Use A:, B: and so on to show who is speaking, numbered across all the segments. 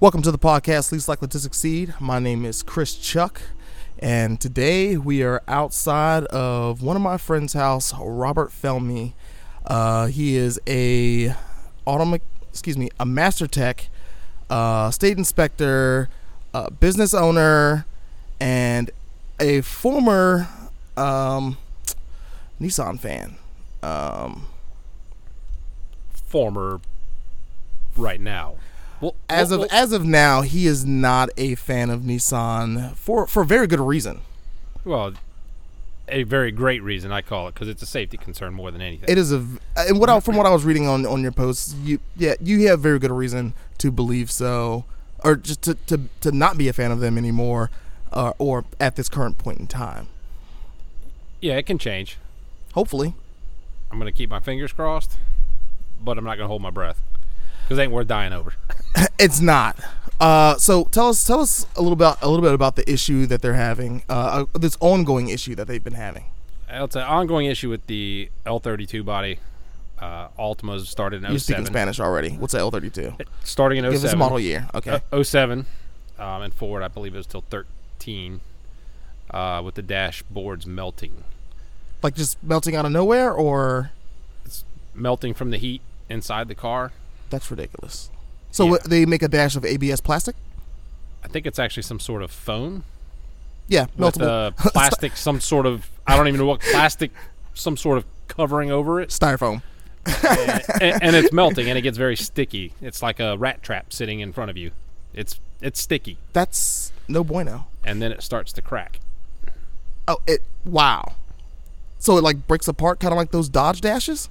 A: Welcome to the podcast, Least Likely to Succeed. My name is Chris Chuck, and today we are outside of one of my friend's house, Robert Felmy. Uh, he is a autom- excuse me, a master tech, uh, state inspector, uh, business owner, and a former um, Nissan fan. Um,
B: former right now. Well,
A: as
B: well,
A: of as of now, he is not a fan of Nissan for for very good reason.
B: well, well, a very great reason I call it because it's a safety concern more than anything.
A: It is a v- uh, and what I, from what I was reading on on your posts, you yeah you have very good reason to believe so, or just to to, to not be a fan of them anymore, uh, or at this current point in time.
B: yeah, it can change.
A: Hopefully,
B: I'm gonna keep my fingers crossed, but I'm not gonna hold my breath because ain't worth dying over.
A: it's not. Uh, so tell us tell us a little about a little bit about the issue that they're having, uh, uh, this ongoing issue that they've been having.
B: It's an ongoing issue with the L32 body. Uh, Altimas started in
A: You're speaking
B: 07.
A: Spanish already. What's the L32?
B: Starting in 07.
A: Give us a model year. Okay.
B: uh, 07 um, and forward, I believe it was till 13 uh, with the dashboards melting.
A: like just melting out of nowhere or
B: Melting from the heat inside the car.
A: that's ridiculous so
B: Yeah.
A: what, they make a dash of abs plastic
B: I think it's actually some sort of foam
A: yeah
B: with
A: multiple
B: uh, plastic, some sort of I don't even know what plastic, some sort of covering over it,
A: styrofoam
B: and, and it's melting and it gets very sticky. It's like a rat trap sitting in front of you. It's it's sticky,
A: that's no bueno
B: and then it starts to crack.
A: oh it wow so it like breaks apart kind of like those dodge dashes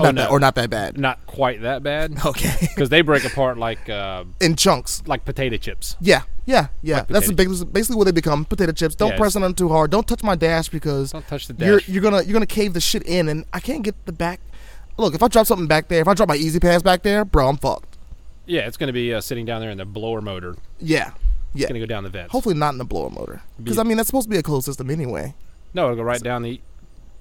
B: Oh,
A: not
B: no.
A: that or not that bad
B: Not quite that bad
A: okay
B: because they break apart like uh,
A: in chunks
B: like potato chips.
A: yeah yeah yeah that's the
B: potato
A: big, basically what they become potato chips don't
B: Yeah,
A: press on them too hard don't touch my dash because
B: Don't touch the
A: you're
B: dash.
A: you're gonna you're gonna cave the shit in, and I can't get the back. Look, if I drop something back there, if I drop my Easy Pass back there, bro, I'm fucked.
B: Yeah, it's going to be uh, sitting down there in the blower motor. It's
A: Yeah, yeah.
B: going to go down the vents.
A: Hopefully not in the blower motor, because
B: Be-
A: I mean that's supposed to be a closed system anyway.
B: No, it'll go right down the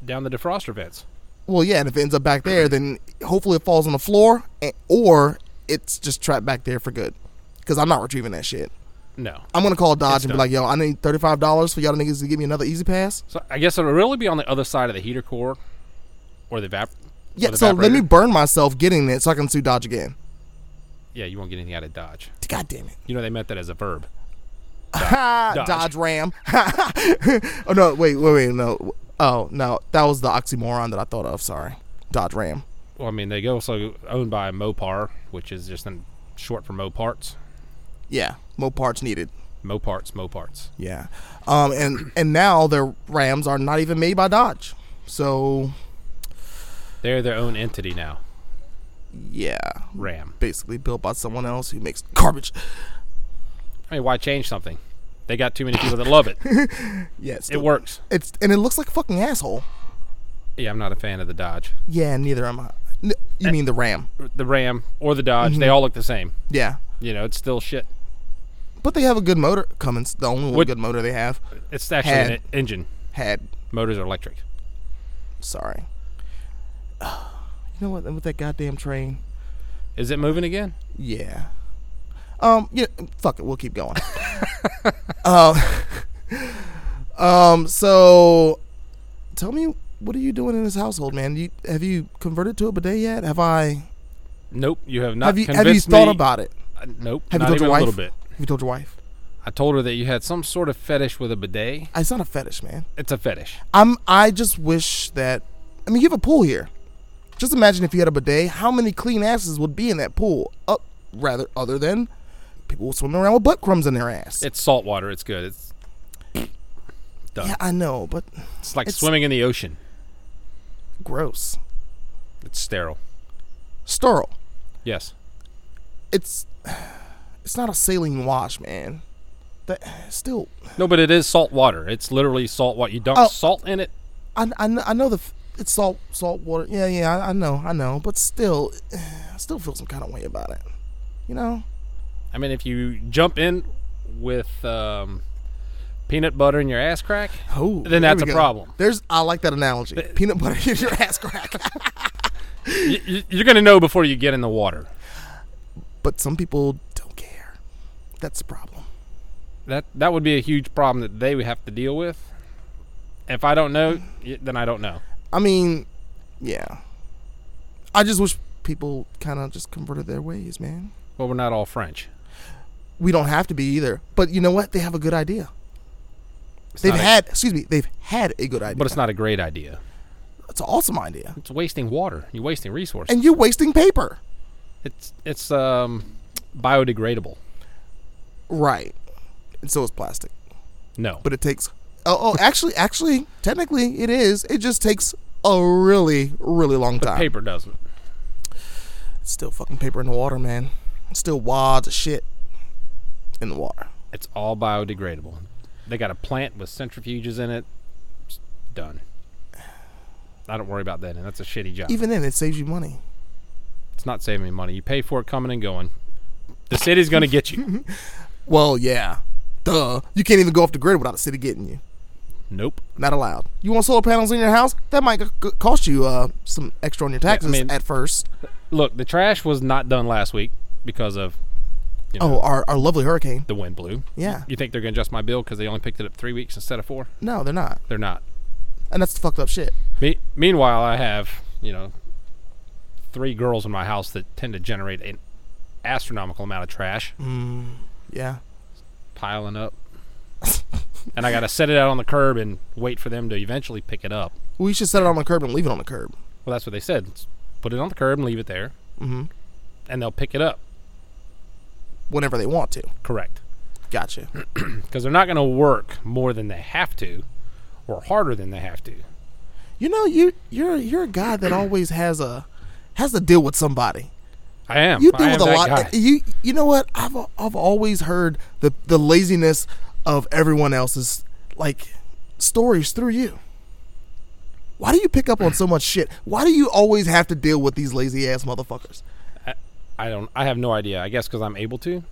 B: down the defroster vents.
A: Well, yeah, and if it ends up back there, then hopefully it falls on the floor, a- or it's just trapped back there for good. Because I'm not retrieving that shit.
B: No.
A: I'm gonna call Dodge and be
B: done.
A: like, "Yo, I need thirty five dollars for y'all niggas to give me another Easy Pass."
B: So I guess it'll really be on the other side of the heater core, or the vap.
A: Yeah,
B: or the
A: so let
B: evaporator.
A: me burn myself getting it so I can sue Dodge again.
B: Yeah, you won't get anything out of Dodge.
A: God damn it!
B: You know they meant that as a verb.
A: Ha! Dodge.
B: Dodge.
A: Ram. oh no! Wait, wait, wait! No. Oh no, that was the oxymoron that I thought of. Sorry, Dodge Ram.
B: Well, I mean they go also owned by Mopar, which is just an short for Moparts.
A: Yeah, more parts needed.
B: Moparts, Moparts.
A: Yeah, um, and and now their Rams are not even made by Dodge, so
B: They're their own entity now.
A: yeah,
B: Ram.
A: basically built by someone else who makes garbage.
B: I mean, why change something? They got too many people that love it.
A: Yeah, it's
B: It
A: still-
B: works.
A: It's and it looks like a fucking asshole.
B: Yeah, I'm not a fan of the Dodge,
A: Yeah, neither am I. N-
B: Eh.
A: You mean the Ram?
B: the Ram, or the Dodge.
A: Mm-hmm.
B: They all look the same.
A: Yeah,
B: You know, it's still shit.
A: but they have a good motor. Cummins, the only one
B: What-
A: good motor they have,
B: It's actually
A: Had.
B: an e- engine.
A: had.
B: Motors are electric.
A: Sorry. You know what? With that goddamn train.
B: Is it moving again?
A: Yeah. Um. Yeah. Fuck it. We'll keep going. um. Um. So, tell me, what are you doing in this household, man? You, have you converted to a bidet yet? Have I?
B: Nope. You have not.
A: Have you? Have you
B: convinced
A: thought
B: me-
A: about it?
B: Uh, nope.
A: Have you
B: not
A: told
B: even
A: your wife?
B: a little bit.
A: Have you told your wife?
B: I told her that you had some sort of fetish with a bidet.
A: Ah, It's not a fetish, man.
B: It's a fetish.
A: I'm. I just wish that. I mean, you have a pool here. Just imagine if you had a bidet, how many clean asses would be in that pool? Uh, rather, other than people swimming around with butt crumbs in their ass.
B: It's salt water. It's good. It's done.
A: yeah, I know, but
B: it's like
A: it's-
B: swimming in the ocean.
A: gross,
B: It's sterile.
A: sterile.
B: Yes.
A: it's it's not a saline wash, man. That still,
B: No, but it is salt water. It's literally salt water. You dump
A: Oh.
B: salt in it.
A: I, I, kn- I know the f- it's salt salt water. Yeah, yeah, I, I know, I know, but still, I still feel some kind of way about it. You know,
B: I mean, if you jump in with um, peanut butter in your ass crack,
A: oh,
B: Then that's a problem.
A: There's I like that analogy. Peanut butter in your ass crack.
B: you, you're going to know before you get in the water.
A: but some people don't care. That's a problem.
B: That that would be a huge problem that they would have to deal with. If I don't know, y- then I don't know.
A: I mean, yeah. I just wish people kind of just converted their ways, man.
B: Well, we're not all French.
A: We don't have to be either. But you know what? They have a good idea.
B: It's
A: They've
B: not a-
A: had, excuse me, they've had a good idea.
B: but it's not a great idea.
A: It's an awesome idea.
B: It's wasting water. You're wasting resources.
A: And you're wasting paper.
B: It's it's um biodegradable.
A: Right. And so is plastic.
B: No,
A: But it takes, oh, oh actually, actually, technically it is. It just takes a really, really long time.
B: paper doesn't.
A: It's still fucking paper in the water, man. It's still wads of shit in the water.
B: It's all biodegradable. They got a plant with centrifuges in it. It's done. I don't worry about that, and that's a shitty job.
A: Even then, it saves you money.
B: it's not saving me money. You pay for it coming and going. The city's gonna get you.
A: Well, yeah. Duh. You can't even go off the grid without the city getting you.
B: nope.
A: Not allowed. You want solar panels in your house? That might c- cost you uh, some extra on your taxes
B: mean-
A: at first.
B: Look, the trash was not done last week because of you know,
A: Oh, our, our lovely hurricane.
B: the wind blew.
A: Yeah.
B: You think they're gonna adjust my bill because they only picked it up three weeks instead of four?
A: No, they're not.
B: They're not.
A: And that's the fucked up shit.
B: Me- meanwhile, I have you know three girls in my house that tend to generate an astronomical amount of trash
A: Mm. Yeah.
B: piling up, and I got to set it out on the curb and wait for them to eventually pick it up.
A: We should set it on the curb and leave it on the curb.
B: Well, that's what they said. Let's put it on the curb and leave it there,
A: Mhm.
B: and they'll pick it up.
A: Whenever they want to.
B: Correct,
A: Gotcha.
B: because they're not going to work more than they have to, or harder than they have to.
A: You know, you you're you're a guy that always has a has to deal with somebody.
B: I am.
A: You
B: I
A: deal
B: am
A: with a
B: that
A: lot.
B: guy.
A: You you know what? I've I've always heard the the laziness of everyone else's like stories through you. Why do you pick up on so much shit? Why do you always have to deal with these lazy ass motherfuckers?
B: I don't. I have no idea. I guess because I'm able to,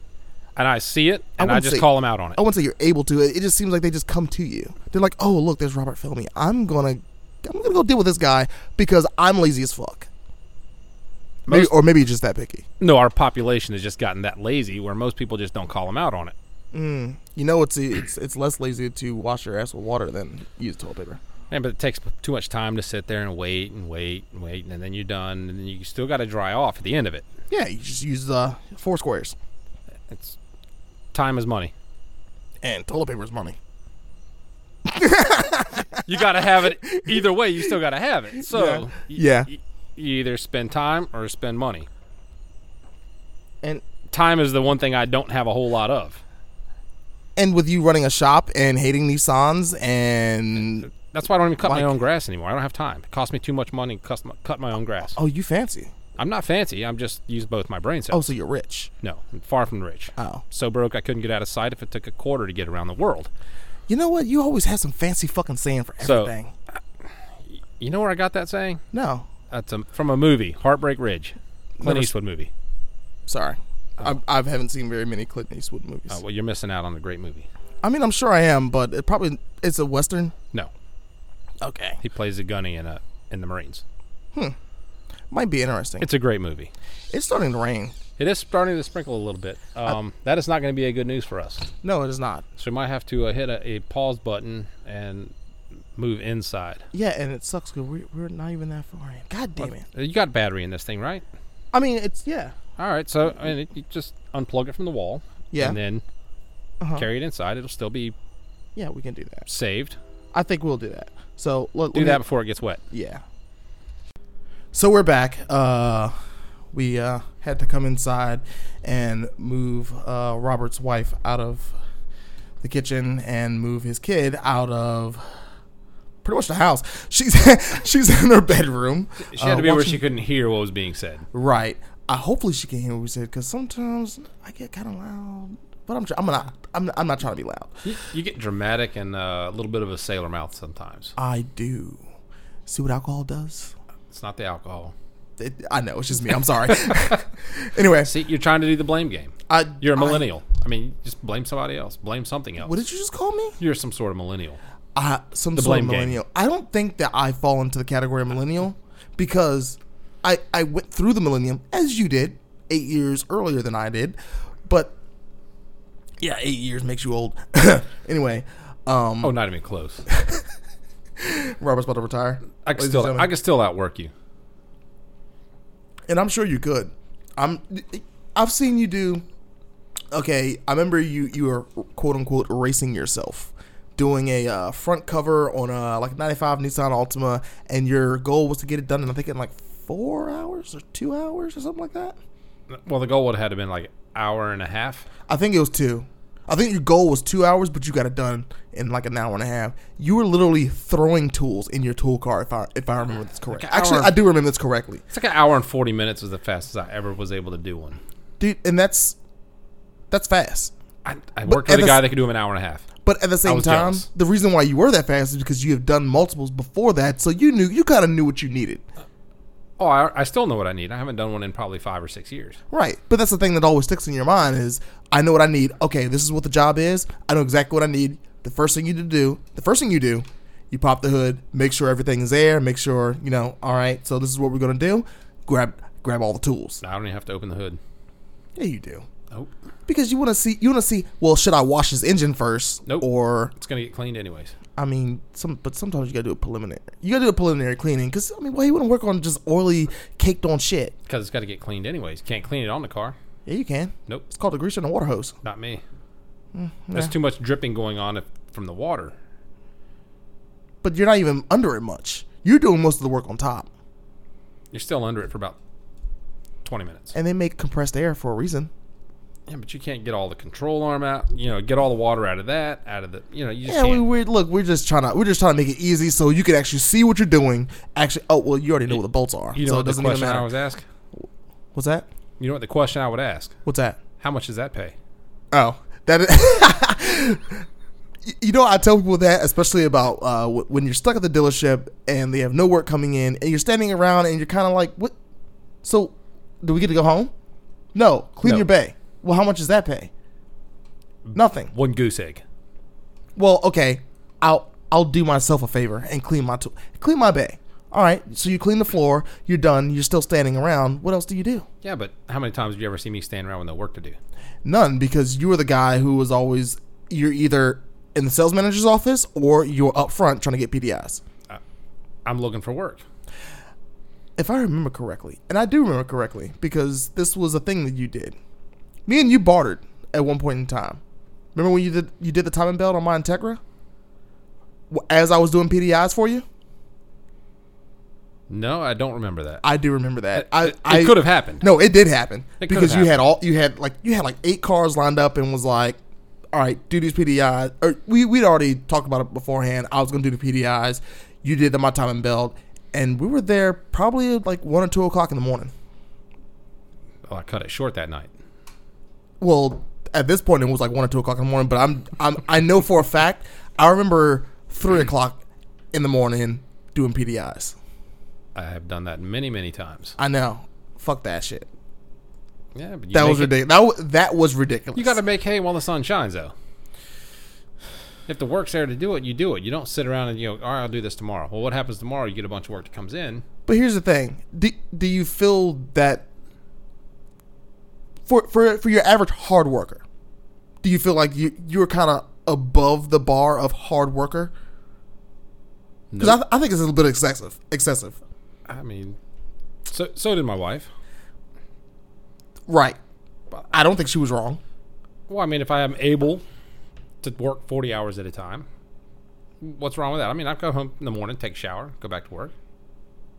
B: and I see it, and I,
A: wouldn't
B: just
A: say-
B: call them out on it.
A: I wouldn't say you're able to. It it just seems like they just come to you. They're like, oh look, there's Robert Filmy. I'm gonna I'm gonna go deal with this guy because I'm lazy as fuck. Maybe,
B: Most-
A: or maybe you're just that picky.
B: No, our population has just gotten that lazy where most people just don't call them out on it.
A: You know, it's it's it's less lazy to wash your ass with water than use toilet paper.
B: Yeah, but it takes too much time to sit there and wait and wait and wait, and then you're done, and then you still got to dry off at the end of it.
A: Yeah, you just use uh, four squares,
B: It's time is money.
A: and toilet paper is money.
B: You got to have it either way. You still got to have it. So
A: Yeah.
B: y-
A: Yeah.
B: y- you either spend time or spend money.
A: And
B: Time is the one thing I don't have a whole lot of.
A: and with you running a shop and hating Nissans and
B: That's why I don't even cut
A: Like-
B: my own grass anymore. I don't have time. It costs me too much money to cus- cut my own grass.
A: oh, you fancy?
B: I'm not fancy. I'm just use both my brain
A: Oh,
B: cells.
A: so you're rich?
B: No, I'm far from rich.
A: Oh,
B: So broke I couldn't get out of sight if it took a quarter to get around the world.
A: you know what? You always have some fancy fucking saying for
B: So-
A: everything.
B: You know where I got that saying?
A: no,
B: That's um from a movie, Heartbreak Ridge, Clint
A: Never s-
B: Eastwood movie.
A: sorry, I, I haven't seen very many Clint Eastwood movies.
B: Oh, well, you're missing out on a great movie.
A: I mean, I'm sure I am, but it probably it's a western.
B: No,
A: Okay,
B: he plays a gunny in a in the Marines.
A: might be interesting. It's,
B: It's a great movie.
A: starting to rain.
B: It is starting to sprinkle a little bit. Um, that is not going to be a good news for us.
A: No, it is not.
B: So we might have to uh, hit a, a pause button and move inside.
A: Yeah, and it sucks because we're, we're not even that far in. God damn it.
B: Uh, You got battery in this thing, right?
A: I mean, it's, yeah.
B: All right. So I mean, you just unplug it from the wall.
A: Yeah.
B: And then
A: Uh-huh.
B: carry it inside. It'll still be
A: Yeah, we can do that.
B: saved.
A: I think we'll do that. So, look.
B: Do that before it gets wet.
A: Yeah. So we're back. Uh, we uh, had to come inside and move uh, Robert's wife out of the kitchen and move his kid out of pretty much the house. She's she's in her bedroom.
B: She had to be
A: uh,
B: where
A: watching-
B: she couldn't hear what was being said.
A: Right. I hopefully she can hear what we said because sometimes I get kind of loud. But I'm try- I'm not I'm, I'm not trying to be loud.
B: You, you get dramatic and uh, a little bit of a sailor mouth sometimes.
A: I do. See what alcohol does?
B: It's not the alcohol.
A: It, I know it's just me. I'm sorry. anyway,
B: See, you're trying to do the blame game.
A: I,
B: You're a
A: I-
B: millennial. I, mean, just blame somebody else. Blame something else.
A: what Hmm. did you just call me?
B: You're some sort of millennial.
A: I some sort of
B: blame game.
A: millennial. I don't think that I fall into the category of millennial because I I went through the millennium as you did eight years earlier than I did, but Yeah, eight years makes you old. anyway, um,
B: Oh, not even close.
A: Robert's about to retire.
B: I can
A: Ladies and
B: still,
A: gentlemen.
B: I can still outwork you.
A: and I'm sure you could. I'm I've seen you do. Okay, I remember you you were quote unquote racing yourself, doing a uh, front cover on a like '95 Nissan Altima, and your goal was to get it done. in I think in like four hours or two hours or something like that.
B: Well, the goal would have had to been like hour and a half.
A: I think it was two. I think your goal was two hours, but you got it done in like an hour and a half. You were literally throwing tools in your tool car, if I if I remember this correctly.
B: an
A: Actually,
B: hour.
A: I do remember this correctly.
B: It's like an hour and forty minutes was the fastest I ever was able to do one.
A: dude and that's that's fast
B: I, I worked with
A: and
B: a guy
A: this-
B: that could do them an hour and a half.
A: but at the same
B: was
A: time
B: jealous.
A: the reason why you were that fast is because you have done multiples before that so you knew you kind of knew what you needed
B: Oh, I, I still know what I need. I haven't done one in probably five or six years.
A: right but that's the thing that always sticks in your mind is i know what i need okay this is what the job is i know exactly what i need the first thing you to do the first thing you do you pop the hood make sure everything's there make sure you know all right so this is what we're going to do grab grab all the tools
B: I don't even have to open the hood. Oh.
A: yeah you do
B: Nope.
A: because you want to see you want to see well should i wash his engine first
B: Nope.
A: or
B: It's gonna get cleaned anyways.
A: I mean, some but sometimes you gotta do a preliminary. You gotta do a preliminary cleaning because I mean, why you wouldn't work on just oily, caked on shit?
B: Because it's got to get cleaned anyways. Can't clean it on the car.
A: Yeah, you can.
B: Nope.
A: It's called a grease and a water hose.
B: Not me.
A: Mm,
B: There's too much dripping going on if, from the water.
A: But you're not even under it much. You're doing most of the work on top,
B: You're still under it for about 20 minutes.
A: and they make compressed air for a reason.
B: Yeah, but you can't get all the control arm out. You know, get all the water out of that, out of the. You know, you just
A: Yeah, we,
B: can't.
A: we look. We're just trying to. We're just trying to make it easy so you can actually see what you're doing. Actually, oh well, you already know what the bolts are,
B: you know
A: so
B: what
A: it
B: the
A: doesn't even
B: question I
A: matter.
B: was asked?
A: What's that?
B: You know what the question I would ask?
A: What's that?
B: How much does that pay?
A: Oh, that. Is Y- you know, I tell people that, especially about uh, wh- when you're stuck at the dealership and they have no work coming in, and you're standing around and you're kind of like, "What? So, do we get to go home? No, clean
B: No.
A: your bay. Well, how much does that pay? Nothing.
B: One goose egg.
A: Well, okay, I'll I'll do myself a favor and clean my tool, clean my bay. All right, so you clean the floor, you're done, you're still standing around. What else do you do?
B: Yeah, but how many times do you ever see me stand around with no work to do?
A: None, because you were the guy who was always you're either in the sales manager's office or you're up front trying to get PDIs.
B: I'm looking for work.
A: If I remember correctly, and I do remember correctly, because this was a thing that you did. Me and you bartered at one point in time. Remember when you did you did the timing belt on my Integra? W- As I was doing PDIs for you,
B: No, I don't remember that.
A: I do remember that. I
B: it
A: I-
B: could have happened.
A: No, it did happen
B: It could have
A: because you had all you had like you had like eight cars lined up and was like, all right, do these PDIs. Or we we'd already talked about it beforehand. I was gonna do the PDIs. You did the my time and belt, and we were there probably like one or two o'clock in the morning.
B: Well, I cut it short that night.
A: Well, at this point it was like one or two o'clock in the morning, but I'm I'm I know for a fact I remember three o'clock in the morning doing PDIs.
B: I have done that many, many times.
A: I know. Fuck that shit.
B: Yeah, but you
A: That
B: make
A: was
B: it-
A: ridiculous. That, wa- that was ridiculous.
B: You got to make hay while the sun shines, though. If the work's there to do it, you do it. You don't sit around and you know, all right, I'll do this tomorrow. Well, what happens tomorrow? You get a bunch of work that comes in.
A: But here's the thing: do, do you feel that for for for your average hard worker, do you feel like you you're kind of above the bar of hard worker? Because I, I think it's a little bit excessive. Excessive,
B: I mean, so so did my wife.
A: right? I don't think she was wrong.
B: Well, I mean, if I am able to work forty hours at a time, what's wrong with that? I mean, I go home in the morning, take a shower, go back to work,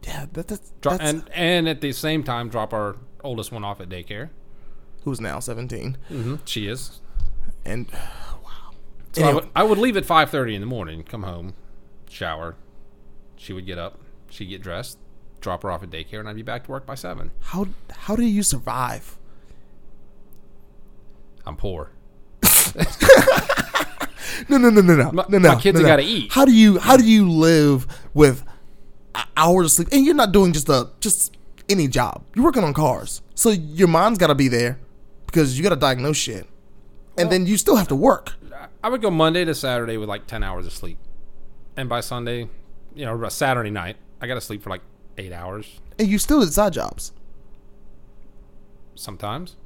A: Yeah, that, that's,
B: drop,
A: that's
B: and and at the same time drop our oldest one off at daycare.
A: who's now seventeen,
B: Mm-hmm. She is.
A: and
B: So I,
A: Anyway.
B: would, I would leave at five thirty in the morning, come home, shower. She would get up, she'd get dressed, drop her off at daycare, and I'd be back to work by seven.
A: how how do you survive?
B: I'm poor.
A: No, no, no, no, no,
B: My-
A: no, no.
B: my kids
A: no,
B: have
A: no.
B: gotta eat.
A: How do you how do you live with a- hours of sleep? And you're not doing just a just any job. You're working on cars, so your mind's got to be there because you got to diagnose shit, and then you still have to work.
B: I- I would go Monday to Saturday with like ten hours of sleep, and by Sunday, you know, by Saturday night, I got to sleep for like eight hours
A: And you still did side jobs.
B: sometimes.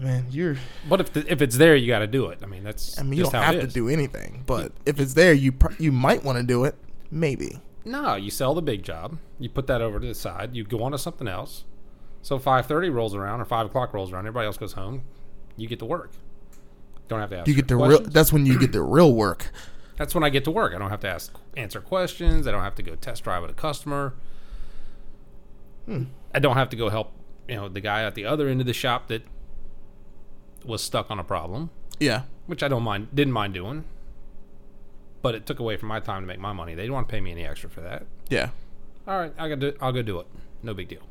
A: Man, you're.
B: But if the, if it's there, you got to do it. I mean, that's.
A: I mean, you
B: just
A: don't
B: how
A: have
B: it
A: to
B: is.
A: do anything, but if it's there, you pr- you might want to do it. Maybe.
B: No, you sell the big job. You put that over to the side. You go on to something else. So five thirty rolls around or five o'clock rolls around. Everybody else goes home. You get to work. Don't have to ask.
A: You
B: your
A: get the real.
B: questions.
A: That's when you get the real work.
B: That's when I get to work. I don't have to ask answer questions. I don't have to go test drive with a customer.
A: Hmm.
B: I don't have to go help you know the guy at the other end of the shop that was stuck on a problem,
A: Yeah.
B: which I don't mind didn't mind doing. But it took away from my time to make my money. They didn't want to pay me any extra for that.
A: Yeah.
B: All right, I got to, I'll go do it. No big deal.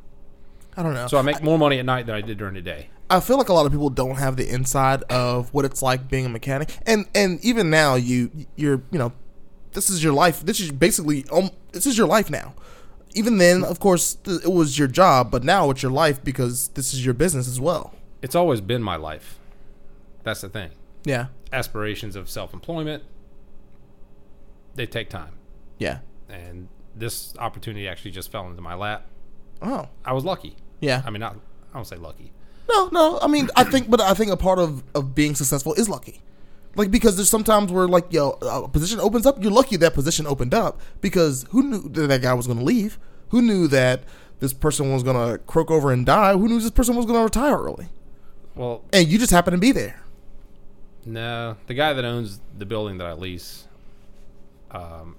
A: I don't know.
B: So I make more money at night than I did during the day.
A: I feel like a lot of people don't have the inside of what it's like being a mechanic, and and even now you you're you know, this is your life. This is basically um, this is your life now. Even then, of course, th- it was your job, but now it's your life because this is your business as well.
B: It's always been my life. That's the thing.
A: Yeah,
B: Aspirations of self-employment they take time.
A: yeah.
B: And this opportunity actually just fell into my lap.
A: Oh,
B: I was lucky.
A: yeah.
B: I mean, not I don't say lucky.
A: No, no. I mean, I think, but I think a part of of being successful is lucky. Like because there's sometimes where like yo a position opens up, you're lucky that position opened up because who knew that that guy was gonna leave? Who knew that this person was gonna croak over and die? Who knew this person was gonna retire early?
B: Well,
A: And you just happen to be there.
B: no, the guy that owns the building that I lease, um,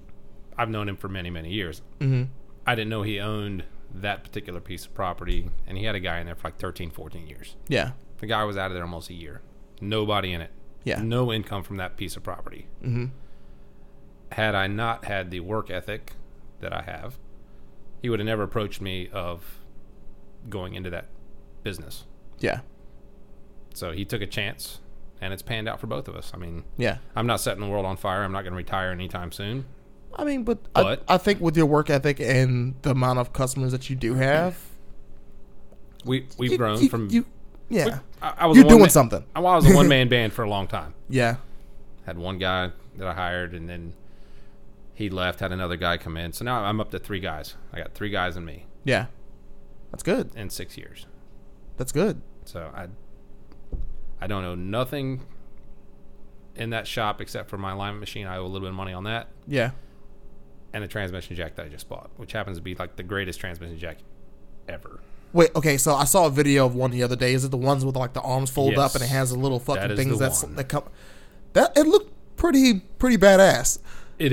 B: I've known him for many many years.
A: Mm-hmm.
B: I didn't know he owned that particular piece of property, and he had a guy in there for like 13, 14 years.
A: Yeah,
B: The guy was out of there almost a year. Nobody in it.
A: yeah,
B: No income from that piece of property.
A: mm-hmm.
B: Had I not had the work ethic that I have, he would have never approached me of going into that business.
A: yeah,
B: So he took a chance and it's panned out for both of us. I mean,
A: yeah.
B: I'm not setting the world on fire. I'm not going to retire anytime soon.
A: I mean, but,
B: But-
A: I, I think with your work ethic and the amount of customers that you do have,
B: We we've
A: you-
B: grown
A: you-
B: from
A: you. Yeah,
B: I, I was
A: you're
B: a one
A: doing
B: man-
A: something.
B: I was a one man band for a long time.
A: Yeah,
B: Had one guy that I hired and then he left, had another guy come in. So now I'm up to three guys. I got three guys and me
A: yeah. That's good.
B: in 6 years.
A: That's good.
B: So I I don't know nothing in that shop except for my alignment machine. I owe a little bit of money on that
A: Yeah.
B: and a transmission jack that I just bought, which happens to be like the greatest transmission jack ever.
A: Wait, okay, so I saw a video of one the other day. Is it the ones with like the arms folded up
B: Yes.
A: and it has the little fucking
B: That is
A: things
B: the
A: that's
B: one.
A: that come? That it looked pretty pretty badass.
B: It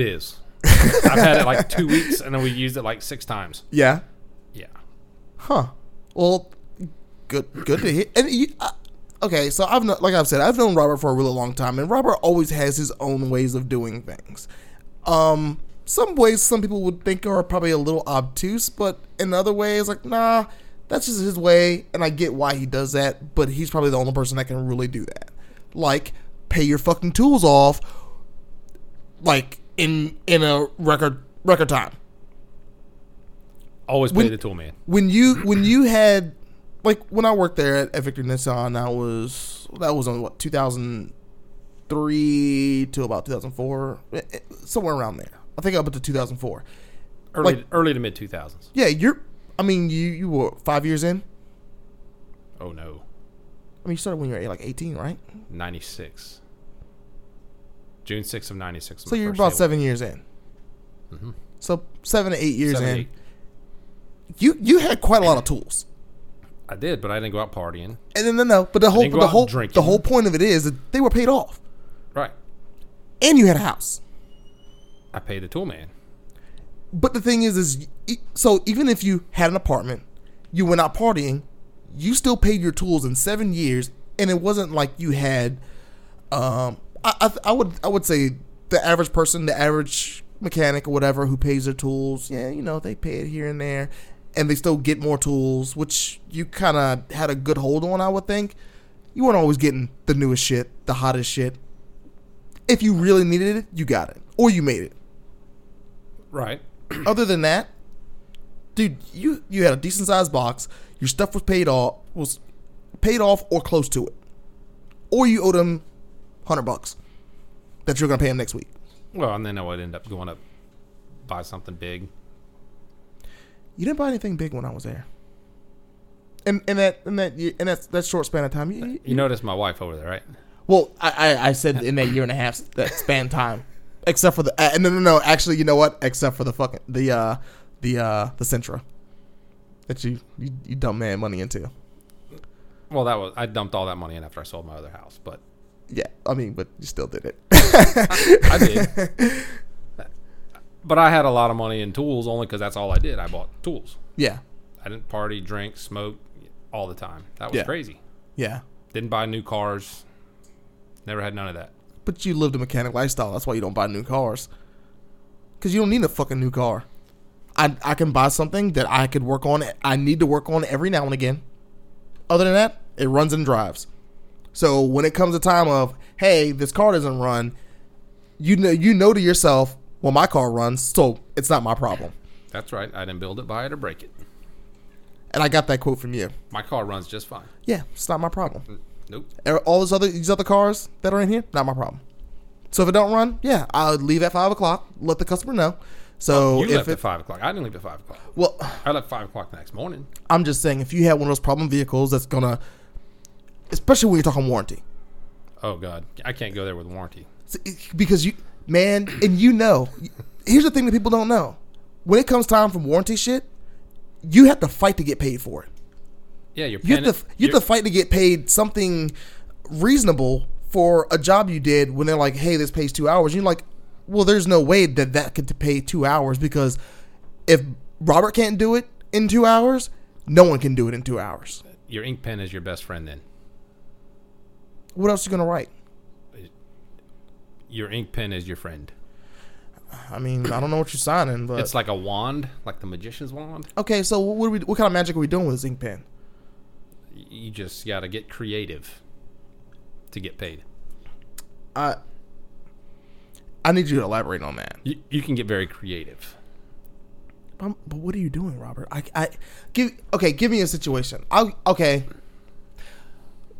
B: is. I've had it like two weeks and then we used it like six times.
A: Yeah.
B: Yeah.
A: Huh. Well, good good to hear. And you, uh, okay, so I've not, like I've said, I've known Robert for a really long time, and Robert always has his own ways of doing things. Um, some ways some people would think are probably a little obtuse, but in other ways, like nah, that's just his way, and I get why he does that. But he's probably the only person that can really do that. Like, pay your fucking tools off, like in in a record record time
B: Always play
A: When-
B: the tool man.
A: when you when you had like when I worked there at, at Victor Nissan, I was that was on what 2003 to about 2004, eh, eh, somewhere around there. I think up to 2004.
B: Early
A: like-
B: early to mid two thousands.
A: Yeah, you're. I mean, you you were five years in.
B: Oh no.
A: I mean, you started when you were like 18, right?
B: Ninety six. June sixth of ninety six.
A: So you're about seven years in. So Mm-hmm. seven to eight years in, you you had quite a lot of tools.
B: I did, but I didn't go out partying.
A: And then no, no, but the whole
B: didn't go
A: the
B: out
A: whole
B: drinking.
A: the whole point of it is that they were paid off,
B: Right.
A: and you had a house.
B: I paid the tool man.
A: But the thing is, is e- so even if you had an apartment, you went out partying, you still paid your tools in seven years, and it wasn't like you had. Um, I, I, I would I would say the average person, the average mechanic or whatever who pays their tools, yeah, you know they pay it here and there, and they still get more tools, which you kind of had a good hold on, I would think. You weren't always getting the newest shit, the hottest shit. If you really needed it, you got it, or you made it
B: Right.
A: other than that, dude, you you had a decent sized box. Your stuff was paid off was paid off or close to it, or you owed them hundred bucks that you're gonna pay him next week.
B: Well, and then I would end up going up buy something big.
A: You didn't buy anything big when I was there. in, in that in that ye- in that that short span of time. You, you-
B: You notice my wife over there, right?
A: well, I, I I said in that year and a half that span of time, except for the uh, no no no actually you know what except for the fucking the uh the uh the Sentra that you you, you dump man money into.
B: Well, that was I dumped all that money in after I sold my other house, but
A: Yeah, I mean, but you still did it.
B: I did. but I had a lot of money in tools only because that's all I did. I bought tools.
A: yeah,
B: I didn't party, drink, smoke all the time. That was
A: Yeah.
B: crazy.
A: yeah.
B: Didn't buy new cars. Never had none of that.
A: But you lived a mechanic lifestyle. That's why you don't buy new cars. Because you don't need a fucking new car. I, I can buy something that I could work on. I need to work on every now and again. Other than that, it runs and drives. So when it comes a time of, hey, this car doesn't run, you know, you know to yourself, well, my car runs, so it's not my problem.
B: That's right. I didn't build it, buy it, or break it.
A: And I got that quote from you.
B: My car runs just fine.
A: Yeah, it's not my problem.
B: Nope.
A: Er- all those other these other cars that are in here, not my problem. So if it don't run, yeah, I'll leave at five o'clock. Let the customer know. So
B: Oh, You
A: if
B: left
A: it,
B: at five o'clock. I didn't leave at five o'clock.
A: well,
B: I left five o'clock the next morning.
A: I'm just saying if you have one of those problem vehicles that's gonna, especially when you're talking warranty,
B: Oh God, I can't go there with warranty.
A: So it- because you man and you know, here's the thing that people don't know: when it comes time for warranty shit, you have to fight to get paid for it.
B: Yeah, you're.
A: You have to f- you have to fight to get paid something reasonable for a job you did when they're like, "Hey, this pays two hours." You're like, "Well, there's no way that that could pay two hours because if Robert can't do it in two hours, no one can do it in two hours.
B: your ink pen is your best friend. Then
A: What else you gonna write?
B: your ink pen is your friend.
A: I mean, I don't know what you're signing, but
B: It's like a wand, like the magician's wand.
A: okay. So what are we? What kind of magic are we doing with this ink pen?
B: You just got to get creative to get paid.
A: I I need you to elaborate on that.
B: You, you can get very creative.
A: But, I'm- but what are you doing, Robert? I, I give okay. Give me a situation. I okay.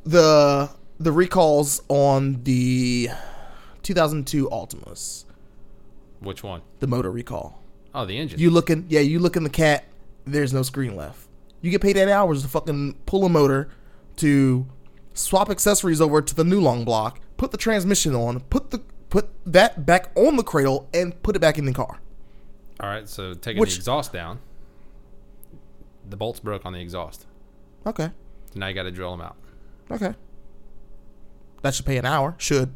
A: The the recalls on the 2002 Altimas,
B: Which one?
A: the motor recall.
B: Oh, the engine.
A: You looking? Yeah, you look in the cat. There's no screen left. You get paid eight hours to fucking pull a motor, to swap accessories over to the new long block, put the transmission on, put the put that back on the cradle, and put it back in the car.
B: All right, so taking
A: Which-
B: the exhaust down, the bolts broke on the exhaust.
A: Okay.
B: So now you got to drill them out.
A: Okay. That should pay an hour. Should.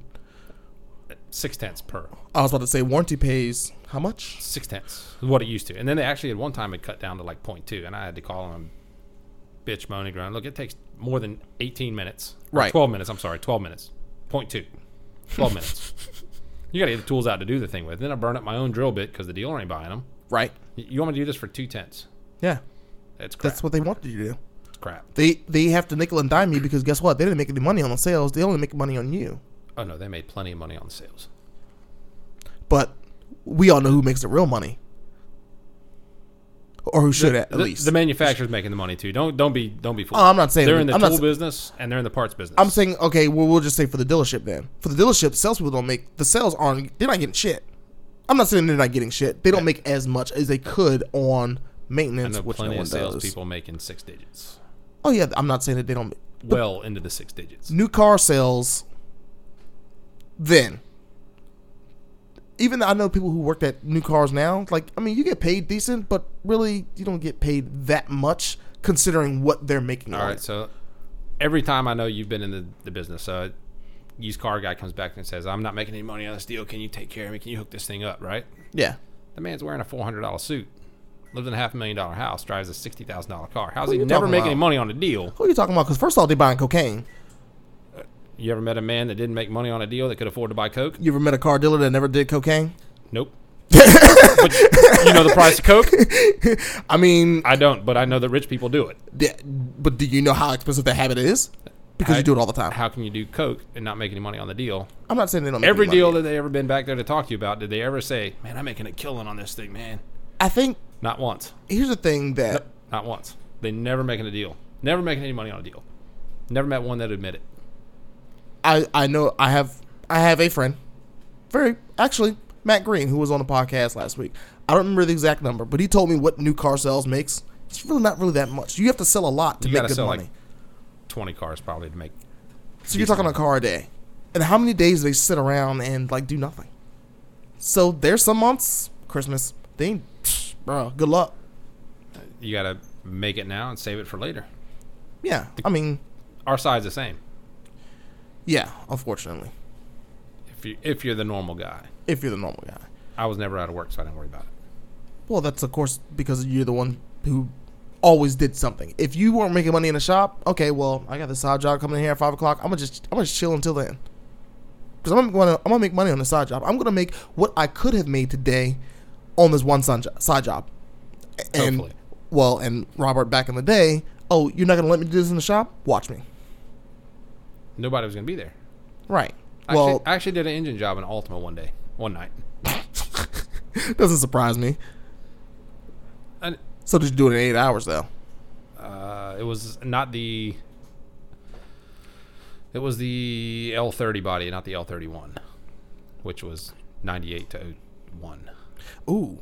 B: Six tenths per.
A: I was about to say warranty pays how much?
B: Six tenths is what it used to. And then they actually at one time it cut down to like 0.2, and I had to call them bitch moaning ground. Look, it takes more than 18 minutes. Or
A: Right.
B: 12 minutes, I'm sorry, 12 minutes. 0.2. 12 minutes. You got to get the tools out to do the thing with. Then I burn up my own drill bit because the dealer ain't buying them.
A: Right.
B: You want me to do this for two tenths?
A: Yeah.
B: That's crap.
A: That's what they wanted you to do.
B: It's crap.
A: They they have to nickel and dime you because guess what? They didn't make any money on the sales. They only make money on you.
B: Oh, no, they made plenty of money on the sales.
A: But we all know who makes the real money. Or who should at
B: the,
A: least.
B: the manufacturer's making the money too. Don't don't be don't be fooled.
A: Oh, I'm not saying-
B: they're in the
A: I'm not
B: tool
A: sa-
B: business and they're in the parts business.
A: I'm saying okay, well we'll just say for the dealership then. For the dealership, salespeople don't make the sales aren't they're not getting shit. I'm not saying they're not getting shit. They don't make as much as they could on
B: I
A: maintenance,
B: know
A: which no
B: plenty
A: one
B: of
A: does.
B: salespeople making six digits,
A: Oh yeah, I'm not saying that they don't
B: well into the six digits.
A: new car sales then even though I know people who work at new cars now, like I mean you get paid decent, but really you don't get paid that much considering what they're making.
B: All
A: on
B: right,
A: it.
B: so every time I know you've been in the, the business, uh, used car guy comes back and says, "I'm not making any money on this deal. Can you take care of me? Can you hook this thing up?" Right?
A: Yeah.
B: The man's wearing a four hundred dollar suit, lives in a half million dollar house, drives a sixty thousand dollar car. How's he
A: you
B: never
A: talking
B: making any
A: about?
B: money on a deal?
A: Who are you talking about? Because first off, they buying cocaine.
B: You ever met a man that didn't make money on a deal that could afford to buy coke?
A: You ever met a car dealer that never did cocaine?
B: Nope. but you know the price of coke.
A: I mean,
B: I don't, but I know that rich people do it.
A: th- but do you know how expensive that habit is? Because
B: I-
A: you do it all the time.
B: How can you do coke and not make any money on the deal?
A: I'm not saying they don't. Make
B: Every
A: any money.
B: deal that they ever been back there to talk to you about, did they ever say, "Man, I'm making a killing on this thing, man"?
A: I think
B: Not once.
A: here's the thing that
B: Not once. They never making a deal. Never making any money on a deal. Never met one that admit it.
A: I I know I have I have a friend, very actually Matt Green who was on the podcast last week. I don't remember the exact number, but he told me what new car sales makes It's really not really that much. You have to sell a lot to
B: You
A: make
B: gotta
A: good
B: sell,
A: money.
B: like, 20 cars probably to make.
A: so you're talking a car a day. And how many days do they sit around and like do nothing? So there's some months, Christmas, they ain't, psh, bro, good luck.
B: You got to make it now and save it for later.
A: Yeah, I mean,
B: Our side's the same.
A: yeah, unfortunately,
B: If you if you're the normal guy,
A: if you're the normal guy.
B: I was never out of work, so I didn't worry about it.
A: Well, that's of course because you're the one who always did something. If you weren't making money in the shop, okay, well, I got this side job coming in here at five o'clock. I'm gonna just I'm gonna just chill until then. Because I'm gonna I'm gonna make money on the side job. I'm gonna make what I could have made today on this one side job. Side job. A- And
B: Hopefully.
A: well, and Robert back in the day, oh, you're not gonna let me do this in the shop? Watch me.
B: Nobody was gonna be there.
A: Right.
B: I
A: well,
B: actually, I actually did an engine job in Altima one day, one night.
A: doesn't surprise me.
B: And
A: So did you do it in eight hours though?
B: uh, it was not the. It was the L30 body, not the L31, which was 98 to 01.
A: Ooh.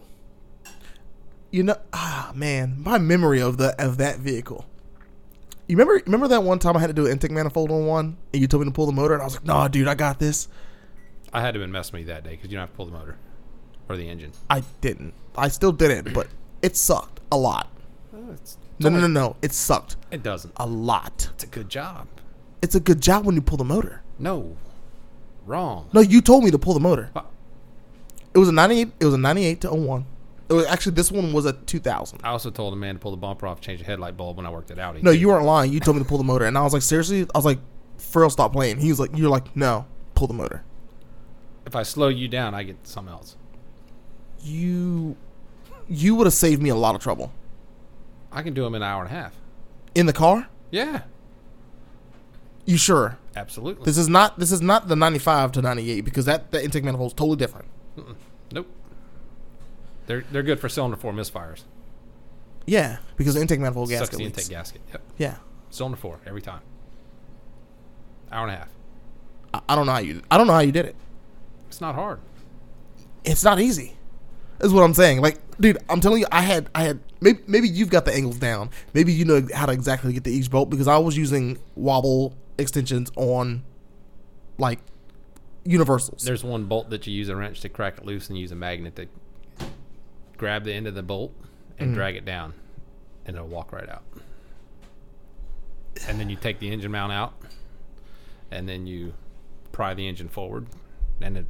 A: You know, ah man, my memory of the of that vehicle. You remember remember that one time I had to do an intake manifold on one, and you told me to pull the motor, and I was like, "Nah, dude, I got this."
B: I had to have been messing with you that day because you don't have to pull the motor or the engine.
A: I didn't. I still didn't, but it sucked a lot.
B: It's,
A: No, no, no, no. It sucked
B: It doesn't.
A: a lot.
B: It's a good job.
A: It's a good job when you pull the motor.
B: No, wrong.
A: No, you told me to pull the motor.
B: Well,
A: It was a ninety-eight. It was a ninety-eight to 01. It was actually this one was a two thousand.
B: I also told a man to pull the bumper off, change the headlight bulb when I worked at Audi.
A: No, you weren't lying. You told me to pull the motor, and I was like, "Seriously?" I was like, "For real, stop playing." He was like, "You're like, no, pull the motor."
B: If I slow you down, I get something else.
A: you you would have saved me a lot of trouble
B: I can do them in an hour and a half.
A: in the car
B: Yeah,
A: you sure
B: absolutely.
A: this is not this is not the 95 to 98 because that that intake manifold is totally different
B: nope. They're they're good for cylinder four misfires.
A: yeah because the intake manifold
B: Sucks
A: gasket
B: the
A: leaks
B: intake gasket. Yep.
A: yeah
B: Cylinder four every time. Hour and a half.
A: I, I don't know how you i don't know how you did it
B: It's not hard.
A: it's not easy is what i'm saying like dude i'm telling you i had i had maybe, maybe you've got the angles down maybe you know how to exactly get to each bolt because i was using wobble extensions on like universals
B: There's one bolt that you use a wrench to crack it loose and use a magnet to grab the end of the bolt
A: Mm-hmm.
B: and drag it down and it'll walk right out. And then you take the engine mount out and then you pry the engine forward and the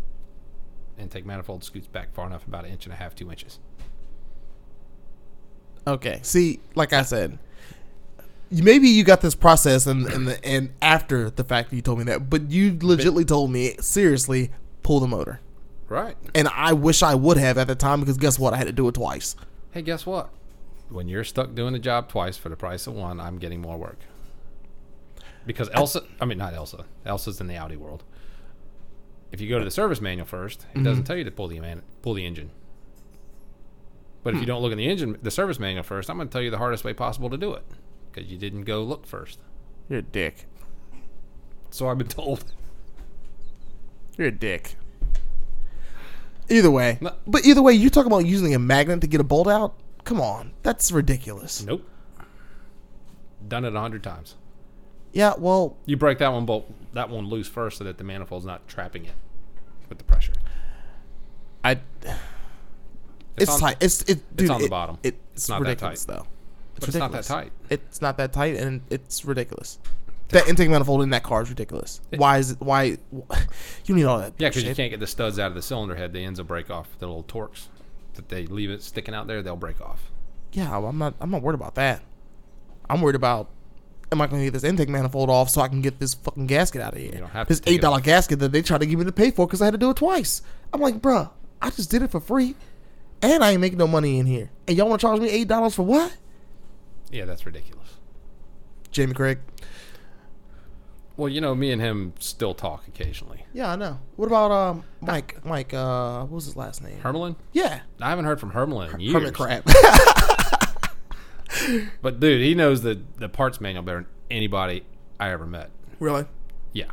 B: intake manifold scoots back far enough about an inch and a half, two inches.
A: Okay. See, like I said, you- maybe you got this process and and the, and after the fact you told me that, but you legitly told me seriously pull the motor,
B: Right.
A: and I wish I would have at the time because guess what? I had to do it twice.
B: Hey, guess what? When you're stuck doing a job twice for the price of one, I'm getting more work. Because Elsa, I mean, not Elsa. Elsa's in the Audi world. If you go to the service manual first, it doesn't tell you to pull the man, pull the engine. But if you don't look in the engine, the service manual first, I'm going to tell you the hardest way possible to do it because you didn't go look first.
A: You're a dick.
B: So I've been told.
A: You're a dick. Either way,
B: No.
A: but either way, you talk about using a magnet to get a bolt out. Come on, that's ridiculous.
B: Nope. Done it a hundred times.
A: Yeah, well,
B: You break that one bolt, that one loose first, so that the manifold's not trapping it with the pressure.
A: I. It's,
B: on-
A: tight. It's it. Dude,
B: on the
A: it-
B: bottom.
A: It, it's,
B: It's not that
A: ridiculous,
B: tight.
A: though.
B: But it's not that
A: ridiculous.
B: tight.
A: It's not that tight, and it's ridiculous. That intake manifold in that car is ridiculous. Why is it? Why you need all that?
B: Yeah, because you
A: shit.
B: can't get the studs out of the cylinder head. The ends will break off. The little torques that they leave it sticking out there, they'll break off.
A: Yeah, well, I'm not. I'm not worried about that. I'm worried about. Am I going to get this intake manifold off so I can get this fucking gasket out of here?
B: You don't have to
A: this
B: take
A: eight
B: it off.
A: dollar gasket that they tried to give me to pay for because I had to do it twice. I'm like, bruh, I just did it for free, and I ain't making no money in here. And y'all want to charge me eight dollars for what?
B: Yeah, that's ridiculous.
A: Jamie Craig.
B: Well, you know, me and him still talk occasionally.
A: Yeah, I know. What about um Mike? Mike, uh, what was his last name?
B: Hermelin?
A: yeah,
B: I haven't heard from Hermelin in years.
A: Hermit Crab.
B: But dude, he knows the, the parts manual better than anybody I ever met.
A: really?
B: Yeah.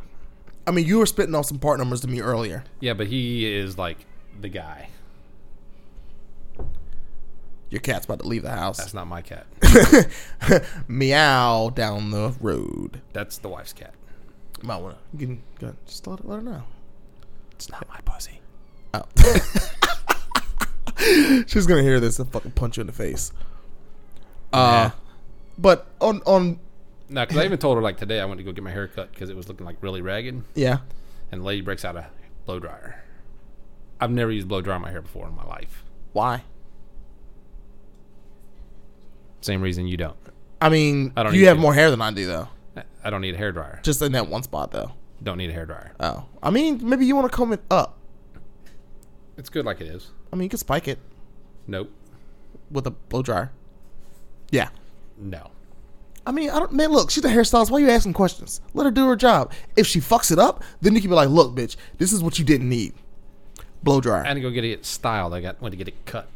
A: I mean, you were spitting off some part numbers to me earlier.
B: Yeah, but he is like the guy.
A: Your cat's about to leave the house.
B: That's not my cat.
A: Meow down the road.
B: That's the wife's cat.
A: You might want to. You can go ahead. just let, let her know.
B: It's not my pussy.
A: Oh. She's gonna hear this and fucking punch you in the face. Uh,
B: Nah.
A: but on on
B: No, because I even told her like today I went to go get my hair cut because it was looking like really ragged,
A: yeah,
B: and the lady breaks out a blow dryer. I've never used blow dryer on my hair before in my life.
A: why?
B: Same reason you don't.
A: I mean,
B: I don't
A: you
B: need
A: have
B: to.
A: more hair than I do though.
B: I don't need a hair dryer.
A: Just in that one spot though.
B: Don't need a hair dryer.
A: Oh, I mean, maybe you want to comb it up.
B: It's good like it is.
A: I mean, you could spike it
B: Nope.
A: with a blow dryer. Yeah.
B: No.
A: I mean, I don't man. Look, she's a hairstylist. Why you asking questions? Let her do her job. If she fucks it up, then you can be like, "Look, bitch, this is what you didn't need." Blow dryer.
B: I had to go get it styled. I got went to get it cut.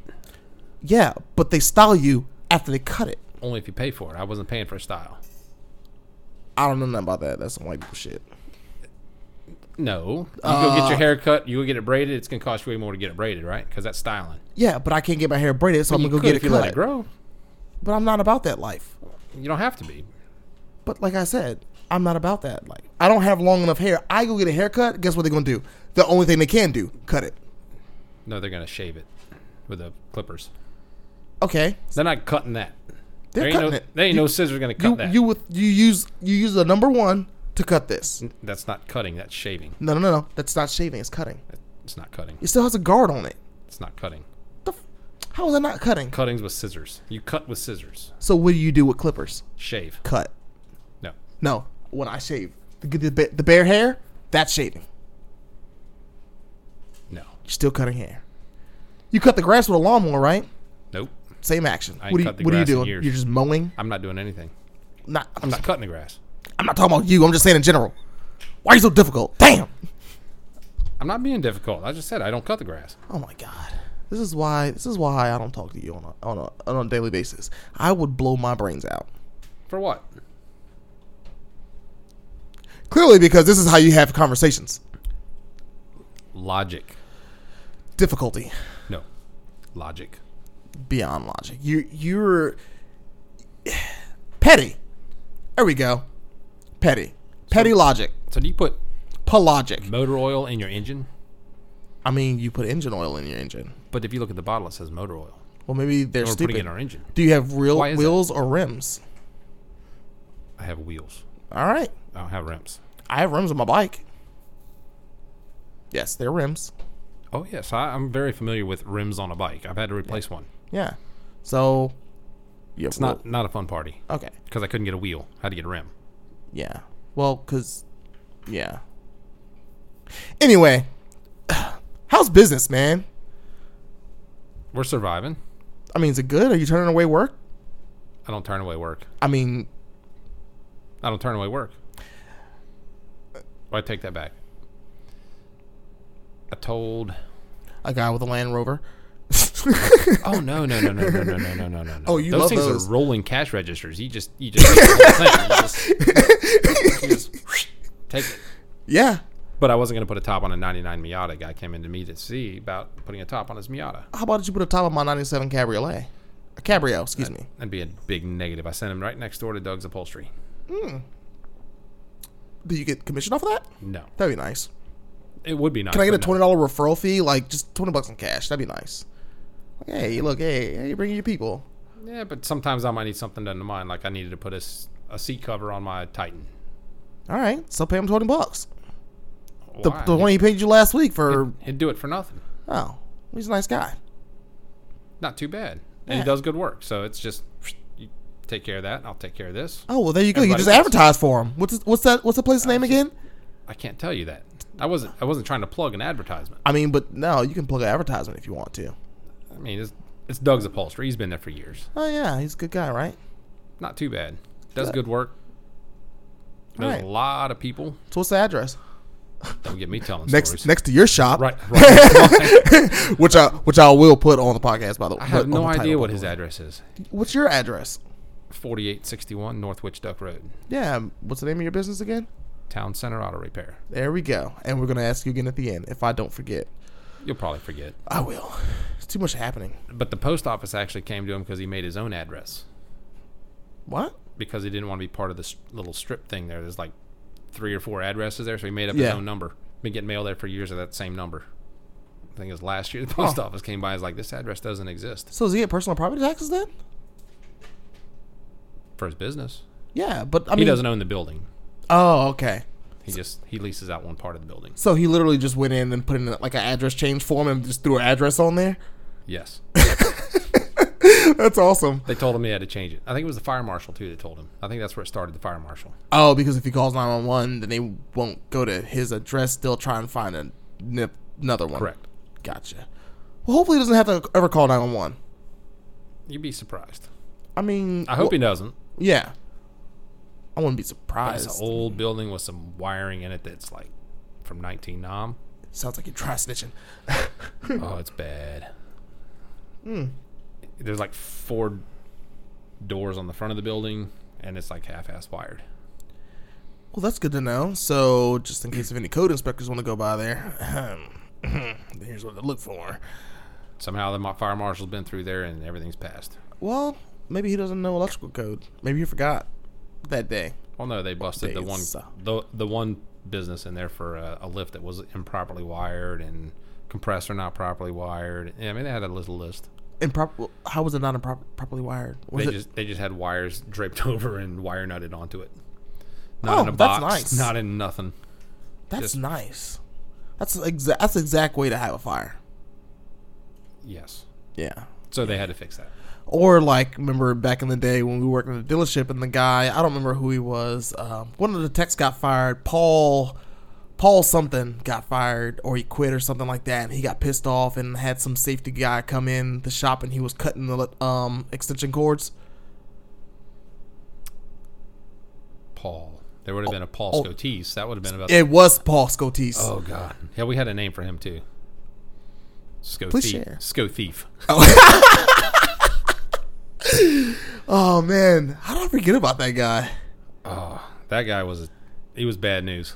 A: yeah, but they style you after they cut it.
B: Only if you pay for it. I wasn't paying for a style.
A: I don't know nothing about that. That's some white people shit.
B: No. You go
A: Uh,
B: get your hair cut. You go get it braided. It's gonna cost you way more to get it braided, right? Because that's styling.
A: Yeah, but I can't get my hair braided, so I'm
B: You
A: gonna go
B: could
A: get it
B: if you let
A: cut.
B: it grow.
A: but I'm not about that life.
B: You don't have to be.
A: But like I said, I'm not about that. Like I don't have long enough hair. I go get a haircut. Guess what they're gonna do? The only thing they can do, cut it.
B: No, they're gonna shave it with the clippers.
A: Okay,
B: They're not cutting that.
A: they're
B: there ain't
A: cutting
B: no,
A: it.
B: There ain't
A: you,
B: no scissors gonna cut
A: you,
B: that.
A: you with you use you use the number one to cut this.
B: that's not cutting. That's shaving.
A: No, no, no, no. That's not shaving. It's cutting.
B: It's not cutting.
A: It still has a guard on it.
B: It's not cutting.
A: The f- how is that not cutting?
B: Cuttings with scissors. You cut with scissors.
A: So what do you do with clippers?
B: Shave.
A: Cut.
B: No.
A: No, when I shave the the, ba- the bare hair, that's shaving.
B: No.
A: You're still cutting hair. You cut the grass with a lawnmower, right?
B: Nope.
A: Same action.
B: I ain't
A: What are you,
B: cut the
A: what are you
B: grass in
A: doing? You're
B: years.
A: just mowing.
B: I'm not doing anything.
A: Not, I'm,
B: I'm
A: not,
B: not cutting the grass.
A: I'm not talking about you. I'm just saying in general. Why are you so difficult? Damn.
B: I'm not being difficult. I just said I don't cut the grass.
A: Oh my god. This is why. This is why I don't talk to you on a, on a on a daily basis. I would blow my brains out.
B: For what?
A: Clearly, because this is how you have conversations.
B: Logic.
A: Difficulty
B: No. Logic.
A: beyond logic. You you're petty. There we go. Petty. Petty logic.
B: So do you put
A: Pologic.
B: motor oil in your engine?
A: I mean, you put engine oil in your engine.
B: But if you look at the bottle, it says motor oil.
A: Well, maybe they're
B: We're
A: stupid.
B: putting it in our engine.
A: Do you have real
B: Why is
A: wheels or rims?
B: I have wheels.
A: All right.
B: I don't have rims.
A: I have rims on my bike. Yes, they're rims.
B: Oh yes, I, I'm very familiar with rims on a bike. I've had to replace one.
A: Yeah. So you have
B: It's not not a fun party
A: okay.
B: because I couldn't get a wheel. I had to get a rim.
A: Yeah. Well, cuz yeah. Anyway, how's business, man?
B: We're surviving.
A: I mean, is it good? Are you turning away work?
B: I don't turn away work.
A: I mean,
B: I don't turn away work. I take that back. I told.
A: a guy with a Land Rover.
B: Oh no no no no no no no no no no!
A: Oh, you
B: those
A: love
B: things
A: those.
B: are rolling cash registers. You just you just, take the whole thing. You just, you just take it.
A: yeah.
B: But I wasn't gonna put a top on a '99 Miata. Guy came into me to see about putting a top on his Miata.
A: How about you put a top on my 97 Cabriolet? A Cabrio, excuse me.
B: That'd be a big negative. I sent him right next door to Doug's Upholstery.
A: Do you get commission off of that?
B: No,
A: That'd be nice.
B: it would be nice.
A: Can I get a
B: but no.
A: twenty dollar referral fee? Like just twenty bucks in cash. That'd be nice. Like, hey, look, hey, hey, bring your people.
B: Yeah, but sometimes I might need something done to mine. Like I needed to put a, s- a seat cover on my Titan.
A: All right, so pay him twenty bucks. The,
B: Why?
A: the one he paid you last week for.
B: He'd do it for nothing.
A: Oh, he's a nice guy.
B: Not too bad,
A: Yeah.
B: and he does good work. So it's just you take care of that. and I'll take care of this.
A: Oh well, there you go. you
B: Everybody
A: just
B: gets-
A: advertise for him. What's what's that? What's the place name again?
B: I can't tell you that. I wasn't. I wasn't trying to plug an advertisement.
A: I mean, but no, you can plug an advertisement if you want to.
B: I mean, it's, it's Doug's upholstery. He's been there for years.
A: Oh yeah, he's a good guy, right?
B: Not too bad. Does
A: Good.
B: good work. Knows
A: Right.
B: a lot of people.
A: So what's the address?
B: Don't get me telling
A: Next
B: stories.
A: next to your shop,
B: Right. right.
A: Which I which I will put on the podcast by the way.
B: I have no idea what his address is.
A: What's your address?
B: 4861 North Witch Duck Road,
A: Yeah, what's the name of your business again?
B: Town Center Auto Repair.
A: There we go. And we're going to ask you again at the end if I don't forget.
B: You'll probably forget.
A: I will. too much happening.
B: But the post office actually came to him because he made his own address
A: What?
B: because he didn't want to be part of this little strip thing there. There's like three or four addresses there, so he made up his
A: Yeah.
B: own number. Been getting mail there for years at that same number. I think it was last year the post office came by and was like, this address doesn't exist
A: So does he get personal property taxes then?
B: for his business.
A: Yeah, but I mean,
B: he doesn't own the building.
A: Oh, okay.
B: He just he leases out one part of the building.
A: So he literally just went in and put in like an address change form and just threw an address on there.
B: Yes.
A: That's awesome.
B: They told him he had to change it. I think it was the fire marshal too that told him. I think that's where it started. The fire marshal.
A: Oh, because if he calls nine one one, then they won't go to his address. They'll try and find a nip, another one.
B: Correct.
A: Gotcha. Well, hopefully he doesn't have to ever call nine one one.
B: You'd be surprised.
A: I mean,
B: I hope he doesn't.
A: he. Yeah. I wouldn't be
B: It's an
A: surprised.
B: old building with some wiring in it that's like from 19 nom.
A: Sounds like you try snitching.
B: oh, it's bad. There's like four doors on the front of the building, and it's like half-ass wired.
A: Well, that's good to know. So, just in case if any code inspectors want to go by there, here's what to look for.
B: Somehow the mo- fire marshal's been through there, and everything's passed.
A: Well, maybe he doesn't know electrical code. Maybe he forgot that day.
B: Well, no, they busted the one
A: days?
B: the the one business in there for a, a lift that was improperly wired and compressor not properly wired. Yeah, I mean, they had a little list.
A: Improper. How was it not improper, properly wired? Was
B: They
A: it?
B: just they just had wires draped over and wire nutted onto it. Not
A: Oh,
B: in a
A: that's
B: box.
A: nice.
B: Not in nothing.
A: that's
B: just-
A: nice. That's the exa- That's the exact way to have a fire.
B: Yes.
A: Yeah.
B: So they had to fix that.
A: Or like, remember back in the day when we worked in the dealership, and the guy I don't remember who he was. Um, one of the techs got fired. Paul, Paul something got fired, or he quit, or something like that. And he got pissed off and had some safety guy come in the shop, and he was cutting the um, extension cords.
B: Paul. There would have been a Paul
A: oh.
B: Scotese. That would have been about.
A: It was Paul Scotese.
B: oh God. Yeah, we had a name for him too. Sco
A: Please
B: thief.
A: share.
B: Sco thief.
A: Oh man, how did I forget about that guy?
B: Oh, that guy was. He was bad news.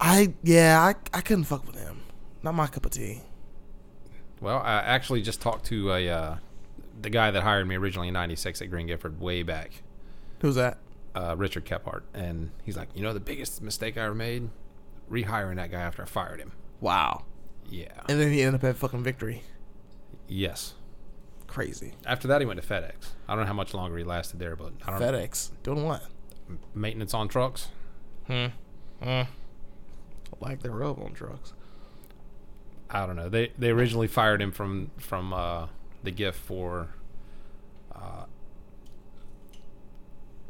A: I yeah, I I couldn't fuck with him. Not my cup of tea.
B: Well, I actually just talked to a uh, the guy that hired me originally in '96 at Green Gifford way back,
A: Who's that?
B: uh, Richard Kephart, and he's like, you know, the biggest mistake I ever made, rehiring that guy after I fired him.
A: Wow.
B: Yeah.
A: And then he ended up at fucking victory.
B: Yes.
A: Crazy.
B: After that, he went to FedEx. I don't know how much longer he lasted there, but I don't
A: FedEx doing what?
B: maintenance on trucks.
A: Like they're up on drugs.
B: I don't know. They they originally fired him from from uh, the GIF for uh,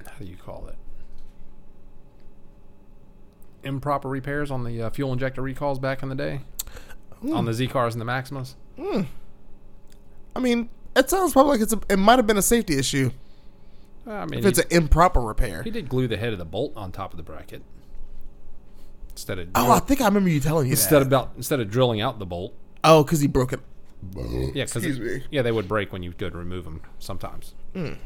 B: how do you call it? Improper repairs on the uh, fuel injector recalls back in the day
A: Hmm.
B: on the Z cars and the Maximas.
A: I mean, it sounds probably like it's a, it might have been a safety issue
B: I mean,
A: if it's
B: he,
A: an improper repair.
B: he did glue the head of the bolt on top of the bracket instead of
A: Oh, I think I remember you telling you
B: instead
A: that.
B: of about instead of drilling out the bolt.
A: oh, because he broke it.
B: Yeah, because
A: Excuse me.
B: yeah, they would break when you go to remove them sometimes.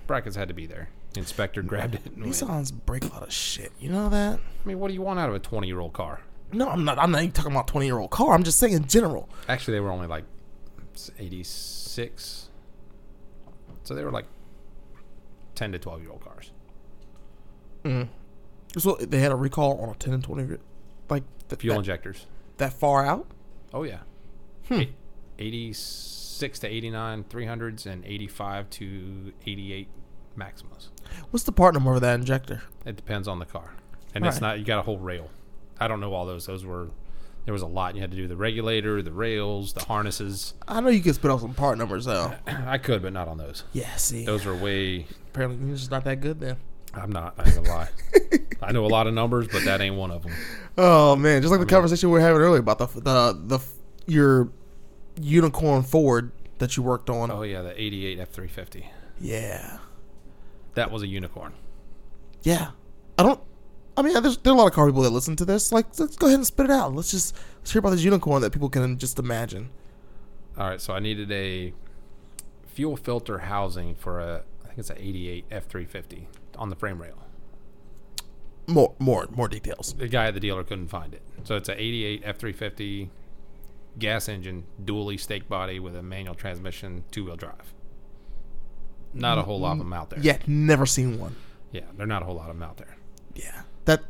B: Brackets had to be there. The inspector grabbed it. And
A: These
B: went.
A: songs break a lot of shit. You know that?
B: I mean, what do you want out of a 20 year old car?
A: No, I'm not. I'm not even talking about twenty year old car. I'm just saying in general.
B: Actually, they were only like 86. So they were like 10 to 12 year old cars.
A: So they had a recall on a ten and twenty, re- like th-
B: Fuel
A: that, Hmm.
B: injectors.
A: that far out.
B: Oh, yeah. Eight- 86 to 89 300s and 85 to 88 Maximas.
A: What's the part number of that injector?
B: It depends on the car. And it's
A: Right.
B: not, you got a whole rail. I don't know all those. Those were, there was a lot. You had to do the regulator, the rails, the harnesses.
A: I know you could spit out some part numbers though.
B: I could, but not on those.
A: Yeah, see,
B: Those are way
A: apparently you're just not that good then.
B: I'm not. I ain't gonna lie. I know a lot of numbers, but that ain't one of them.
A: Oh man, just like the conversation we were having earlier about the the the your unicorn Ford that you worked on.
B: Oh yeah, the '88 F350.
A: Yeah,
B: That was a unicorn.
A: yeah. I don't. I mean, there's there are a lot of car people that listen to this. Like, let's go ahead and spit it out. Let's just let's hear about this unicorn that people can just imagine.
B: All right, so I needed a fuel filter housing for a. I think it's an '88 F350 on the frame rail.
A: More more more details.
B: The guy at the dealer couldn't find it, so it's an '88 F350 gas engine, dually stake body with a manual transmission, two wheel drive. Not a whole lot of them out there.
A: Mm-hmm. Yeah, never seen one.
B: Yeah, they're not a whole lot of them out there.
A: Yeah, that.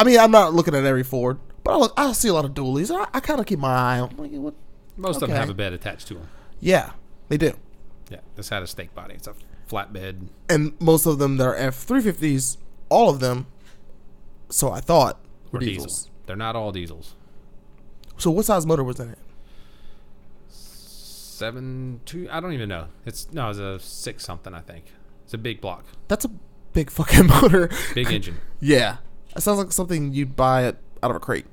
A: I mean, I'm not looking at every Ford, but I look. I see a lot of dualies. I, I kind of keep my eye on. Like, what?
B: Most of them
A: Okay.
B: have a bed attached to them.
A: Yeah, they do,
B: Yeah, this had a stake body. It's a flatbed.
A: and most of them that are F350s, all of them. So I thought were
B: Or
A: diesels.
B: diesel. They're not all diesels.
A: So what size motor was in it?
B: Seven two. I don't even know. It's no, it's a six something. I think it's a big block,
A: That's a big fucking motor.
B: big engine.
A: yeah, that sounds like something you'd buy it out of a crate.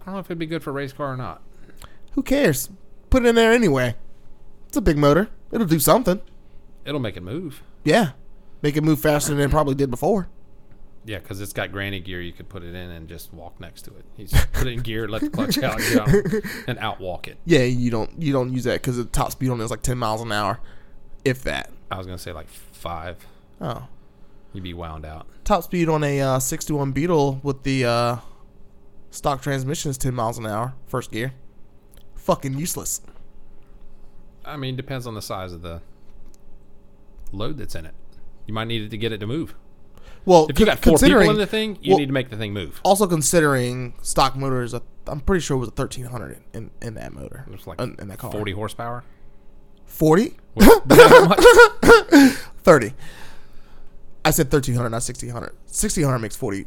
B: I don't know if it'd be good for a race car or not.
A: Who cares? Put it in there anyway. It's a big motor. It'll do something.
B: It'll make it move.
A: Yeah, make it move faster than it probably did before.
B: Yeah, because it's got granny gear. You could put it in and just walk next to it. You just put it in gear, let the clutch out, and, get out, and outwalk it.
A: Yeah, you don't you don't use that because the top speed on it is like ten miles an hour, if that.
B: I was gonna say like five.
A: Oh,
B: You'd be wound out.
A: top speed on a uh, sixty-one Beetle with the uh, stock transmission is ten miles an hour, first gear. Fucking useless.
B: I mean, depends on the size of the load that's in it. You might need it to get it to move.
A: Well,
B: If you
A: con-
B: got four people
A: considering
B: in the thing, you
A: well- Oh,
B: need to make the thing move.
A: also considering stock motor is a, I'm pretty sure it was a thirteen hundred in, in that motor.
B: It's like
A: in, in that car.
B: forty horsepower.
A: 40?
B: Which- that much?
A: 30. I said 1300, not 1600. 1600 makes 40.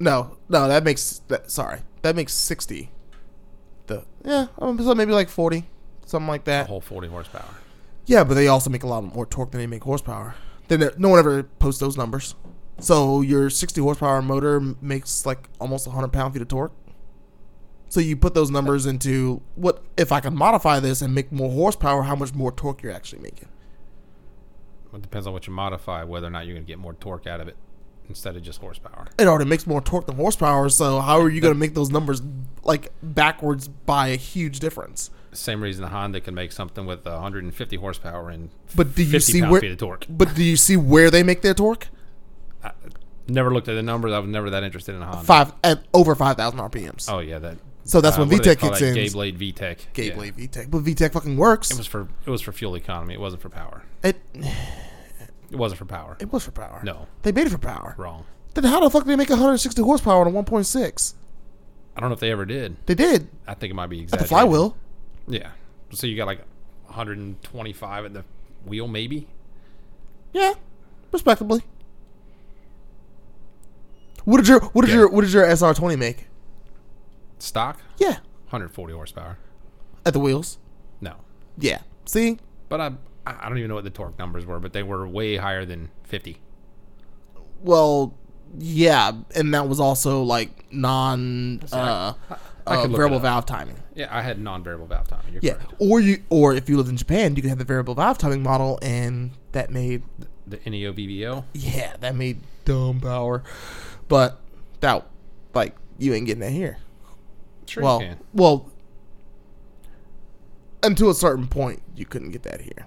A: No, no, that makes that. Sorry, that makes 60. The yeah, um, so maybe like 40, something like
B: A
A: that.
B: whole forty horsepower.
A: Yeah, but they also make a lot more torque than they make horsepower. Then there- no one ever posts those numbers. So your 60 horsepower motor m- makes like almost 100 pound feet of torque. So you put those numbers into what if I can modify this and make more horsepower, how much more torque you're actually making.
B: It depends on what you modify, whether or not you're going to get more torque out of it instead of just horsepower.
A: it already makes more torque than horsepower. So how are you going to make those numbers like backwards by a huge difference?
B: Same reason the Honda can make something with 150 horsepower and
A: But do you
B: 50
A: see
B: pound
A: where?
B: feet of torque.
A: But do you see where they make their torque?
B: I never looked at the numbers. I was never that interested in a Honda.
A: Five at over five thousand RPMs.
B: Oh yeah, that.
A: So that's when
B: what do they
A: VTEC
B: call
A: kicks
B: that?
A: in.
B: Gay blade VTEC.
A: Gay
B: Yeah.
A: blade VTEC, but VTEC fucking works.
B: It was for it was for fuel economy. It wasn't for power.
A: it,
B: It wasn't for power.
A: it was for power.
B: No,
A: they made it for power.
B: wrong.
A: Then how the fuck did they make 160 horsepower on a 1.6?
B: I don't know if they ever did.
A: They did
B: I think it might be
A: at
B: exactly
A: the flywheel.
B: Yeah. So you got like 125 at the wheel, maybe.
A: Yeah, respectably. What did your what did
B: Yeah.
A: your what did your SR20 make?
B: Stock
A: Yeah,
B: 140 horsepower.
A: at the wheels.
B: No,
A: Yeah. See,
B: But I I don't even know what the torque numbers were, but they were way higher than 50.
A: Well, yeah, and that was also like non uh,
B: I
A: uh,
B: could look
A: variable
B: it
A: valve
B: up.
A: timing.
B: Yeah, I had non-variable valve timing. You're
A: Yeah,
B: correct.
A: or you or if you lived in Japan, you could have the variable valve timing model, and that made
B: The E NEO VVO.
A: yeah, that made dumb power, but that like you ain't getting that here.
B: Sure
A: well,
B: you can.
A: well, until a certain point, you couldn't get that here.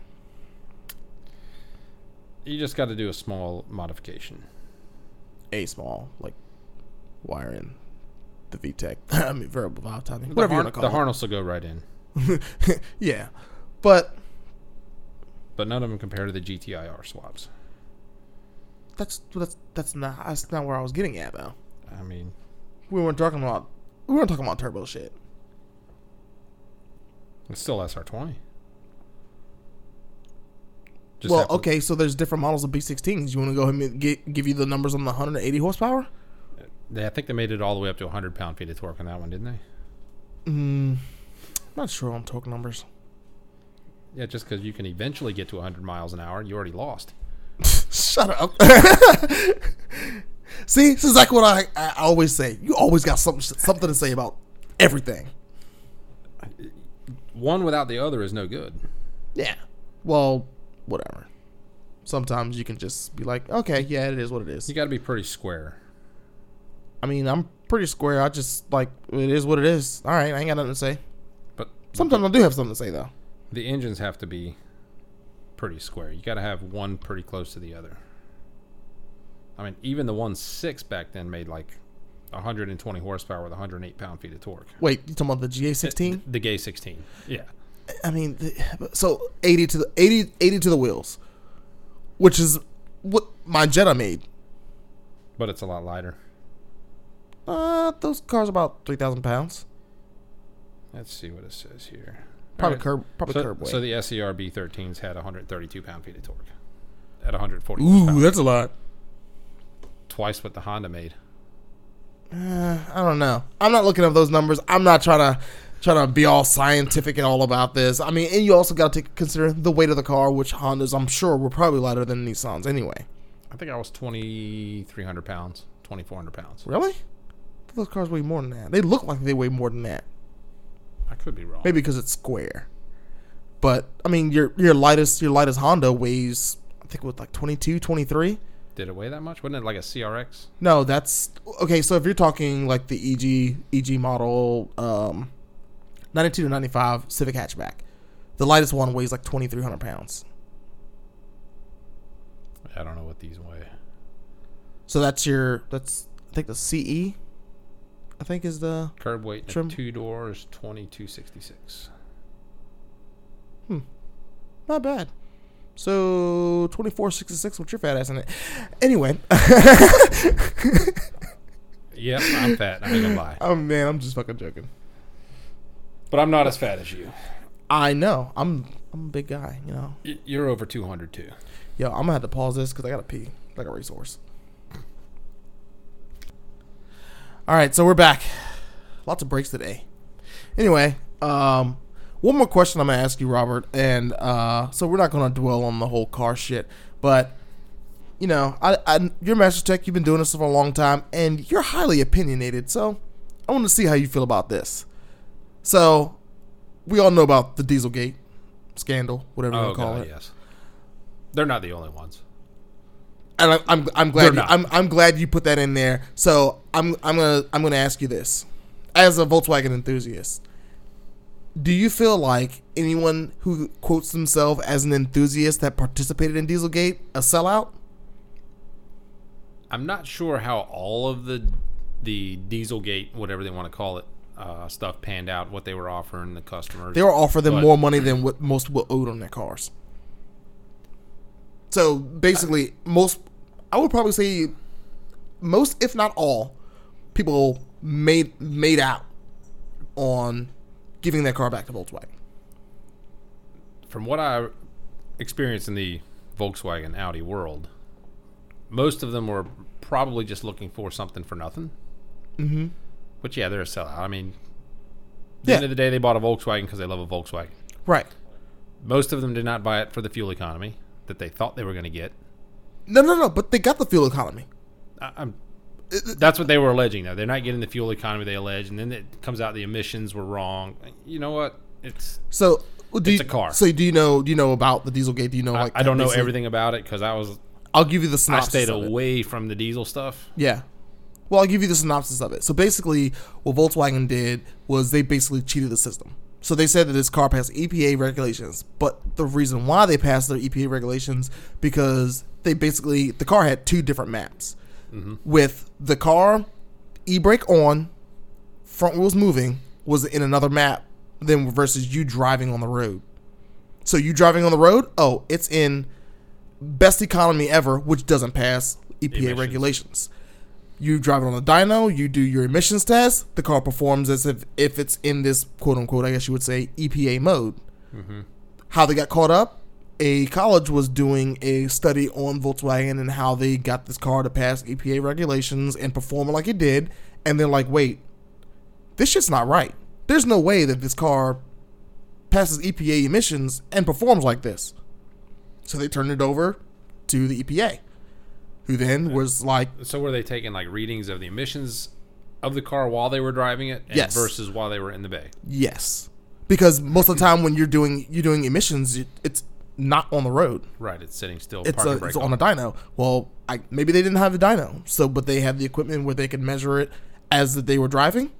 B: You just got to do a small modification.
A: A small like wire in the VTEC, I mean variable valve timing,
B: The,
A: whatever you
B: har-
A: want to
B: the
A: call it.
B: harness will go right in,
A: yeah, but
B: but none of them compare to the GTIR swaps.
A: that's that's that's not that's not where I was getting at though.
B: I mean,
A: We weren't talking about we weren't talking about turbo shit.
B: it's still SR20. Just
A: well,
B: have to-
A: okay, so there's different models of B16s. You want to go ahead and get, give you the numbers on the 180 horsepower?
B: They, I think they made it all the way up to 100 pound-feet of torque on that one, didn't they?
A: Mm, not sure on torque numbers.
B: Yeah, just because you can eventually get to 100 miles an hour, you already lost.
A: Shut up. See, this is like what I, I always say. You always got something something to say about everything.
B: One without the other is no good.
A: Yeah. Well, whatever. Sometimes you can just be like, okay, yeah, it is what it is.
B: You got to be pretty square.
A: I mean, I'm pretty square. I just like it is what it is. All right, I ain't got nothing to say.
B: But
A: Sometimes I do have something to say though.
B: the engines have to be pretty square. You got to have one pretty close to the other. I mean, even the one six back then made like 120 horsepower with 108 pound feet of torque.
A: Wait, you talking about the GA16?
B: The Gay 16. Yeah.
A: I mean, the, so 80 to the 80, 80 to the wheels, which is what my Jetta made.
B: But it's a lot lighter.
A: Uh, those cars about three thousand pounds.
B: Let's see what it says here.
A: Probably
B: Alright.
A: curb, probably
B: so,
A: curb weight.
B: so the E SER B13s had 132 pound feet of torque at 140
A: Ooh,
B: horsepower.
A: that's a lot.
B: twice what the Honda made.
A: Uh, I don't know. I'm not looking up those numbers. I'm not trying to trying to be all scientific and all about this. I mean, and you also got to consider the weight of the car, which Hondas I'm sure were probably lighter than Nissans anyway.
B: I think I was 2,300 pounds, 2,400 pounds.
A: Really? Those cars weigh more than that. They look like they weigh more than that.
B: I could be wrong.
A: Maybe because it's square. But I mean, your your lightest your lightest Honda weighs I think it was like 22, 23.
B: Did it weigh that much? Wasn't it like a CRX?
A: No, that's okay. So if you're talking like the E EG EG model, um, 92 to 95 Civic hatchback, the lightest one weighs like 2,300 pounds.
B: I don't know what these weigh.
A: So that's your that's I think the CE, I think is the
B: Curb weight
A: Trim-
B: Trim. two doors, 2,266.
A: not bad. So 2466 with your fat ass in it. Anyway,
B: Yep, I'm fat. I ain't gonna lie.
A: oh man, I'm just fucking joking.
B: But I'm not as fat as you.
A: I know I'm I'm a big guy, you know.
B: Y- You're over 200 too.
A: Yo, I'm gonna have to pause this because I gotta pee like a resource. All right, so we're back. Lots of breaks today. Anyway, um, one more question I'm gonna ask you, Robert, and uh, so we're not gonna dwell on the whole car shit, but you know, I, I you're a Master Tech. You've been doing this for a long time, and you're highly opinionated. So I want to see how you feel about this. So we all know about the Dieselgate scandal, whatever you
B: Oh
A: want to call
B: god,
A: it.
B: yes. They're not the only ones.
A: and I'm I'm, I'm
B: They're
A: glad you,
B: not.
A: I'm I'm glad you put that in there. So I'm I'm gonna I'm gonna ask you this, as a Volkswagen enthusiast, do you feel like anyone who quotes themselves as an enthusiast that participated in Dieselgate a sellout?
B: I'm not sure how all of the the Dieselgate, whatever they want to call it, uh, stuff panned out. What they were offering the customers.
A: They were offering them
B: But-
A: more money than what most people owed on their cars. So basically, most I would probably say most, if not all, people made made out on giving their car back to Volkswagen.
B: from what I experienced in the Volkswagen Audi world, most of them were probably just looking for something for nothing. Mm-hmm. Which yeah, they're a sellout. I mean, at the
A: Yeah.
B: end of the day, they bought a Volkswagen because they love a Volkswagen.
A: Right.
B: Most of them did not buy it for the fuel economy that they thought they were going to get.
A: No, no, no. But they got the fuel economy.
B: I, I'm, that's what they were alleging, though. They're not getting the fuel economy they allege, and then it comes out the emissions were wrong. You know what? It's
A: So well, do
B: It's
A: you-
B: a car.
A: So do you know? Do you know about the Dieselgate? Do you know? Like
B: I, I don't know
A: basically-
B: everything about it because I was
A: I'll give you the
B: I
A: synopsis.
B: stayed
A: of it.
B: away from the diesel stuff.
A: Yeah. Well, I'll give you the synopsis of it. So basically, what Volkswagen did was they basically cheated the system. So they said that this car passed EPA regulations, but the reason why they passed their EPA regulations because they basically the car had two different maps,
B: Mm-hmm.
A: with the car e-brake on, front wheels moving was in another map than versus you driving on the road. So you driving on the road, oh, it's in best economy ever, which doesn't pass EPA
B: Emissions.
A: regulations. You drive it on a dyno, you do your emissions test, the car performs as if, if it's in this quote unquote, I guess you would say, EPA mode. How they got caught up? A college was doing a study on Volkswagen and how they got this car to pass EPA regulations and perform like it did. And they're like, wait, this shit's not right. There's no way that this car passes EPA emissions and performs like this. So they turned it over to the EPA, who then was like,
B: So were they taking like readings of the emissions of the car while they were driving it, and
A: Yes.
B: versus while they were in the bay?
A: yes, because most of the time when you're doing you're doing emissions, it- it's not on the road.
B: Right, it's sitting still.
A: It's,
B: parking
A: a,
B: brake
A: it's on
B: on.
A: a dyno. Well, I, maybe they didn't have the dyno, so but they had the equipment where they could measure it as that they were driving.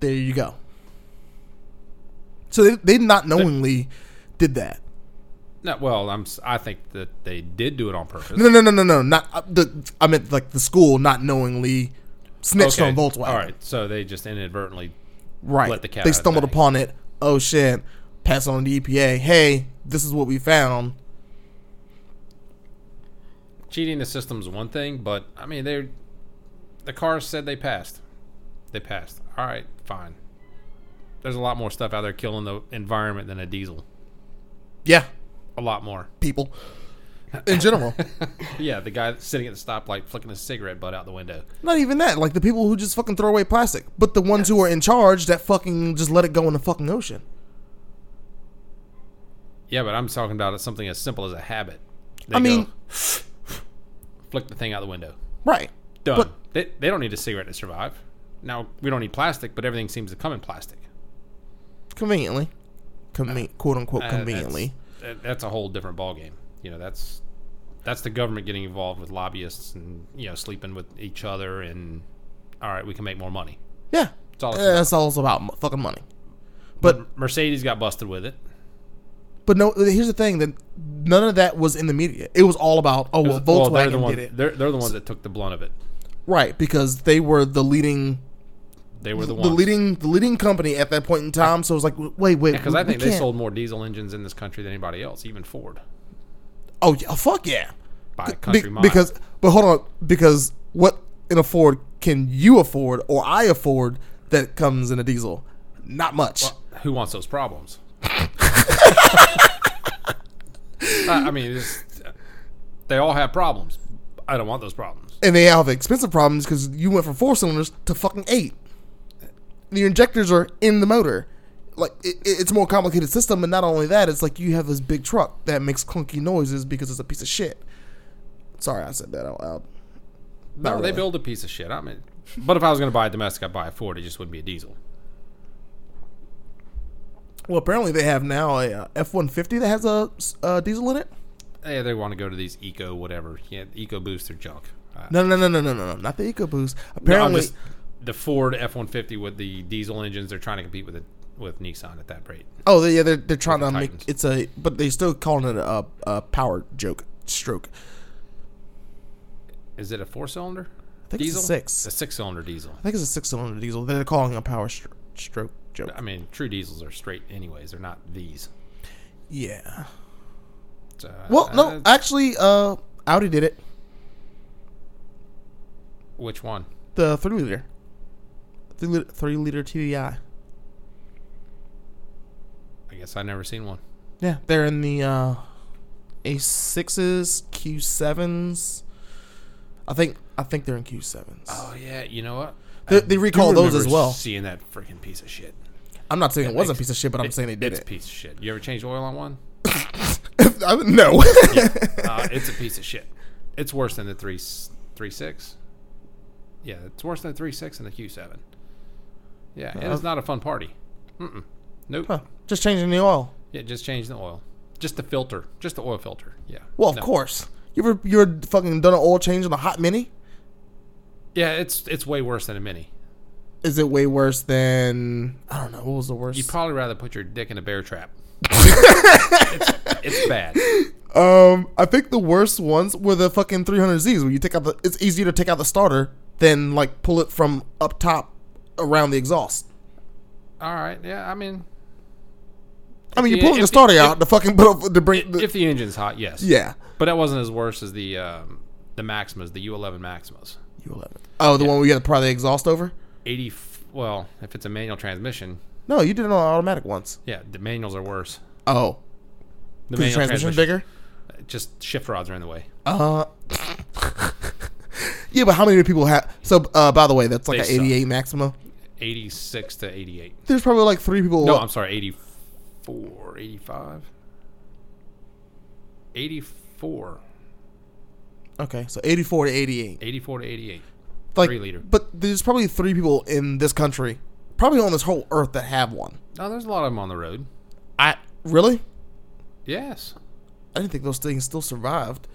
A: There you go. So they, they not knowingly did that.
B: No, well, I'm. s- I think that they did do it on purpose.
A: No, no, no, no, no. Not uh, the. I meant like the school not knowingly snitched
B: Okay.
A: on Volkswagen.
B: All right, so they just inadvertently.
A: Right.
B: Let the cat
A: they
B: out of the
A: stumbled
B: bag.
A: upon it. Oh shit. Pass on to EPA. Hey, this is what we found.
B: Cheating the system's one thing, but I mean they, the cars said they passed. They passed. All right, fine. There's a lot more stuff out there killing the environment than a diesel.
A: Yeah,
B: A lot more.
A: people. In general.
B: Yeah, the guy sitting at the stoplight flicking his cigarette butt out the window.
A: Not even that. Like the people who just fucking throw away plastic. But the ones who are in charge that fucking just let it go in the fucking ocean.
B: Yeah, but I'm talking about it's something as simple as a habit. They
A: I mean-
B: flick the thing out the window.
A: Right.
B: Done.
A: But-
B: they, they don't need a cigarette to survive. Now, we don't need plastic, but everything seems to come in plastic.
A: Conveniently. Conven- quote unquote
B: Uh,
A: conveniently.
B: That's, that- that's a whole different ballgame. You know, that's that's the government getting involved with lobbyists and, you know, sleeping with each other and, all right, we can make more money.
A: Yeah.
B: It's all it's
A: Yeah, that's all it's about mo- fucking money. But
B: Mercedes got busted with it.
A: but no, here's the thing that none of that was in the media. It was all about oh well, Volkswagen
B: they're the,
A: did
B: one,
A: it
B: They're, they're the ones that took the blunt of it.
A: right because they were the leading
B: They were the
A: the
B: ones.
A: leading the leading company at that point in time. So it was like, w- wait, wait,
B: Because
A: we-
B: I think
A: we
B: they
A: can't-
B: sold more diesel engines in this country than anybody else, even Ford.
A: Oh yeah, fuck yeah,
B: By a
A: Be-
B: country mile.
A: because but hold on, because what in a Ford can you afford or I afford that comes in a diesel? Not much.
B: who wants those problems? I I mean, it's, they all have problems. I don't want those problems.
A: and they have expensive problems because you went from four cylinders to fucking eight. The injectors are in the motor. Like it, it- it's a more complicated system, and not only that, it's like you have this big truck that makes clunky noises because it's a piece of shit. Sorry, I said that out loud.
B: No,
A: Not
B: they
A: really.
B: build a piece of shit. I mean, but if I was going to buy a domestic, I'd buy a Ford. It just wouldn't be a diesel.
A: Well, apparently they have now a uh, F one fifty that has a, s- uh diesel in it.
B: Hey, they want to go to these eco whatever. Yeah, eco boost or junk. Uh,
A: No, no, no, no, no, no, no, not the EcoBoost.
B: no, I'm
A: Apparently,
B: just- the Ford F one fifty with the diesel engines. They're trying to compete with the, with Nissan at that rate.
A: oh they- yeah, they're they're trying to make
B: Titans.
A: it's a, but they're still calling it a, a power joke stroke.
B: Is it a four cylinder?
A: I think it's a six.
B: A six cylinder diesel.
A: I think it's a six cylinder diesel. They're calling a power stro- stroke joke.
B: I mean, true diesels are straight anyways. They're not these.
A: Yeah.
B: So,
A: Well,
B: uh,
A: no, actually, uh, Audi did it.
B: which one?
A: The three liter, three liter, three liter TDI.
B: I guess I never seen one.
A: Yeah, they're in the uh, A sixes, Q sevens. I think I think they're in Q sevens.
B: Oh yeah, you know what?
A: They-
B: I
A: they
B: do
A: recall those as
B: remember
A: well.
B: Seeing that freaking piece of shit.
A: I'm not saying it was a
B: It's-
A: piece of shit, but I'm saying they did
B: it's a
A: it.
B: piece of shit. You ever changed oil on one?
A: I would- no.
B: uh, it's a piece of shit. It's worse than the three s- three six. Yeah, it's worse than the three six and the Q seven. Yeah, and it's not a fun party. Mm-mm. Nope.
A: Uh-huh. Huh, Just changing the oil.
B: Yeah, just change the oil. Just the filter. Just the oil filter. Yeah.
A: Well, of
B: No.
A: course. You ever you ever fucking done an oil change on a hot mini?
B: Yeah, it's it's way worse than a mini.
A: Is it way worse than I don't know what was the worst?
B: You'd probably rather put your dick in a bear trap. it's, it's bad.
A: Um, I think the worst ones were the fucking 300Zs where you take out the. It's easier to take out the starter than like pull it from up top around the exhaust.
B: All right. Yeah, I mean,
A: I mean, you're
B: Yeah,
A: pulling the
B: if the-
A: starter
B: if-
A: out to fucking put up to bring. the,
B: if the engine's hot, yes.
A: yeah,
B: But that wasn't as worse as the um, the Maximas, the U11 Maximas.
A: you eleven. Oh, the one we got to pry the exhaust over.
B: 80. Well, if it's a manual transmission,
A: No, you did it on automatic once.
B: yeah, the manuals are worse.
A: Oh,
B: The
A: 'cause the
B: manual
A: transmission's bigger.
B: bigger. Just shift rods are in the way.
A: Uh, yeah, but how many people have? So, uh, by the way, that's like
B: They
A: an
B: suck.
A: 88 Maxima.
B: 86 to 88.
A: There's probably like three people.
B: No, I'm sorry, 84, 85. 84,
A: okay, so 84 to 88.
B: 84 to 88.
A: like,
B: Three liter.
A: But there's probably three people in this country, probably on this whole earth, that have one.
B: No, there's a lot of them on the road.
A: I really,
B: Yes,
A: I didn't think those things still survived.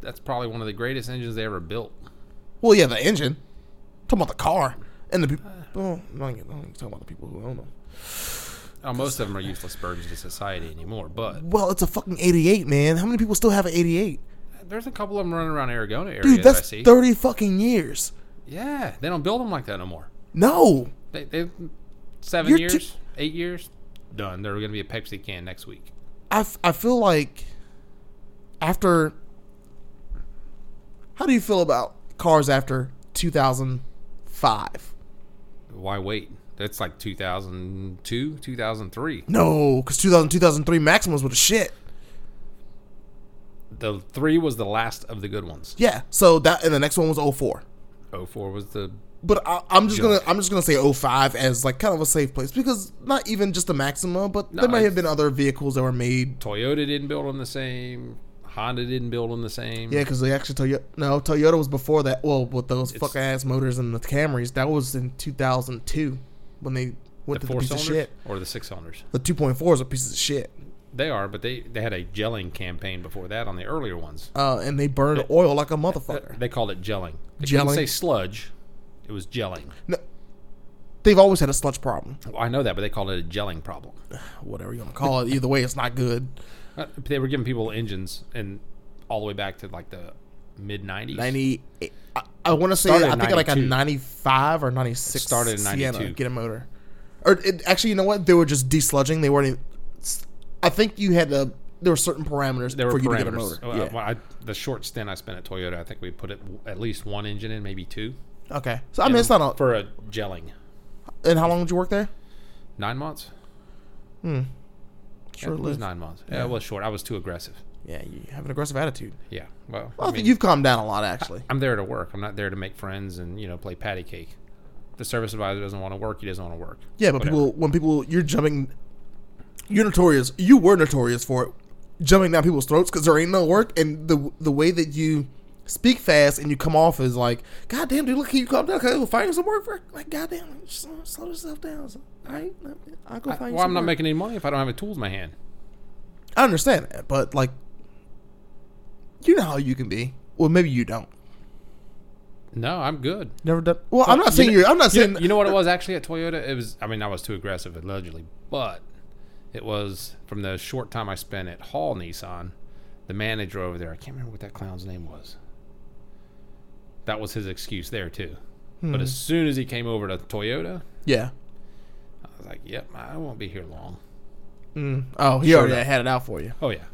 B: that's probably one of the greatest engines they ever built.
A: Well, yeah, the engine. Talking about the car and the people. Oh, I'm not even I'm not even talking about the people who own them.
B: Now, most of them are useless burdens to society anymore, but
A: Well, it's a fucking 88, man. How many people still have an 88?
B: there's a couple of them running around Aragona area
A: Dude,
B: that Oh, I
A: that's
B: see.
A: 30 fucking years.
B: Yeah, they don't build them like that no more.
A: No.
B: They, they 7
A: You're
B: years,
A: too-
B: eight years, done. They're going to be a Pepsi can next week.
A: I, f- I feel like after. How do you feel about cars after 2005?
B: Why wait? That's like 2002, 2003.
A: No, because 2000, 2003 Maximus were the shit.
B: The three was the last of the good ones.
A: Yeah. So that and the next one was 04.
B: 04 was the
A: But I, I'm just gonna
B: Junk.
A: I'm just gonna say 05 as like kind of a safe place because not even just the Maxima, but
B: No,
A: there may
B: it's-
A: have been other vehicles that were made.
B: Toyota didn't build them the same. Honda didn't build them the same.
A: Yeah, because they actually Toyota. No, Toyota was before that. Well, with those
B: It's-
A: fuck ass motors and the Camrys, that was in 2002 when they went to
B: the
A: the
B: four
A: piece of
B: cylinders
A: shit.
B: or the six cylinders.
A: The 2.4 is a piece of shit,
B: They are, but they, they had a gelling campaign before that on the earlier ones.
A: uh, and they burned oil like a motherfucker.
B: They called it gelling. They
A: Gelling?
B: didn't say sludge. It was gelling.
A: No, they've always had a sludge problem.
B: Well, I know that, but they called it a gelling problem.
A: Whatever you want to call it, either way, it's not good.
B: Uh, They were giving people engines and all the way back to like the mid 90s.
A: 90. eh, I, I want to say
B: Started
A: I
B: in
A: think like a
B: 92.
A: 95 or 96.
B: Started in 92.
A: get a motor. Or it, actually, you know what? They were just desludging. They weren't. Even, I think you had to. There were certain parameters
B: There
A: for
B: were
A: you to get a
B: parameters.
A: motor.
B: Uh,
A: yeah.
B: well, I, the short stint I spent at Toyota, I think we put it, at least one engine in, maybe two.
A: Okay. So I mean, it's not. A,
B: for a gelling.
A: and how long did you work there?
B: Nine months?
A: Sure,
B: it was nine months. Yeah, it was short. I was too aggressive.
A: Yeah, you have an aggressive attitude.
B: Yeah. Well,
A: Well, I
B: I mean,
A: think you've calmed down a lot, actually.
B: I'm there to work. I'm not there to make friends and you know play patty cake. The service advisor doesn't want to work. He doesn't want to work.
A: Yeah, but
B: Whatever.
A: people, when people, you're jumping, you're notorious. You were notorious for it, jumping down people's throats because there ain't no work, and the the way that you speak fast and you come off is like, God damn, dude, look, can you calm down? Can I go find you some work for? Like, God damn, just slow- slow yourself down. So, all right, let me- I'll go
B: I-
A: find you.
B: well,
A: some
B: I'm not
A: work."
B: making any money if I don't have a tool in my hand.
A: I understand that, but like, you know how you can be. Well, maybe you don't.
B: No, I'm good.
A: Never done. Well, I'm not saying
B: You know-
A: you. are I'm not
B: you know-
A: saying
B: You know what it was actually at Toyota? It was. I mean, I was too aggressive allegedly, but it was from the short time I spent at Hall Nissan. The manager over there, I can't remember what that clown's name was. That was his excuse there too.
A: Hmm.
B: But as soon as he came over to Toyota,
A: Yeah.
B: I was like, "Yep, I won't be here long."
A: Mm. Oh, he already
B: up.
A: had it out for you.
B: Oh yeah,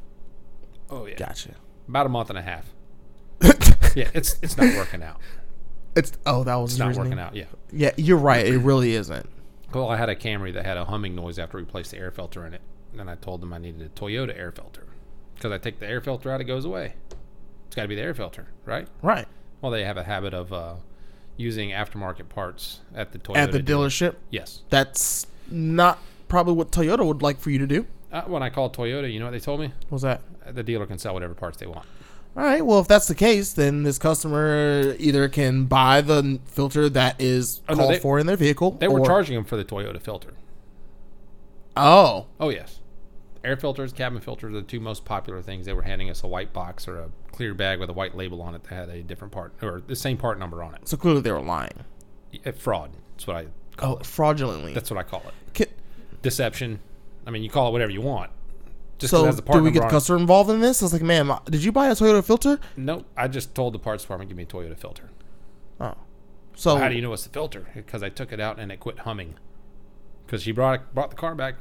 B: oh yeah,
A: Gotcha.
B: about a month and a half. Yeah, it's it's not working out.
A: It's oh, that was
B: It's not working out. Yeah.
A: Yeah, you're right. It really isn't.
B: Well, I had a Camry that had a humming noise after we placed the air filter in it, and I told them I needed a Toyota air filter because I take the air filter out, it goes away. It's got to be the air filter, right?
A: Right
B: Well, they have a habit of uh, using aftermarket parts at the Toyota
A: at the
B: deal-
A: dealership,
B: Yes.
A: that's not probably what Toyota would like for you to do.
B: Uh, when I called Toyota, you know what they told me?
A: Was that
B: Uh, The dealer can sell whatever parts they want.
A: all right? Well, if that's the case, then this customer either can buy the n- filter that is
B: Oh, no,
A: called
B: they-
A: for in their vehicle.
B: They were
A: or-
B: charging them for the Toyota filter.
A: Oh,
B: Oh yes, air filters, cabin filters are the two most popular things. They were handing us a white box or a clear bag with a white label on it that had a different part or the same part number on it.
A: so clearly they were lying.
B: Uh, Fraud. That's what I.
A: Oh, fraudulently.
B: That's what I call it.
A: Ki-
B: Deception. I mean, you call it whatever you want. Just 'cause
A: so
B: it has the part
A: do we
B: number
A: get the
B: on
A: customer involved in this? It's like, man, did you buy a Toyota filter?
B: It. Nope. I just told the parts department give me a Toyota filter.
A: Oh, so
B: How do you know it's the filter? Because I took it out and it quit humming. Because she brought brought the car back,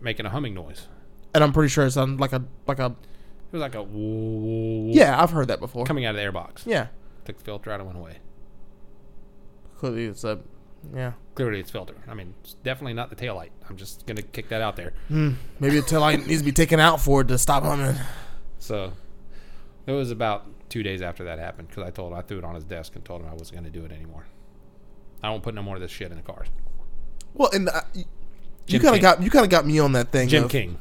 B: making a humming noise.
A: and I'm pretty sure it sounded like a like a
B: It was like a woo-
A: yeah. I've heard that before.
B: coming out of the airbox.
A: Yeah,
B: Took the filter out and went away.
A: clearly it's a yeah.
B: clearly it's filter. I mean, it's definitely not the taillight. I'm just gonna kick that out there.
A: Mm. Maybe a tail light needs to be taken out for it to stop humming.
B: So it was about two days after that happened because I told I threw it on his desk and told him I wasn't gonna do it anymore. I won't put no more of this shit in the cars.
A: Well, and uh, y- you
B: Jim
A: kind of
B: King.
A: got you kind of got me on that thing.
B: Jim
A: of-
B: King.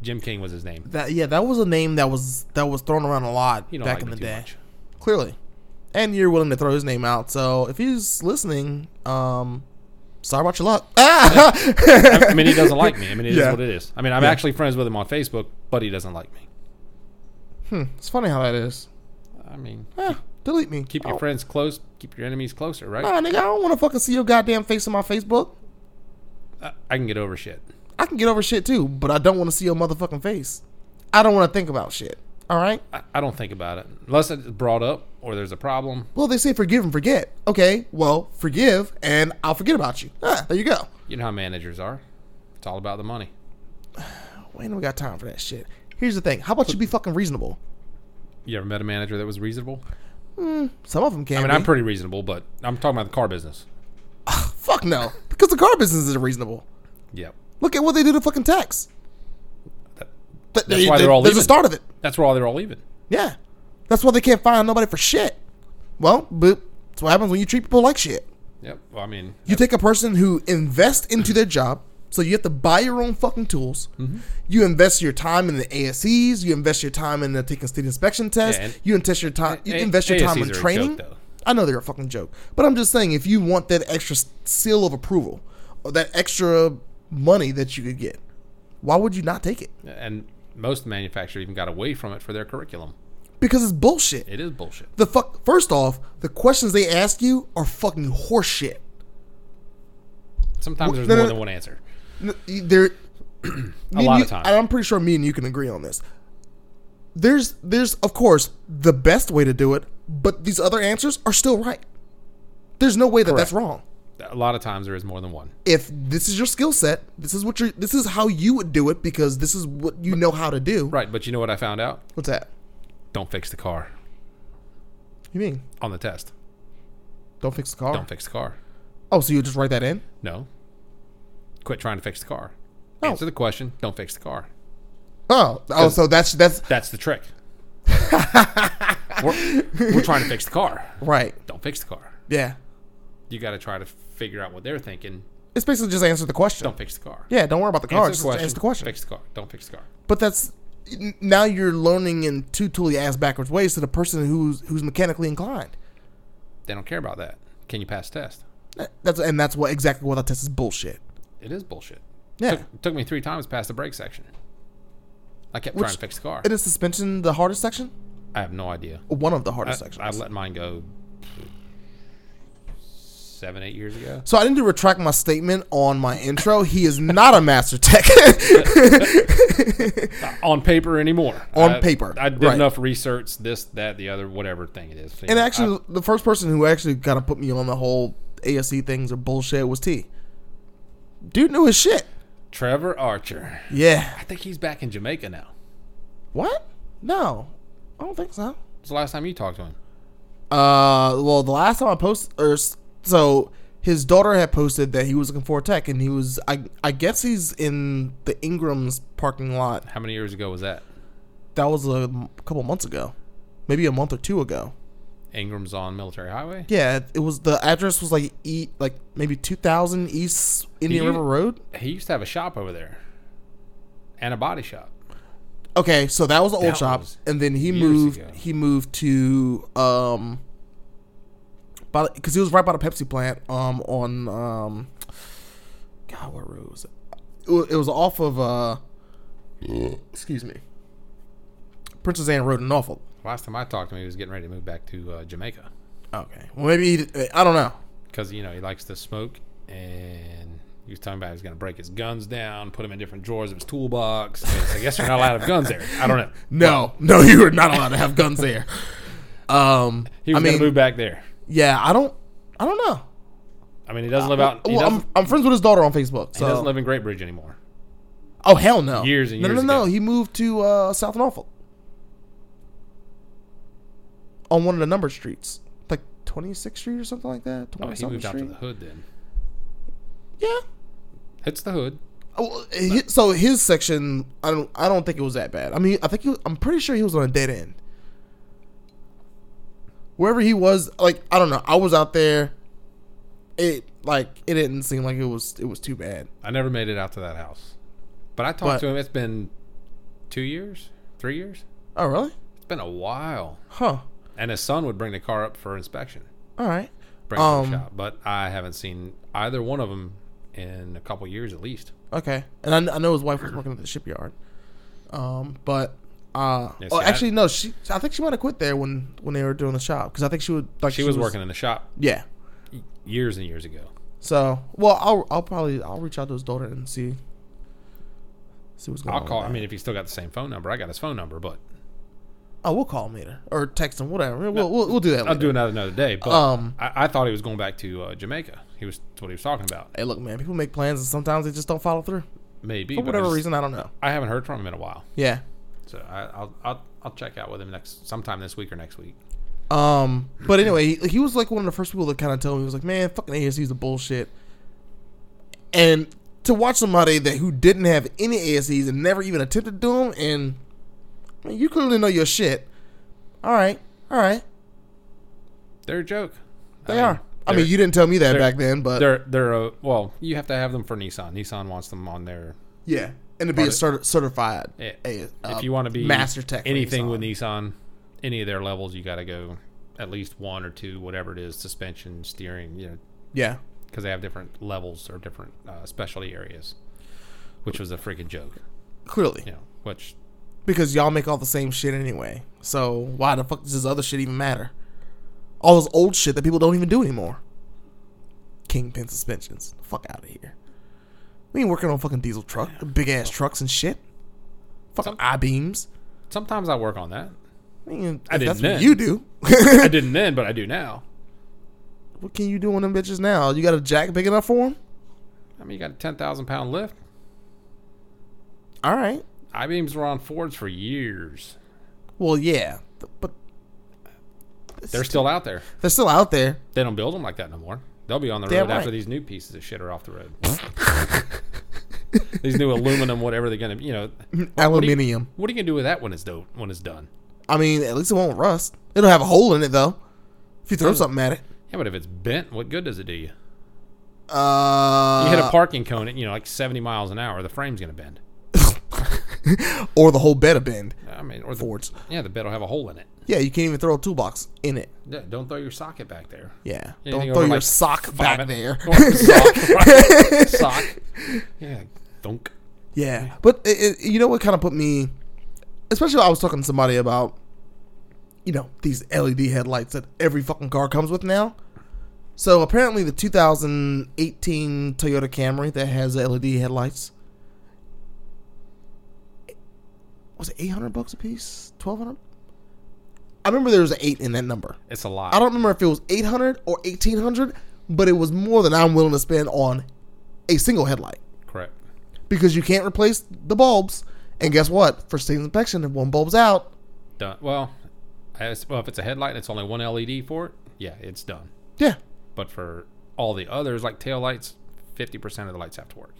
B: Jim King was his name.
A: That yeah, that was a name that was that was thrown around a lot
B: You don't
A: back
B: like
A: in
B: me
A: the
B: too
A: day.
B: much.
A: Clearly, and you're willing to throw his name out. So if he's listening, um, sorry about your luck. Ah!
B: I mean, he doesn't like me. I mean, it is
A: Yeah.
B: what it is. I mean, I'm actually friends with him on Facebook, but he doesn't like me.
A: it's funny how that is.
B: I mean,
A: Eh, delete me.
B: keep your
A: Oh,
B: friends close, keep your enemies closer, right?
A: Nah, nigga, I don't want to fucking see your goddamn face on my Facebook.
B: I, I can get over shit.
A: I can get over shit too, but I don't want to see your motherfucking face. I don't want to think about shit. All right.
B: I, I don't think about it unless it's brought up. or there's a problem.
A: Well, they say forgive and forget. Okay, well, forgive and I'll forget about you. Ah, there you go.
B: You know how managers are. It's all about the money.
A: We ain't we got time for that shit. Here's the thing. How about you be fucking reasonable?
B: You ever met a manager that was reasonable?
A: Some of them can.
B: I mean,
A: be.
B: I'm pretty reasonable, but I'm talking about the car business.
A: Fuck no, because the car business is reasonable.
B: Yep.
A: Look at what they do to fucking tax.
B: That-
A: Th-
B: That's
A: they-
B: why
A: they-
B: they're all
A: There's a
B: leaving.
A: start of it.
B: That's where all they're all leaving.
A: Yeah, that's why they can't find nobody for shit. Well, but that's what happens when you treat people like shit.
B: Yep. Well, I mean,
A: You take a person who invests into their job, so you have to buy your own fucking tools.
B: Mm-hmm.
A: You invest your time in the ASEs. You invest your time in the taking state inspection tests.
B: Yeah, and-
A: you invest your time. You
B: A-
A: invest your time
B: ASEs
A: in
B: are a joke,
A: training.
B: though.
A: I know they're a fucking joke, but I'm just saying if you want that extra s- seal of approval or that extra money that you could get, why would you not take it?
B: and most manufacturers even got away from it for their curriculum.
A: Because it's bullshit.
B: It is bullshit.
A: The fuck. First off, the questions they ask you are fucking horseshit.
B: Sometimes there's
A: no,
B: more
A: no.
B: than one answer.
A: N- y- There, a
B: lot
A: you,
B: of times.
A: and I'm pretty sure me and you can agree on this. There's, there's of course the best way to do it, but these other answers are still right. There's no way that that's
B: Correct.
A: wrong.
B: A lot of times there is more than one.
A: If this is your skill set, this is what you this is how you would do it because this is what you know how to do.
B: Right, but you know what I found out?
A: What's that?
B: Don't fix the car
A: You mean
B: on the test.
A: don't fix the car?
B: Don't fix the car.
A: Oh, so you just write that in?
B: No. Quit trying to fix the car.
A: No.
B: Answer the question. Don't fix the car.
A: Oh, oh, so that's that's
B: That's the trick. we're, we're trying to fix the car.
A: right.
B: Don't fix the car.
A: Yeah,
B: You got to try to figure out what they're thinking.
A: it's basically just answer the question.
B: Don't fix the car.
A: Yeah, don't worry about the car.
B: Answer
A: Just
B: the question.
A: answer the question.
B: Fix the car. Don't fix the car.
A: But that's n- now you're learning in two totally ass backwards ways to the person who's who's mechanically inclined.
B: They don't care about that. Can you pass the test?
A: That- That's and that's what exactly what that test is bullshit.
B: It is bullshit.
A: Yeah,
B: Took, took me three times past the brake section. I kept
A: Which-
B: trying to fix the car.
A: and is suspension the hardest section?
B: I have no idea.
A: One of the hardest
B: I,
A: sections.
B: I let mine go seven, eight years ago.
A: so I need to retract my statement on my intro. He is not a master tech.
B: on paper anymore.
A: On
B: I-
A: paper,
B: I did
A: right.
B: enough research, this, that, the other, whatever thing it is. So, you
A: and
B: know,
A: actually, the first person who actually kind of put me on the whole ASC things or bullshit was T. Dude knew his shit.
B: I- Trevor Archer.
A: Yeah.
B: I think he's back in Jamaica now.
A: What? No, I don't think so.
B: It's the last time you talked to him.
A: Uh, well, the last time I posted, or s- so his daughter had posted that he was looking for a tech, and he was, I, I guess he's in the Ingram's parking lot.
B: How many years ago was that?
A: That was a m- couple months ago, maybe a month or two ago.
B: Ingram's on Military Highway.
A: Yeah, it- it was the address was like e like maybe two thousand East Indian
B: you-
A: River Road.
B: He used to have a shop over there, and a body shop.
A: Okay, so that was the old
B: That
A: shop,
B: was
A: and then he
B: years
A: moved.
B: ago.
A: He moved to um, by because he was right by the Pepsi plant. Um, on um, God, what road was it? It wa- It was off of uh, excuse me, Princess Anne Road in Norfolk.
B: Last time I talked to him, he was getting ready to move back to uh, Jamaica
A: Okay, well maybe he, did- I don't know.
B: because you know he likes to smoke, and he was talking about he was going to break his guns down, put them in different drawers of his toolbox. I guess you're not allowed to have guns there. I don't know.
A: No, no, you are not allowed to have guns there. Um,
B: He
A: I
B: was going
A: mean,
B: to move back there.
A: yeah, I don't, I don't know.
B: I mean, he doesn't live out. He,
A: uh, Well, uh, I'm,
B: doesn't,
A: I'm friends with his daughter on Facebook.
B: he
A: So
B: doesn't live in Great Bridge anymore.
A: Oh hell no!
B: Years and
A: no,
B: years
A: No, no, no.
B: ago.
A: He moved to uh, South Norfolk on one of the numbered streets, like 26th Street or something like that.
B: Oh,
A: 20
B: he
A: something
B: moved out to
A: street.
B: the hood then.
A: Yeah.
B: It's the hood.
A: Oh, well, hi- so his section, I don't, I don't think it was that bad. I mean, I think he, was- I'm pretty sure he was on a dead end. Wherever he was, like I don't know, I was out there. It like it didn't seem like it was it was too bad.
B: I never made it out to that house, but I talked
A: But-
B: to him. It's been two years, three years.
A: Oh really?
B: It's been a while.
A: Huh.
B: And his son would bring the car up for inspection,
A: All right.
B: bring it to
A: Um,
B: the shop. But I haven't seen either one of them in a couple years at least.
A: Okay, and I, kn- I know his wife was working at the shipyard, um, but uh,
B: Yeah,
A: oh,
B: see, I-
A: actually no, she I think she might have quit there when when they were doing the shop because I think she would like
B: She was working in the shop
A: Yeah,
B: years and years ago.
A: so well I'll I'll probably I'll reach out to his daughter and see see what's going
B: I'll
A: on.
B: call.
A: with
B: I
A: that.
B: mean, if he's still got the same phone number, I got his phone number, but
A: Oh, we'll call him later or text him, whatever. We'll, we'll, we'll do that.
B: I'll
A: Later.
B: do another another day. But
A: Um,
B: I, I thought he was going back to uh, Jamaica. He was that's what he was talking about.
A: Hey, look, man. People make plans and sometimes they just don't follow through
B: Maybe
A: for
B: but I
A: whatever
B: just-
A: reason. I don't know.
B: I haven't heard from him in a while,
A: Yeah.
B: so I, I'll, I'll I'll check out with him next sometime this week or next week.
A: Um, but anyway, he, he was like one of the first people that kind of told me he was like, "Man, fucking ASC's a bullshit." And to watch somebody that who didn't have any ASCs and never even attempted to do them, and I mean, you clearly know your shit. All right, all right,
B: They're a joke. Um,
A: they are. I mean,
B: they're-
A: you didn't tell me that
B: they're-
A: back then, but
B: they're they're uh, well, you have to have them for Nissan. Nissan wants them on their
A: yeah, and to be a
B: Part of-
A: certi- certified,
B: Yeah.
A: A- uh,
B: if you want to be
A: master tech, for
B: anything
A: Nissan.
B: with Nissan, any of their levels, you got to go at least one or two, whatever it is, suspension, steering, you know,
A: yeah.
B: because they have different levels or different uh, specialty areas, which was a freaking joke,
A: Clearly,
B: you know, which
A: because y'all make all the same shit anyway. So why the fuck does this other shit even matter? All this old shit that people don't even do anymore. Kingpin suspensions. Fuck out of here. We ain't working on fucking diesel truck, big ass trucks and shit. Fucking
B: Some-
A: I beams.
B: sometimes I work on that.
A: I mean,
B: I
A: if
B: didn't
A: that's
B: then.
A: what you do.
B: I didn't then, but I do now.
A: what can you do on them bitches now? You got a jack big enough for them?
B: I mean, you got a 10,000 pound lift.
A: All right.
B: I beams were on Fords for years.
A: Well, yeah, th- but
B: They're still out there.
A: they're still out there.
B: They don't build them like that no more. They'll be on the
A: Damn
B: road after
A: right.
B: these new pieces of shit are off the road. these new aluminum, whatever they're gonna, you know,
A: Aluminium.
B: what are you gonna do with that when it's do- when it's done?
A: I mean, at least it won't rust. It'll have a hole in it though. If you throw something at it.
B: Yeah, but if it's bent, what good does it do you?
A: Uh,
B: You hit a parking cone at you know like seventy miles an hour, the frame's gonna bend.
A: or the whole bed a bend.
B: I mean, or the
A: Fords.
B: yeah, the bed'll have a hole in it.
A: Yeah, you can't even throw a toolbox in it.
B: Yeah, don't throw your socket back there.
A: Yeah,
B: Anything
A: don't
B: over,
A: throw your
B: like,
A: sock back
B: Five-
A: there.
B: Or sock, right? sock. Yeah, dunk.
A: Yeah, but it, it, you know what kind of put me, especially I was talking to somebody about, you know, these LED headlights that every fucking car comes with now. So apparently, the 2018 Toyota Camry that has LED headlights was it 800 bucks a piece, 1200. I remember there was an eight in that number.
B: It's a lot.
A: I don't remember if it was 800 or 1800, but it was more than I'm willing to spend on a single headlight
B: correct.
A: because you can't replace the bulbs. And guess what? First stage inspection, if one bulb's out,
B: Done. Well, as, well, if it's a headlight and it's only one LED for it, yeah, it's done.
A: yeah,
B: But for all the others, like tail lights, fifty percent of the lights have to work.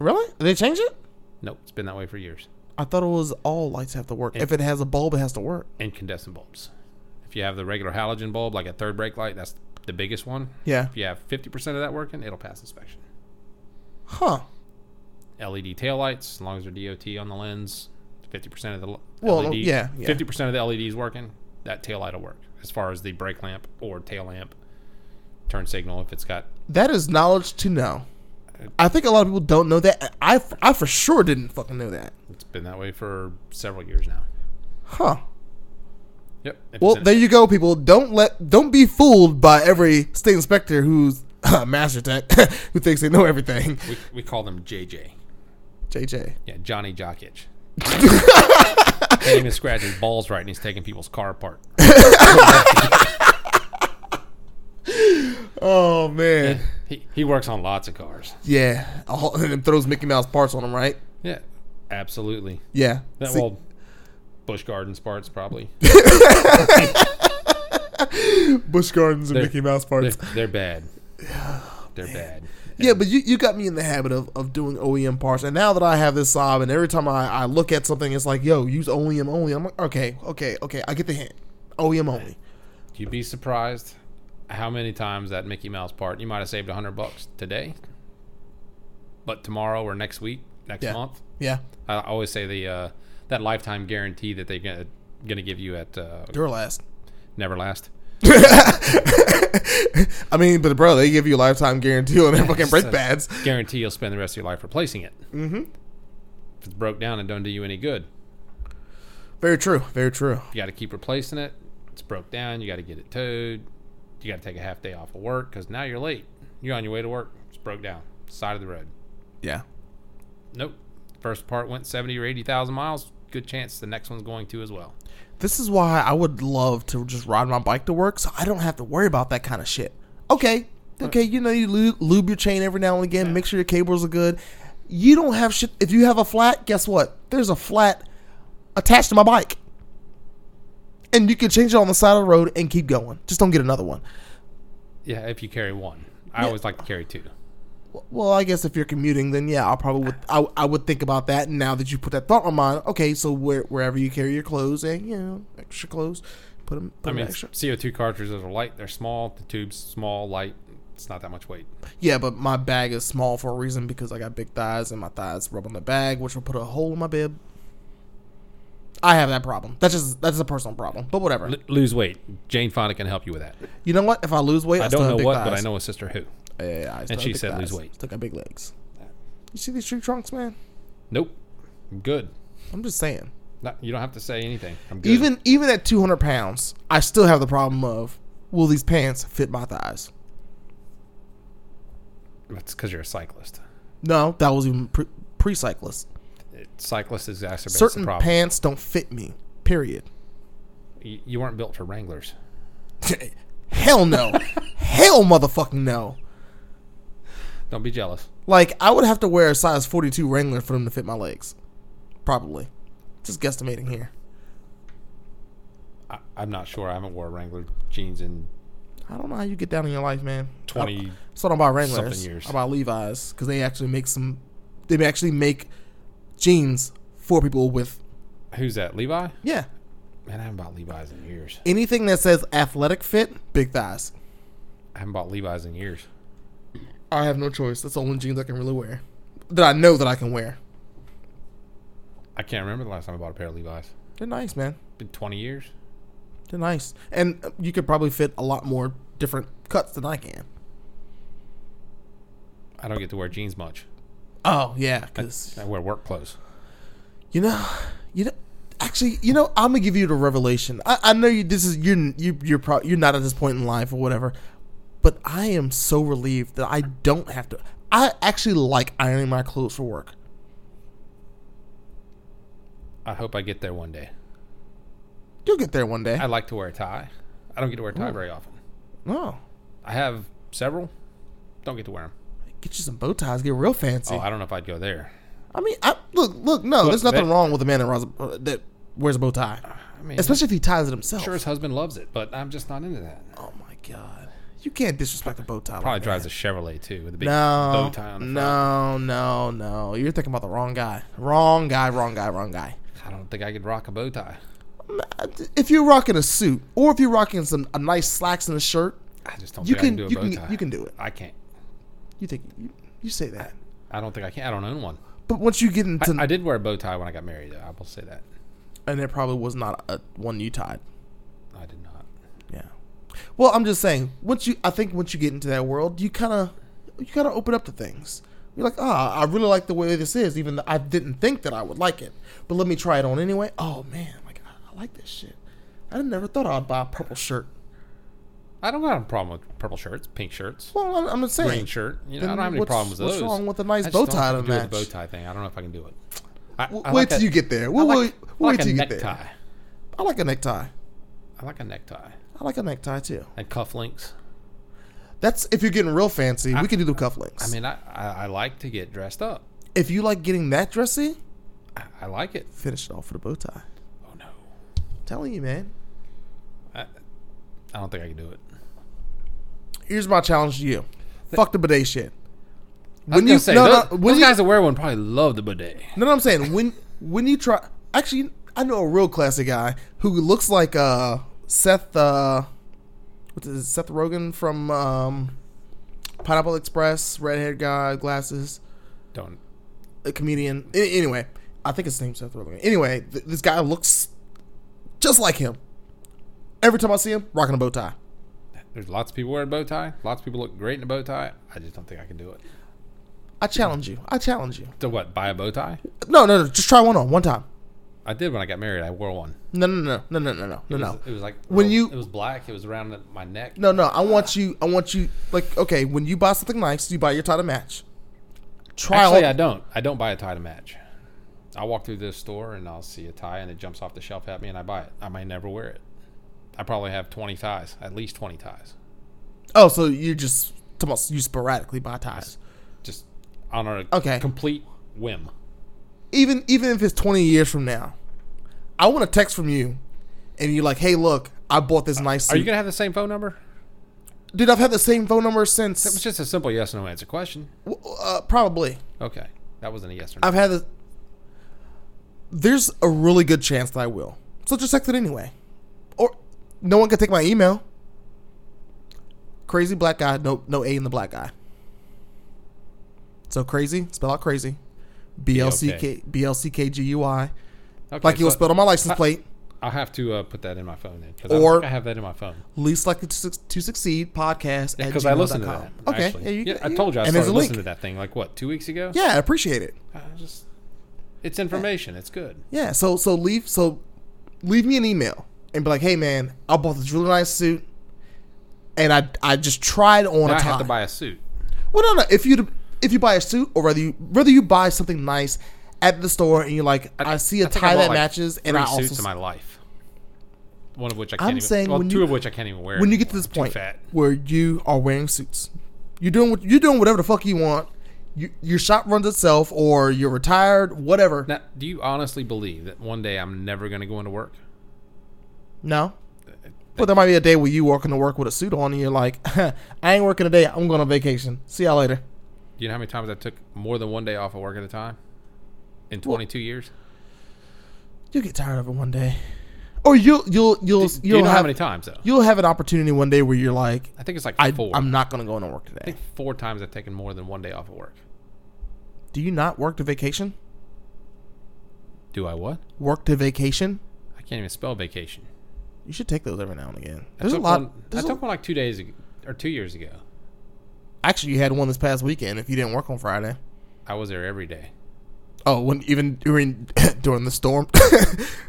A: really? Did they change it?
B: Nope, it's been that way for years.
A: I thought it was all lights have to work. If it has a bulb, it has to work.
B: Incandescent bulbs. If you have the regular halogen bulb, like a third brake light, that's the biggest one.
A: Yeah.
B: If you have fifty percent of that working, it'll pass inspection.
A: Huh.
B: LED tail lights, E as long as they're DOT on the lens, fifty percent of the l-
A: Well,
B: LED,
A: yeah, yeah.
B: fifty percent of the LEDs working, that tail light will work. As far as the brake lamp or tail lamp, turn signal, if it's got
A: That is knowledge to know. I think a lot of people don't know that. I, I for sure didn't fucking know that.
B: It's been that way for several years now.
A: Huh.
B: Yep. If
A: Well,
B: it's in-
A: there you go, people. Don't let don't be fooled by every state inspector who's master tech who thinks they know everything.
B: we, we call them JJ.
A: JJ.
B: Yeah, Johnny Jokic. Can't even scratch his balls right, and he's taking people's car apart.
A: Oh man.
B: He, he works on lots of cars.
A: Yeah. All, and then throws Mickey Mouse parts on them, right?
B: Yeah, absolutely.
A: Yeah.
B: That
A: See,
B: well, Bush Gardens parts probably.
A: Bush Gardens and
B: They're-
A: Mickey Mouse
B: They're,
A: parts.
B: they're bad. They're bad.
A: Yeah, but you, you got me in the habit of, of doing OEM parts. And now that I have this sob, and every time I, I look at something, it's like, yo, use OEM only. I'm like, okay, okay, okay. I get the hint. OEM only.
B: You'd be surprised how many times that Mickey Mouse part you might have saved a hundred bucks today, but tomorrow or next week, next
A: Yeah.
B: month,
A: Yeah.
B: I always say the uh, that lifetime guarantee that they're gonna, gonna give you at uh,
A: Duralast.
B: Neverlast.
A: I mean, but bro, they give you a lifetime guarantee on their fucking brake
B: So-
A: pads.
B: Guarantee you'll spend the rest of your life replacing it. Mm-hmm. If it's broke down and don't do you any good,
A: Very true. Very true.
B: you got to keep replacing it. It's broke down. You got to get it towed. You got to take a half day off of work because now you're late. You're on your way to work. It's broke down. Side of the road.
A: Yeah.
B: Nope. First part went seventy or eighty thousand miles. good chance the next one's going to as well.
A: This is why I would love to just ride my bike to work so I don't have to worry about that kind of shit. Okay. Okay, you know, you lu- lube your chain every now and again, make sure your cables are good. You don't have shit. If you have a flat, guess what? There's a flat attached to my bike. And you can change it on the side of the road and keep going. Just don't get another one.
B: Yeah, if you carry one, I always like to carry two.
A: Well, I guess if you're commuting, then yeah, I'll probably would, I, I would think about that. And now that you put that thought on mine, okay, so where, wherever you carry your clothes and you know extra clothes, put them. Put
B: I
A: 'em
B: mean,
A: extra.
B: CO two cartridges are light. They're small. The tubes small, light. It's not that much weight.
A: Yeah, but my bag is small for a reason because I got big thighs and my thighs rub on the bag, which will put a hole in my bib. I have that problem. That's just that's a personal problem, but whatever.
B: L- lose weight. Jane Fonda can help you with that.
A: You know what? If I lose weight, I,
B: I
A: still
B: don't
A: have
B: know
A: big
B: what,
A: thighs.
B: but I know a sister who.
A: Yeah, yeah, I still have
B: she
A: big
B: said lose
A: thighs.
B: weight.
A: Still got big legs. You see these tree trunks, man?
B: Nope. I'm good.
A: I'm just saying.
B: Not, you don't have to say anything. I'm good.
A: Even even at 200 pounds, I still have the problem of will these pants fit my thighs?
B: That's because you're a cyclist.
A: No, that was even pre- pre-cyclist.
B: It, cyclist exacerbates
A: Certain
B: the problem.
A: pants don't fit me. Period.
B: you, you weren't built for Wranglers.
A: Hell no. Hell motherfucking no.
B: Don't be jealous.
A: Like I would have to wear a size 42 Wrangler for them to fit my legs. Probably. Just guesstimating here.
B: I, I'm not sure. I haven't wore Wrangler jeans in
A: I don't know how you get down in your life, man.
B: 20.
A: So I don't buy Wranglers.
B: Something years.
A: I buy Levi's because they actually make some. They actually make jeans for people with.
B: Who's that? Levi?
A: Yeah,
B: Man, I haven't bought Levi's in years.
A: anything that says athletic fit, big thighs.
B: I haven't bought Levi's in years.
A: I have no choice. That's the only jeans I can really wear that I know that I can wear.
B: I can't remember the last time I bought a pair of Levi's.
A: They're nice, man.
B: Been 20 years.
A: They're nice, and uh, you could probably fit a lot more different cuts than I can.
B: I don't get to wear jeans much.
A: Oh yeah, because
B: I wear work clothes.
A: you know, you know. Actually, you know, I'm gonna give you the revelation. I, I know you. This is you're you, you're pro, you're not at this point in life or whatever, but I am so relieved that I don't have to. I actually like ironing my clothes for work.
B: I hope I get there one day.
A: You'll get there one day.
B: I like to wear a tie. I don't get to wear a tie very often.
A: No,
B: I have several. Don't get to wear them.
A: get you some bow ties. Get real fancy.
B: Oh, I don't know if I'd go there.
A: I mean, I, look, look. No, there's nothing
B: they-
A: wrong with a man that wears a, uh, that wears a bow tie,
B: I mean,
A: especially if he ties it himself.
B: sure his husband loves it, but I'm just not into that.
A: Oh my god, you can't disrespect a bow tie.
B: Probably
A: like
B: drives a Chevrolet too with a big bow
A: No,
B: tie on the front.
A: no, no, no. You're thinking about the wrong guy. Wrong guy. Wrong guy. Wrong guy.
B: I don't think I could rock a bow tie.
A: If you're rocking a suit, or if you're rocking some a nice slacks and a shirt,
B: I just don't
A: You can-
B: think I can do a
A: you
B: bow
A: can-
B: tie.
A: you can do it.
B: I can't.
A: you think you, you say that.
B: I don't think I can. I don't own one.
A: But once you get into,
B: I did wear a bow tie when I got married, though. I will say that.
A: and it probably was not a one you tied.
B: I did not.
A: Yeah. Well, I'm just saying. Once you, I think once you get into that world, you kind of, you kind of open up to things. You're like, ah, I really like the way this is, even though I didn't think that I would like it. But let me try it on anyway. Oh man, like I, I like this shit. I never thought I'd buy a purple shirt.
B: I don't got a problem with purple shirts, pink shirts,
A: Well, I'm, I'm just saying.
B: green shirt. You know, I
A: Then
B: don't have any
A: what's-
B: problems with
A: what's
B: those.
A: wrong with a nice
B: I just
A: bow
B: don't
A: tie
B: have
A: to
B: do with the
A: match?
B: bow tie thing. I don't know if I can do it. I, I
A: W-
B: like
A: wait till
B: that-
A: you get there.
B: I
A: We'll,
B: like,
A: wait,
B: I
A: we'll
B: like
A: wait
B: a
A: till you get there.
B: necktie.
A: I like a necktie.
B: I like a necktie
A: I like a necktie too.
B: and cufflinks.
A: That's if you're getting real fancy. we can do the cufflinks.
B: I mean, I, I, I like to get dressed up.
A: if you like getting that dressy,
B: I, I like it.
A: finish it off with a bow tie.
B: Oh no,
A: I'm telling you, man.
B: I, I don't think I can do it.
A: Here's my challenge to you. Fuck the bidet shit.
B: I was
A: When
B: gonna
A: you
B: say,
A: no,
B: those,
A: no, when
B: those
A: you,
B: guys that wear one probably love the bidet.
A: no, no, I'm saying when when you try. Actually, I know a real classic guy who looks like uh Seth uh what is it, Seth Rogen from um Pineapple Express, redhead guy, glasses.
B: Don't.
A: a comedian. A- anyway, I think his name's Seth Rogen. Anyway, th- this guy looks just like him. Every time I see him, rocking a bow tie.
B: There's lots of people wearing bow tie. Lots of people look great in a bow tie. I just don't think I can do it.
A: I challenge you. I challenge you.
B: To what? Buy a bow tie?
A: No, no, no. Just try one on one time.
B: I did when I got married. I wore one.
A: No, no, no, no, no, no, no,
B: It
A: no,
B: was, it was like
A: When
B: real-
A: you-
B: It was black. It was around the- my neck.
A: no, no. I want you. I want you. Like, okay, when you buy something nice, you buy your tie to match. Try
B: Actually,
A: on.
B: I don't. I don't buy a tie to match. I walk through this store and I'll see a tie and it jumps off the shelf at me and I buy it. I might never wear it. I probably have 20 ties, at least 20 ties.
A: Oh, so you just talking about you sporadically buy ties.
B: Just on a
A: Okay.
B: complete whim.
A: Even even if it's twenty years from now, I want a text from you, and you're like, "Hey, look, I bought this nice
B: Are
A: suit,
B: you going to have the same phone number?
A: dude. I've had the same phone number
B: That was
A: since
B: just a simple yes no answer question.
A: w- uh, probably.
B: Okay. That wasn't a yes or no.
A: I've had the. There's a really good chance that I will. So just text it anyway, or no one can take my email. Crazy black guy, no no a in the black guy. So crazy, spell out crazy, B L C K B L C K G U I,
B: Okay,
A: like it was
B: so
A: spelled on my license
B: I-
A: plate.
B: I'll have to uh, put that in my phone then. Because I,
A: Or-
B: don't think I have that in my phone.
A: Least likely to, suc- to succeed podcast at
B: Because I listened to that.
A: gmail.com. Okay,
B: actually.
A: yeah, you,
B: I told you I
A: and there's
B: started
A: a link.
B: listening to that thing like what, two weeks ago?
A: Yeah, I appreciate it.
B: I just, it's information. It's good.
A: Yeah, so so leave so leave me an email and be like, hey man, I bought this really nice suit, and I I just tried on
B: Now
A: a
B: I
A: tie.
B: have to buy a suit.
A: well, no, no. If you if you buy a suit or whether you whether you buy something nice at the store and you're like, I, see a
B: I think I
A: tie
B: bought,
A: that
B: like,
A: matches, and
B: three
A: I also
B: suits in my life. One of which I can't
A: I'm
B: even.
A: saying
B: well,
A: when
B: two
A: you-
B: of which I can't even wear.
A: when you get to
B: anymore.
A: this
B: I'm too
A: point
B: fat.
A: where you are wearing suits, you're doing what you're doing whatever the fuck you want. You, your shop runs itself, or you're retired, whatever.
B: Now, do you honestly believe that one day I'm never going to go into work?
A: No. But there might be a day where you walk into work with a suit on and you're like, I ain't working today. I'm going on vacation. See y'all later.
B: Do you know how many times I took more than one day off of work at a time in 22 years?
A: You'll get tired of it one day, or you'll you'll you'll
B: Do you
A: you'll
B: know how
A: have
B: many times though?
A: you'll have an opportunity one day where you're like,
B: I think it's like
A: I
B: four.
A: I'm not going to go into work
B: I
A: today.
B: think four times I've taken more than one day off of work.
A: Do you not work to vacation?
B: Do I what?
A: Work to vacation.
B: I can't even spell vacation.
A: You should take those every now and again.
B: I
A: There's a
B: took
A: lot.
B: One, I
A: there's a-
B: took one like two days ago, or two years ago.
A: actually, you had one this past weekend. If you didn't work on Friday.
B: I was there every day.
A: Oh, when even during during the storm.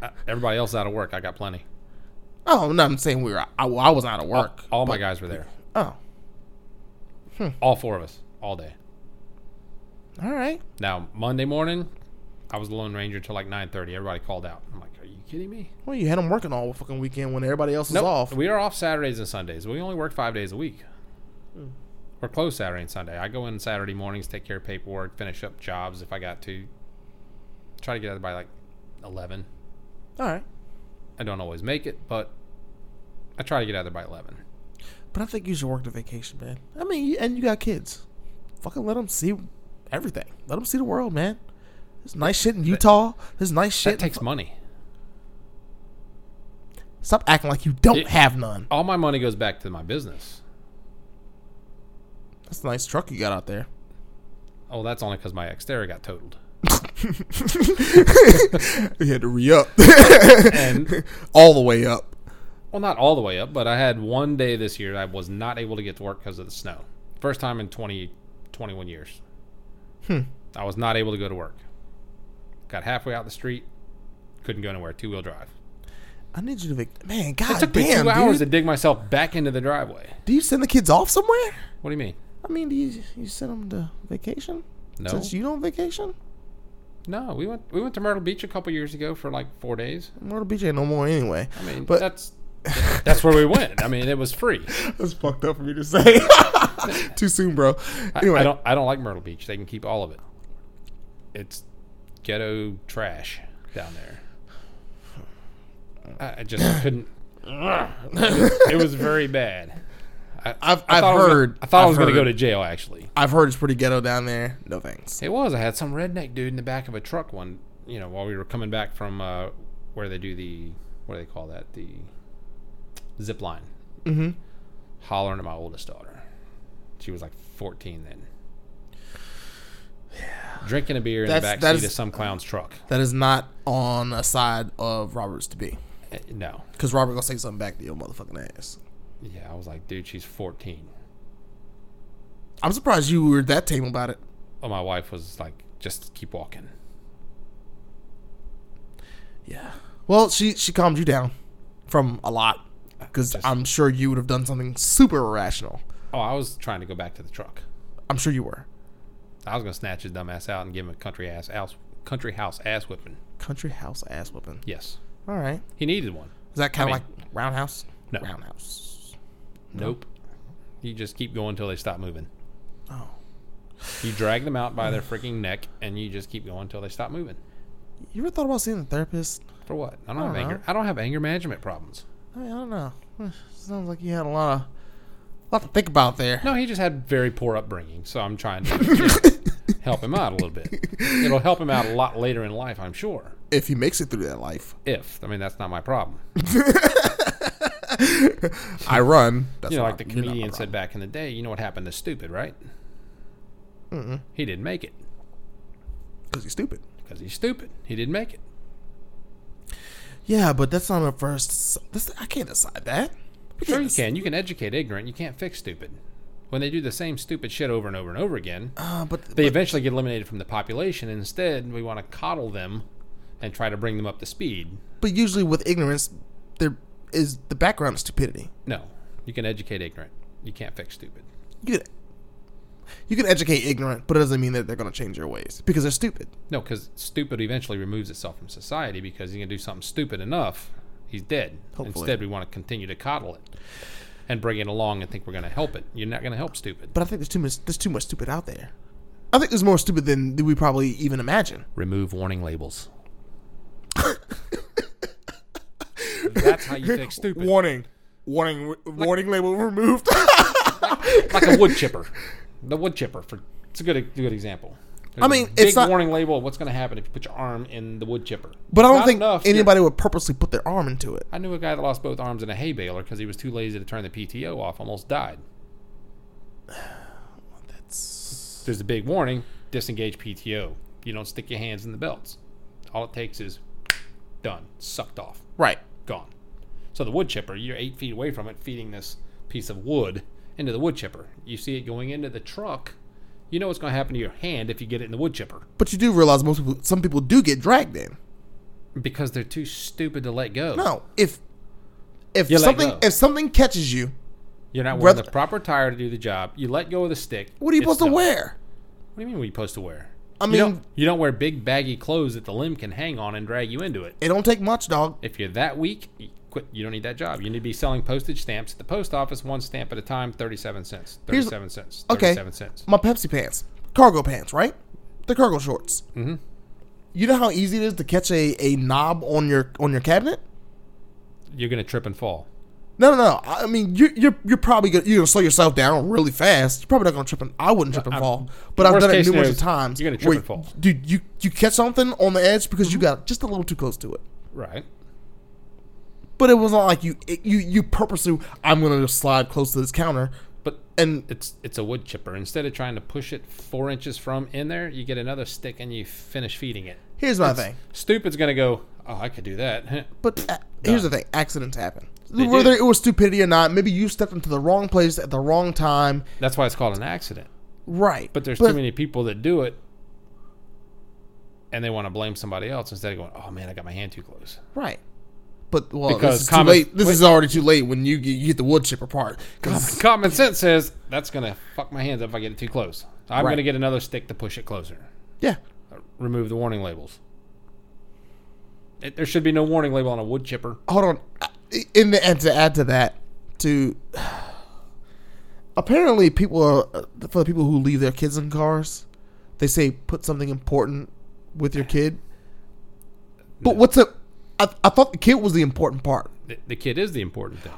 B: I, everybody else out of work. I got plenty.
A: oh no, I'm saying we were. I, I was out of work.
B: All my guys were there.
A: Oh,
B: All four of us. All day.
A: all right.
B: Now Monday morning, I was the Lone Ranger till like nine thirty. Everybody called out. I'm like, are you kidding me?
A: Well, you had them working all fucking weekend when everybody else is
B: Nope.
A: off.
B: We are off Saturdays and Sundays. We only work five days a week.
A: Hmm.
B: We're closed Saturday and Sunday. I go in Saturday mornings, take care of paperwork, finish up jobs if I got to. Try to get out by like eleven.
A: All right,
B: I don't always make it, but I try to get out there by eleven.
A: but I think you should work the vacation, man. I mean, you, and you got kids. Fucking let them see everything. Let them see the world, man. There's nice shit in Utah. There's nice shit.
B: That
A: in
B: takes
A: fu-
B: money.
A: Stop acting like you don't
B: It-
A: have none.
B: All my money goes back to my business.
A: That's a nice truck you got out there.
B: Oh, that's only because my Xterra got totaled.
A: You had to re up
B: And
A: all the way up.
B: well, not all the way up, but I had one day this year I was not able to get to work because of the snow. First time in 20, 21 years.
A: Hmm.
B: I was not able to go to work. Got halfway out the street, couldn't go anywhere. Two wheel drive.
A: I need you to vac- man.
B: It
A: God
B: took me
A: Ah, damn,
B: two hours
A: dude.
B: to dig myself back into the driveway.
A: do you send the kids off somewhere?
B: What do you mean?
A: I mean, do you you send them to vacation?
B: No,
A: Since you don't vacation,
B: no. We went we went to Myrtle Beach a couple years ago for like four days.
A: Myrtle Beach ain't no more anyway.
B: I mean,
A: But-
B: that's that's where we went. I mean, it was free.
A: That's fucked up for me to say. Too soon, bro.
B: I-
A: Anyway,
B: I don't I don't like Myrtle Beach. They can keep all of it. It's ghetto trash down there. I, I just couldn't. it was very bad. I,
A: I've-
B: I
A: I've
B: thought I was gonna-
A: heard-
B: I thought i
A: I've
B: was going to
A: heard.
B: go to jail. Actually,
A: I've heard it's pretty ghetto down there. No thanks.
B: it was. I had some redneck dude in the back of a truck one. You know, while we were coming back from uh, where they do the what do they call that the zip line.
A: Mm-hmm.
B: Hollering at my oldest daughter. She was like 14 then. Drinking a beer in
A: That's-
B: the
A: that
B: backseat
A: is-
B: of some clown's truck.
A: That is not on a side of Robert's to be,
B: Eh, No.
A: because Robert gonna say something back to your motherfucking ass.
B: Yeah, I was like, dude, she's 14.
A: I'm surprised you were that tame about it.
B: Oh, my wife was like, just keep walking.
A: Yeah. Well, she she calmed you down from a lot, because
B: Just-
A: I'm sure you would have done something super irrational.
B: Oh, I was trying to go back to the truck.
A: I'm sure you were.
B: I was going to snatch his dumb ass out and give him a country ass house country house ass whipping.
A: Country house ass whooping.
B: Yes,
A: All right.
B: he needed one.
A: Is that kind
B: I
A: of
B: mean-
A: like roundhouse?
B: No.
A: Roundhouse.
B: Nope. You just keep going until they stop moving.
A: Oh.
B: You drag them out by their freaking neck, and you just keep going until they stop moving.
A: You ever thought about seeing a therapist?
B: For what? I don't,
A: I
B: have
A: don't
B: anger.
A: know.
B: I don't have anger management problems.
A: I, mean, I don't know. Eh, Sounds like you had a lot of lot to think about there.
B: No, he just had very poor upbringing, so I'm trying to you know, help him out a little bit. It'll help him out a lot later in life, I'm sure.
A: If he makes it through that life,
B: If I mean, that's not my problem.
A: I run. That's
B: you know,
A: not-
B: like the
A: you're not my
B: comedian said
A: problem.
B: back in the day. You know what happened to stupid, right? Mm-mm. He didn't make it
A: because he's stupid.
B: because he's stupid. He didn't make it.
A: Yeah, but that's not a first. That's, I can't decide that. We
B: Sure, you
A: dec-
B: can. You can educate ignorant. You can't fix stupid. When they do the same stupid shit over and over and over again,
A: Uh, but
B: they eventually get eliminated from the population. Instead, we want to coddle them and try to bring them up to speed.
A: but usually with ignorance, there is the background of stupidity.
B: No, you can educate ignorant. You can't fix stupid.
A: You can, you can educate ignorant, but it doesn't mean that they're going to change their ways because they're stupid.
B: No, because stupid eventually removes itself from society because he can do something stupid enough, he's dead.
A: Hopefully.
B: Instead, we want to continue to coddle it and bring it along and think we're going to help it. You're not going to help stupid.
A: But I think there's too much. There's too much stupid out there. I think there's more stupid than we probably even imagine.
B: Remove warning labels. That's how you fix stupid.
A: Warning, warning, warning label removed.
B: like a wood chipper. The wood chipper for it's a good good example. There's
A: I
B: a
A: mean,
B: big
A: it's not-
B: warning label. of What's going to happen if you put your arm in the wood chipper?
A: but I don't
B: Not
A: think
B: enough, you're-
A: anybody would purposely put their arm into it.
B: I knew a guy that lost both arms in a hay baler because he was too lazy to turn the PTO off. Almost died.
A: That's
B: There's a big warning: disengage PTO. You don't stick your hands in the belts. All it takes is done, sucked off,
A: right.
B: gone. So the wood chipper, you're eight feet away from it, feeding this piece of wood into the wood chipper. You see it going into the truck. You know what's going to happen to your hand if you get it in the wood chipper.
A: But you do realize most people, some people do get dragged in.
B: Because they're too stupid to let go.
A: No, if if
B: You let
A: something
B: go.
A: if something catches you,
B: You're not wearing
A: Brother-
B: the proper tire to do the job. You let go of the stick.
A: what are you
B: it's
A: supposed to
B: done.
A: wear?
B: What do you mean what are you supposed to wear?
A: I
B: you,
A: mean,
B: don't, you don't wear big baggy clothes that the limb can hang on and drag you into it.
A: it don't take much, dog.
B: If you're that weak, you quit. You don't need that job. You need to be selling postage stamps at the post office, one stamp at a time, thirty-seven cents,
A: Here's-
B: thirty-seven cents,
A: okay.
B: thirty-seven cents.
A: My Pepsi pants, cargo pants, right? They're cargo shorts. Mm-hmm. You know how easy it is to catch a, a knob on your on your cabinet.
B: You're gonna trip and fall.
A: No, no, no. I I mean, you're you're, you're probably gonna, you're gonna slow yourself down really fast. You're probably not gonna trip and I wouldn't trip and
B: I'm-
A: fall, but I've
B: Uh, worst
A: done it
B: case
A: numerous
B: scenario is
A: times.
B: you're gonna trip
A: where
B: and fall. Mm-hmm.
A: dude. You you catch something on the edge because you got just a little too close to it.
B: Right.
A: But it was not like you it, you you purposely. I'm gonna just slide close to this counter,
B: But
A: and
B: it's it's a wood chipper. Instead of trying to push it four inches from in there, you get another stick and you finish feeding it.
A: here's my thing.
B: Stupid's gonna go. Oh, I could do that.
A: But uh, here's the thing: accidents happen.
B: They do.
A: Whether it was stupidity or not, maybe you stepped into the wrong place at the wrong time.
B: That's why it's called an accident.
A: Right.
B: But there's too many people that do it, and they want to blame somebody else instead of going, "Oh man, I got my hand too close."
A: Right. But well,
B: Because
A: this is
B: common-
A: too late. This is already too late when you get, you get the wood chipper part. 'Cause-
B: Common sense says that's gonna fuck my hands up if I get it too close. I'm
A: Right.
B: gonna get another stick to push it closer.
A: yeah.
B: Remove the warning labels. It, there should be no warning label on a wood chipper.
A: Hold on. In the and to add to that, to apparently people are for the people who leave their kids in cars, they say put something important with your kid. But what's a? I, I thought the kid was the important part.
B: The, the kid is the important thing.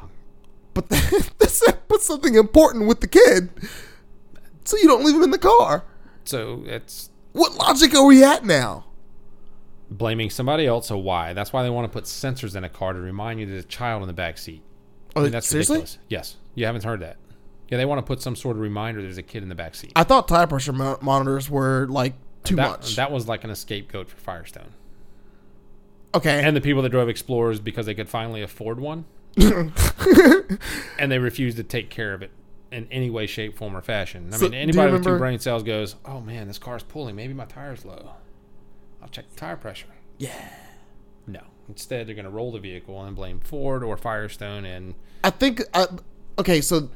A: but they said put something important with the kid so you don't leave him in the car.
B: So it's
A: What logic are we at now?
B: blaming somebody else. So why? That's why they want to put sensors in a car to remind you there's a child in the back seat.
A: Oh,
B: I mean, that's
A: seriously?
B: ridiculous. Yes, you haven't heard that. Yeah, they want to put some sort of reminder there's a kid in the back seat.
A: I thought tire pressure mo- monitors were like too
B: that,
A: much.
B: That was like an escape goat for Firestone.
A: okay.
B: And the people that drove Explorers because they could finally afford one. and they refused to take care of it in any way, shape, form, or fashion. I
A: So,
B: mean,
A: do you
B: anybody with two
A: remember-
B: brain cells goes, oh man, this car's pulling. Maybe my tire's low. I'll check the tire pressure.
A: yeah.
B: No. Instead, they're going to roll the vehicle and blame Ford or Firestone and
A: I think I, okay, so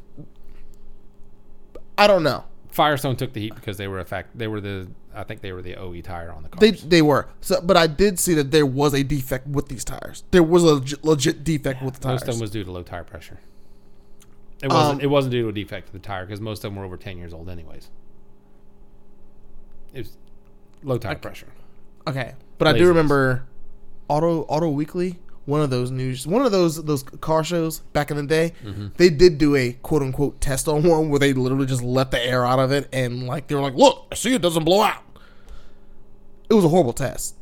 A: I don't know.
B: Firestone took the heat because they were a fact. They were the I think they were the OE tire on the car.
A: They they were. So, but I did see that there was a defect with these tires. There was a legit, legit defect with the tires.
B: most of them was due to low tire pressure. It wasn't. it wasn't due to a defect of the tire because most of them were over ten years old, anyways. It was low tire pressure.
A: Okay, but I do
B: Laziness.
A: remember Auto Auto Weekly, one of those news, one of those those car shows back in the day. They did do a quote unquote test on one where they literally just let the air out of it and like they were like, "Look, I see it doesn't blow out." It was a horrible test.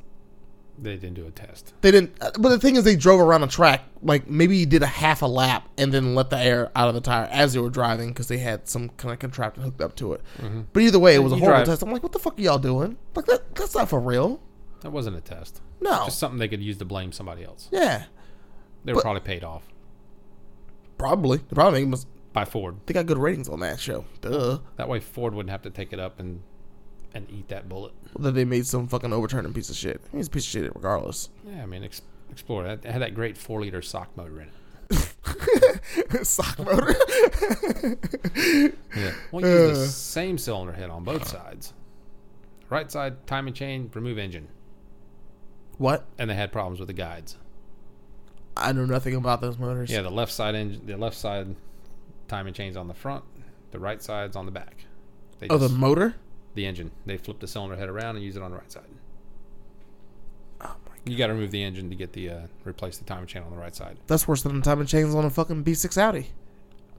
B: They didn't do a test.
A: They didn't, uh, but the thing is, they drove around the track like maybe you did a half a lap and then let the air out of the tire as they were driving because they had some kind of contraption hooked up to it. But either way, it was a
B: Mm-hmm. You
A: horrible
B: drive-
A: test. I'm like, "What the fuck are y'all doing? Like that? That's not for real."
B: That wasn't a test.
A: No.
B: Just something they could use to blame somebody else.
A: Yeah.
B: They were probably paid off
A: Probably. They probably must
B: by Ford.
A: they got good ratings on that show. Duh.
B: That way Ford wouldn't have to take it up and and eat that bullet.
A: That they made some fucking overturning piece of shit. I mean, it's a piece of shit regardless.
B: Yeah, I mean, ex- Explorer that, it had that great four liter sock motor in it.
A: Sock motor.
B: Yeah. Well, you use the same cylinder head on both sides. Right side timing chain, remove engine,
A: what?
B: and they had problems with the guides.
A: I know nothing about those motors.
B: Yeah, the left side engine, the left side timing chain's on the front, the right side's on the back. They
A: Oh, the
B: just-
A: motor?
B: the engine. They flip the cylinder head around and use it on the right side. Oh my You got to remove the engine to get the uh, replace the timing chain on the right side.
A: That's worse than the time and chains on a fucking B6 Audi.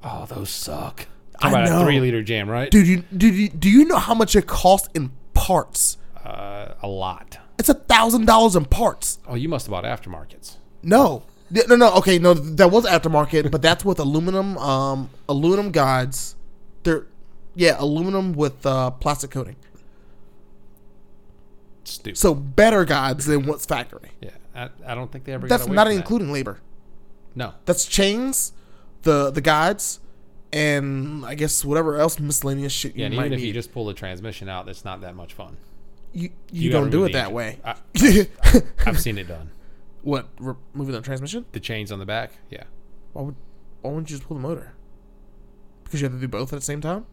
B: Oh, those suck.
A: I
B: about
A: know.
B: a three liter jam, right?
A: Dude, you, dude, you, do you know how much it costs in parts?
B: Uh, a lot.
A: It's a thousand dollars in parts.
B: Oh, you must have bought aftermarkets.
A: No, Th- no, no. Okay, no, that was aftermarket, but that's with aluminum, um, aluminum guides. They're, yeah, aluminum with uh, plastic coating.
B: Stupid.
A: So better guides than what's factory.
B: yeah, I, I don't think they ever.
A: That's
B: got away
A: not
B: from that.
A: including labor.
B: No,
A: That's chains, the the guides, and I guess whatever else miscellaneous shit you
B: yeah, and
A: might
B: even if
A: need.
B: you just pull the transmission out, that's not that much fun.
A: you, you,
B: you
A: don't
B: gotta
A: do
B: remove
A: it
B: the
A: that
B: engine.
A: way.
B: I- I've seen it done.
A: what removing the transmission?
B: The chains on the back. Yeah,
A: Why would why wouldn't you just pull the motor? Because you have to do both at the same time.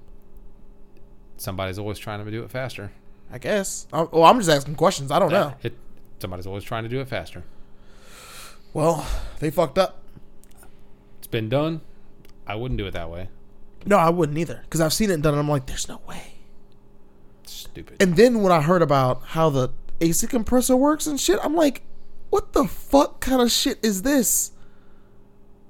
B: somebody's always trying to do it faster.
A: I guess. I, well, I'm just asking questions. I don't know.
B: It, somebody's always trying to do it faster.
A: Well, they fucked up.
B: It's been done. I wouldn't do it that way.
A: No, I wouldn't either because I've seen it done, and I'm like, there's no way.
B: Stupid.
A: And then when I heard about how the AC compressor works and shit, I'm like, what the fuck kind of shit is this?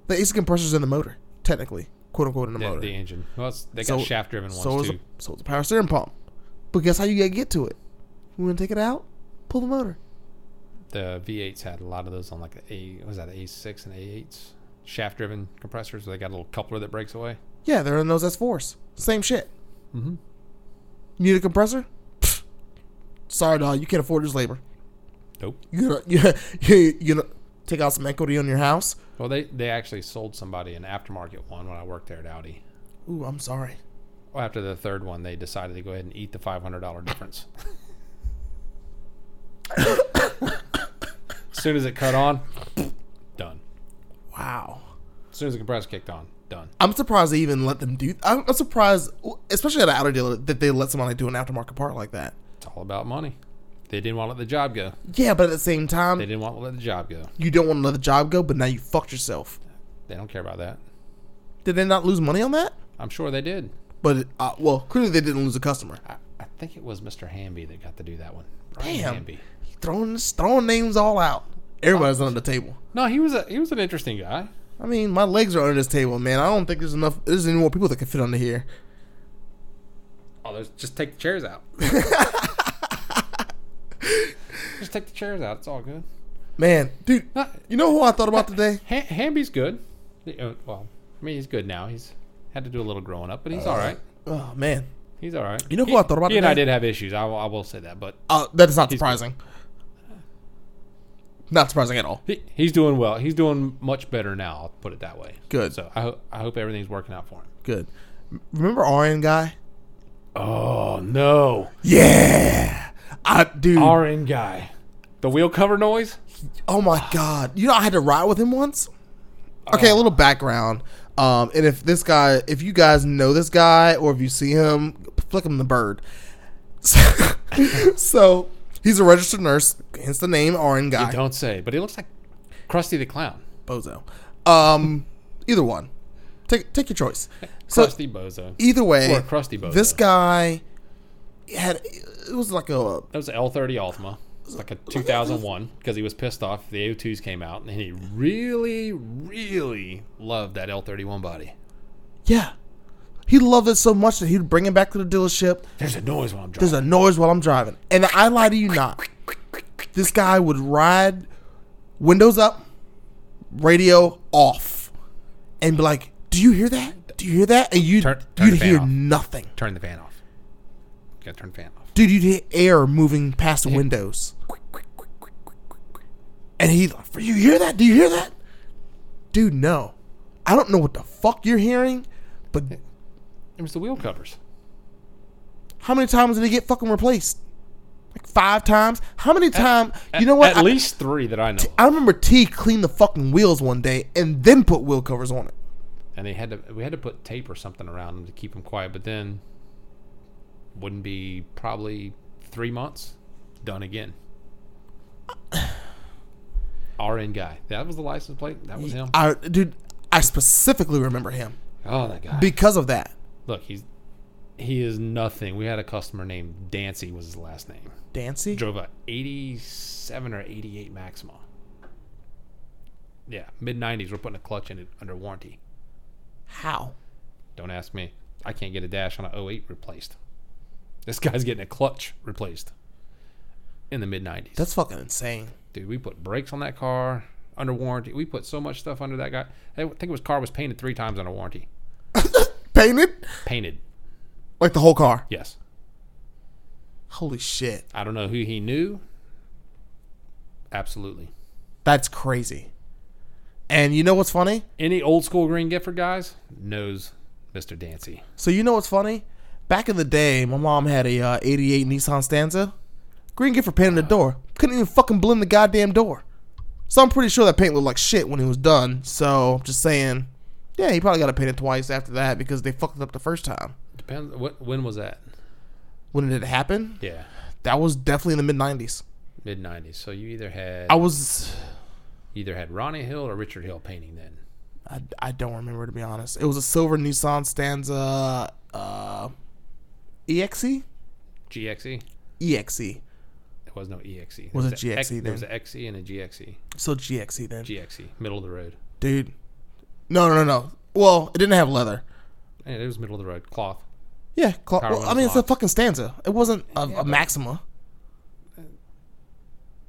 A: The AC compressor's in the motor, technically, quote unquote, in the
B: the,
A: motor.
B: the engine. Well, it's, they
A: So-
B: got shaft driven ones
A: so is
B: too.
A: a, so is a power steering pump. But guess how you gotta get to it? You wanna take it out? Pull the motor.
B: The V8s had a lot of those on like the A. what Was that the A6 and A8s? Shaft driven compressors. They got a little coupler that breaks away.
A: Yeah, they're in those S4s. Same shit. Mm-hmm. You need a compressor? Pfft. Sorry, dog. You can't afford this labor.
B: Nope.
A: You gonna you, you, you gonna take out some equity on your house?
B: Well, they they actually sold somebody an aftermarket one when I worked there at Audi.
A: Ooh, I'm sorry.
B: Well, after the third one, they decided to go ahead and eat the five hundred dollar difference. as soon as it cut on, done.
A: Wow.
B: As soon as the compressor kicked on, done.
A: I'm surprised they even let them do. I'm I'm surprised, especially at an outer dealer, that they let somebody do an aftermarket part like that.
B: It's all about money. They didn't want to let the job go.
A: Yeah, but at the same
B: They
A: time,
B: didn't want to let the job go.
A: you don't want to let the job go, but now you fucked yourself.
B: They don't care about that.
A: Did they not lose money on that?
B: I'm sure they did.
A: But uh, well, clearly they didn't lose a customer.
B: I, I think it was Mr. Hamby that got to do that one. Brian
A: Damn.
B: Hamby.
A: Throwing throwing names all out. Everybody's under the table.
B: No, he was a he was an interesting guy.
A: I mean, my legs are under this table, man. I don't think there's enough. There's any more people that can fit under here.
B: Oh, there's just take the chairs out. just take the chairs out. It's all good.
A: Man, dude,
B: No,
A: you know who I thought about today?
B: Ha- Hamby's good. You know, Well, I mean, he's good now. He's had to do a little growing up, but he's all right.
A: Oh man,
B: He's all right.
A: You know who
B: He-
A: I thought about
B: He and I
A: today?
B: did have issues. I will, I will say that, but
A: uh, that is not
B: He's-
A: surprising. Not surprising at all.
B: he, he's doing well. He's doing much better now. I'll put it that way.
A: Good.
B: So I, ho- I hope everything's working out for him.
A: Good. Remember RN guy?
B: Oh no,
A: Yeah, I dude.
B: RN guy, the wheel cover noise.
A: Oh my god! You know I had to ride with him once. Okay,
B: Uh-huh.
A: a little background. Um, and if this guy, if you guys know this guy or if you see him, flick him the bird. So, so he's a registered nurse, hence the name RN
B: You
A: guy.
B: don't say. But he looks like Krusty the Clown.
A: Bozo. Um, either one. Take take your choice. So
B: Krusty Bozo.
A: either way,
B: Or a crusty bozo.
A: this guy had it was like a
B: That was the L30 Altima. It's like a 2001 because he was pissed off. The AO2s came out, and he really, really loved that L31 body.
A: yeah. He loved it so much that he'd bring it back to the dealership.
B: There's a noise when I'm driving.
A: There's a noise while I'm driving, and I lie to you not. This guy would ride windows up, radio off, and be like, "Do you hear that? Do you hear that?" And you
B: Turn- turn the
A: you'd
B: fan
A: hear
B: off.
A: nothing,
B: turn the fan off. Gotta turn the fan off.
A: dude. You'd hear air moving past the windows, and he like, "You hear that? Do you hear that?" Dude, no, I don't know what the fuck you're hearing, but
B: It was the wheel covers.
A: how many times did they get fucking replaced? Like five times. How many times? You know what?
B: At
A: I-
B: least three that I know. of.
A: I remember T cleaned the fucking wheels one day and then put wheel covers on it.
B: and they had to we had to put tape or something around them to keep them quiet but then wouldn't be probably three months done again rn guy that was the license plate that was him
A: I dude, I specifically remember him
B: oh that guy
A: because of that.
B: look he's he is nothing we had a customer named dancy was his last name
A: Dancy?
B: drove a 87 or 88 maxima yeah mid 90s we're putting a clutch in it under warranty
A: How?
B: Don't ask me. I can't get a dash on a 08 replaced. This guy's getting a clutch replaced in the mid 90s.
A: That's fucking insane.
B: Dude, we put brakes on that car under warranty. We put so much stuff under that guy. I think his car was painted three times under warranty.
A: Painted?
B: Painted,
A: Like the whole car.
B: yes.
A: Holy shit.
B: I don't know who he knew. Absolutely.
A: That's crazy. And you know what's funny?
B: Any old school Green Gifford guys knows Mr. Dancy.
A: So you know what's funny? Back in the day, my mom had a uh, 88 Nissan Stanza. Green Gifford painted the door. Couldn't even fucking blend the goddamn door. So I'm pretty sure that paint looked like shit when it was done. So I'm just saying, yeah, he probably got to paint it twice after that because they fucked it up the first time.
B: Depends. What, when was that?
A: When did it happen?
B: Yeah,
A: That was definitely in the mid 90s.
B: mid 90s. So you either had
A: I was,
B: you either had Ronnie Hill or Richard Hill painting then.
A: I, I don't remember to be honest. It was a silver Nissan Stanza, uh, E EXE,
B: GXE.
A: E EXE.
B: There was no EXE.
A: Was
B: There
A: it
B: a
A: GXE
B: There was
A: E then?
B: an XE and a E. GXE.
A: So GXE then,
B: GXE, E, middle of the road.
A: dude. No, no, no, no. Well, it didn't have leather.
B: Yeah, it was middle of the road. Cloth.
A: Yeah, cla-
B: Power
A: well, I
B: one's
A: mean, it's a
B: locked.
A: fucking stanza. It wasn't a, a Maxima.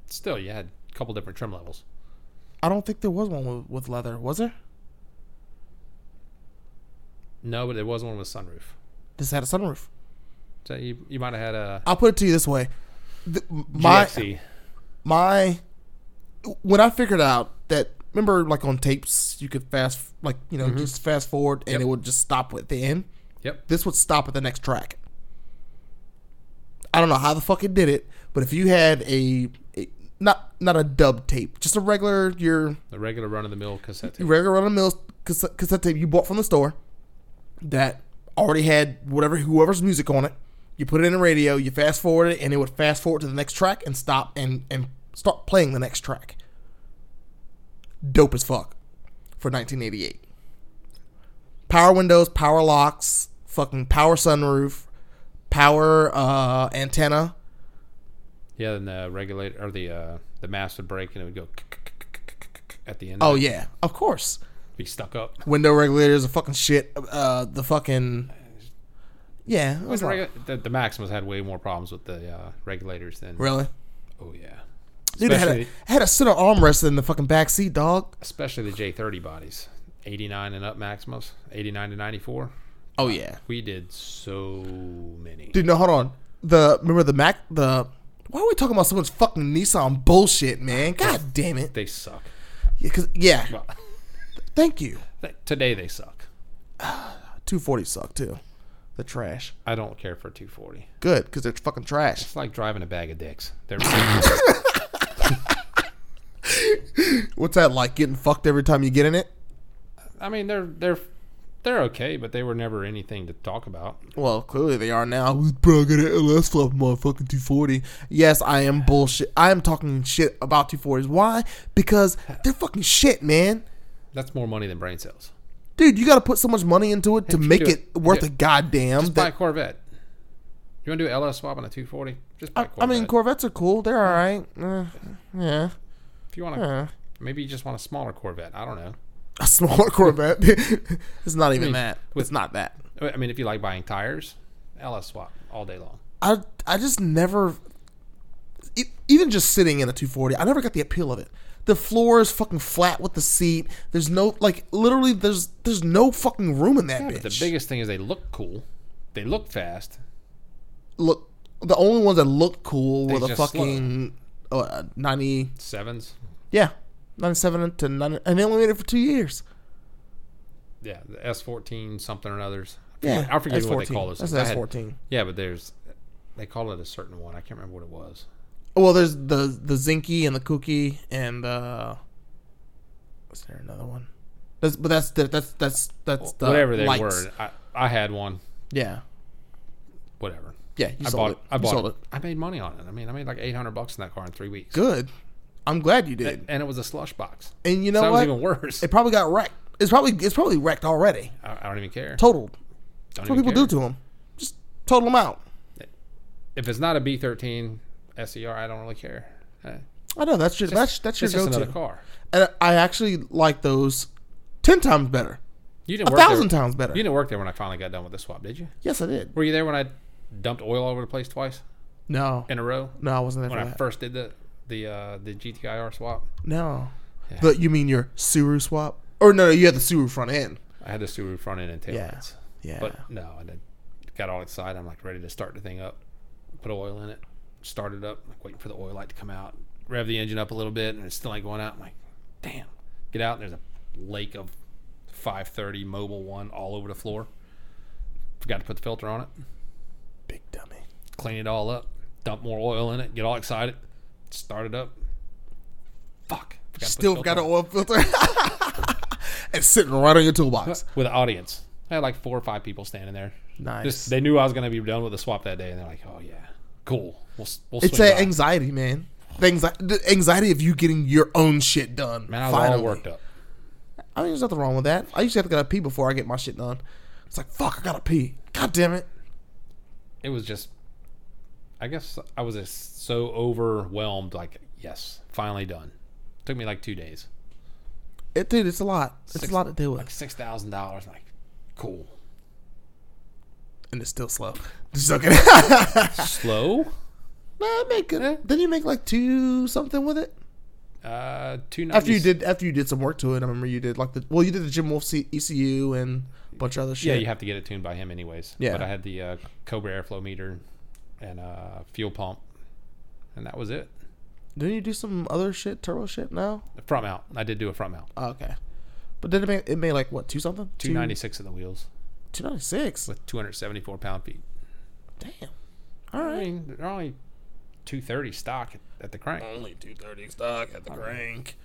B: Still, you had a couple different trim levels.
A: I don't think there was one with, with leather, was there?
B: No, but there was one with sunroof.
A: This had a sunroof.
B: So you, you might have had a E.
A: I'll put it to you this way: Th- my
B: GXE.
A: my when I figured out that remember like on tapes you could fast like you know just fast forward and
B: Mm-hmm. Yep.
A: it would just stop at the end.
B: Yep.
A: This would stop at the next track. I don't know how the fuck it did it, but if you had a, a not not a dub tape, just a regular your
B: The regular run of the mill cassette tape.
A: regular run of the mill cassette, cassette tape you bought from the store that already had whatever whoever's music on it. You put it in the radio, you fast forward it, and it would fast forward to the next track and stop and and start playing the next track. Dope as fuck for 1988. Power windows, power locks, fucking power sunroof, power uh, antenna.
B: Yeah, and the regulator or the uh, the mass would break and it would go at the end.
A: Oh
B: of it.
A: yeah, of course.
B: Be stuck up.
A: Window regulators are fucking shit. Uh, the fucking yeah. it was
B: The,
A: like-
B: regu- the, the Maximus had way more problems with the uh, regulators than.
A: Really?
B: Oh, yeah.
A: Dude, it had a,
B: Especially-
A: it had a center armrest in the fucking back seat, dog.
B: Especially the J30 bodies. 89 and up Maximus. 89 to 94.
A: Oh yeah.
B: We did so many.
A: Dude, no, hold on. The remember the Mac the why are we talking about so much fucking Nissan bullshit, man? God damn it.
B: They suck.
A: Yeah, 'cause- yeah.
B: Well,
A: Thank you.
B: th- today they suck.
A: 240 suck too. The trash.
B: I don't care for 240.
A: Good, because they're fucking trash.
B: It's like driving a bag of dicks. They're
A: What's that like? Getting fucked every time you get in it?
B: I mean, they're they're They're okay, but they were never anything to talk about.
A: Well, clearly they are now. Who's bro got an LS flop motherfucking 240? Yes, I am bullshit. I am talking shit about 240s. Why? Because they're fucking shit, man.
B: That's more money than brain cells.
A: Dude, you got to put so much money into it to
B: you
A: make
B: do
A: it worth
B: Yeah.
A: a goddamn.
B: Just buy a
A: that-
B: Corvette. You want to do an LS swap on a 240? Just buy a
A: I,
B: Corvette.
A: I mean, Corvettes are cool. They're all right. Uh, yeah.
B: if you want to,
A: yeah.
B: maybe you just want a smaller Corvette. I don't know.
A: A smaller Corvette. it's not even
B: mean,
A: that.
B: Hmm. with-
A: It's not that.
B: I mean, if you like buying tires, LS swap all day long.
A: I I just never, e- even just sitting in a 240, I never got the appeal of it. The floor is fucking flat with the seat. There's no like literally there's there's no fucking room in that
B: Yeah,
A: bitch.
B: but the biggest thing is they look cool. They look fast.
A: Look, the only ones that looked cool were the
B: They just slow.
A: fucking uh, 90,
B: Sevens.
A: yeah, 97 to 90, and they only made it for two years.
B: Yeah, the S14 something or others.
A: Yeah,
B: I forget what
A: S14.
B: they call those.
A: That's
B: things.
A: an
B: I had-
A: S14.
B: Yeah, but there's they call it a certain one. I can't remember what it was.
A: Well, there's the the Zinky and the Kooky and uh, was there another one? That's, but that's the, that's that's that's the
B: Whatever they
A: lights.
B: were. I, I had one.
A: Yeah,
B: Whatever.
A: yeah. You
B: I
A: sold
B: bought
A: it.
B: I
A: You
B: bought
A: sold
B: it. I made money on it. I mean, I made like 800 bucks in that car in 3 weeks.
A: Good. I'm glad you did.
B: And it was a slush box.
A: And you know
B: so
A: what?
B: that was even worse.
A: It probably got wrecked. It's probably it's probably wrecked already.
B: I, I don't even care.
A: Totaled.
B: Don't
A: That's what
B: even
A: people
B: care.
A: do to them. Just total them out.
B: If it's not a B13 SER, E I don't really care. Eh,
A: I know that's your that's that's your
B: It's just
A: go
B: another
A: to.
B: car.
A: And I actually like those ten times better,
B: You didn't
A: a
B: work there-
A: thousand times better.
B: You didn't work there when I finally got done with the swap, did you?
A: yes, I did.
B: Were you there when I dumped oil all over the place twice
A: No,
B: in a row?
A: no, I wasn't
B: When
A: there for
B: I
A: that.
B: first did the the uh, the GTIR swap,
A: No,
B: Yeah.
A: but you mean your Subaru swap? Or no, no, you had the Subaru front end.
B: I had the Subaru front end and tail
A: Yeah.
B: lights.
A: Yeah,
B: But no, I did, got all excited. I'm like ready to start the thing up, put oil in it, start it up, like waiting for the oil light to come out, rev the engine up a little bit, and it's still ain't going out. I'm like, damn, get out. And there's a lake of 530 Mobile One all over the floor. Forgot to put the filter on it,
A: big dummy.
B: clean it all up, dump more oil in it, get all excited, start it up. Fuck. forgot to put the
A: Still
B: filter
A: got an
B: on.
A: oil filter. it's sitting right on your toolbox.
B: with an audience. I had like four or five people standing there.
A: Nice.
B: Just, they knew I was going to be done with the swap that day, and they're like, "Oh yeah, cool. We'll s- we'll
A: It's
B: swing
A: that
B: by."
A: anxiety, man. The anxiety, the anxiety of you getting your own shit done.
B: Man, I was
A: finally.
B: all worked up.
A: I mean, there's nothing wrong with that. I used to have to gotta pee before I get my shit done. It's like fuck, I gotta pee. God damn it.
B: It was just, I guess I was just so overwhelmed. Like, yes, finally done. Took me like two days.
A: it dude, it's a lot. It's
B: Six-
A: a lot to deal with,
B: Like six thousand dollars. Like, cool.
A: and it's still slow. Just joking. nah,
B: Slow.
A: I make good. Then you make like two something with it
B: Uh, two
A: after you did after you did some work to it. I remember you did like the well, you did the Jim Wolf C- ECU and a bunch of other shit.
B: Yeah, you have to get it tuned by him, anyways.
A: Yeah.
B: But I had the uh, Cobra airflow meter and uh, fuel pump, and that was it.
A: Didn't you do some other shit, turbo shit? No.
B: The front mount. I did do a front mount.
A: Oh, okay. But then it made, it made like what two something?
B: 296 in the wheels
A: Two ninety six.
B: with 274 pound feet.
A: Damn. All
B: I
A: right.
B: mean, they're only 230 stock at, at the crank.
A: Only two thirty stock at the crank.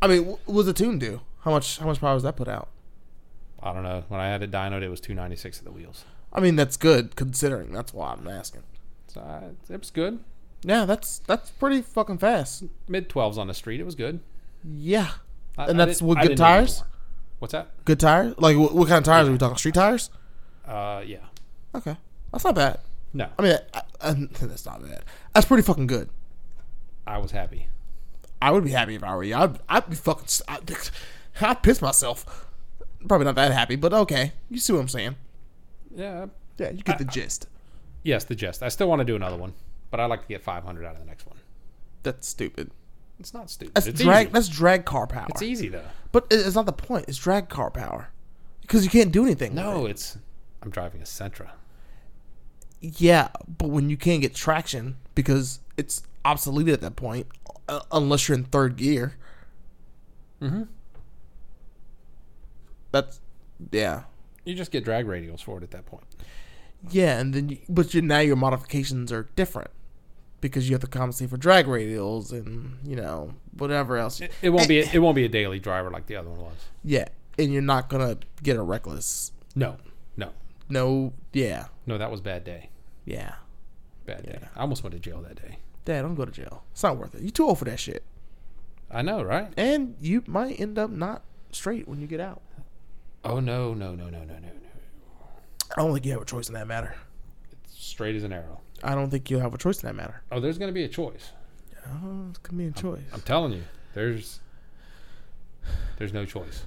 A: I mean, what was the tune do? How much? How much power does that put out?
B: I don't know. When I had it dynoed, it was 296 at the wheels.
A: I mean, that's good considering. That's why I'm asking.
B: So I, it was good.
A: Yeah, that's that's pretty fucking fast.
B: Mid 12s on the street. It was good.
A: Yeah.
B: I-
A: And
B: I
A: that's
B: didn't-
A: with
B: I
A: good
B: didn't need
A: tires?
B: more. What's that?
A: Good tire. Like, what, what kind of tires are we talking? Street tires?
B: Uh, yeah.
A: Okay, that's not bad.
B: No,
A: I mean, I, I, that's not bad. That's pretty fucking good.
B: I was happy.
A: I would be happy if I were you. I'd, I'd be fucking. s- I'd, I'd piss myself. Probably not that happy, but okay. You see what I'm saying?
B: Yeah.
A: Yeah, you get the gist.
B: Yes, the jest. I still want to do another one, but I'd like to get 500 out of the next one.
A: That's stupid.
B: It's not stupid.
A: That's
B: it's
A: drag.
B: easy.
A: That's drag car power.
B: It's e- easy though.
A: But it- it's not the point. It's drag car power because you can't do anything. with
B: No, it's. I'm driving a Sentra.
A: it. Yeah, but when you can't get traction because it's obsolete at that point, uh, unless you're in third gear. Mm-hmm. That's yeah,
B: You just get drag radials for it at that point.
A: yeah, and then you, but you, now your modifications are different because you have to compensate for drag radials and you know whatever else.
B: It won't be. It won't be a daily driver like the other one was.
A: Yeah, and you're not gonna get a reckless.
B: No, no,
A: No, yeah,
B: no. That was bad day.
A: yeah.
B: Bad day. I almost went to jail that day.
A: Dad, don't go to jail. It's not worth it. You're too old for that shit,
B: I know, right?
A: and you might end up not straight when you get out.
B: Oh no, no, no, no, no, no, no.
A: I don't think you have a choice in that matter.
B: Straight as an arrow.
A: I don't think you'll have a choice in that matter.
B: Oh, there's gonna be a choice.
A: Oh, it's gonna be a choice.
B: I'm telling you, there's there's no choice.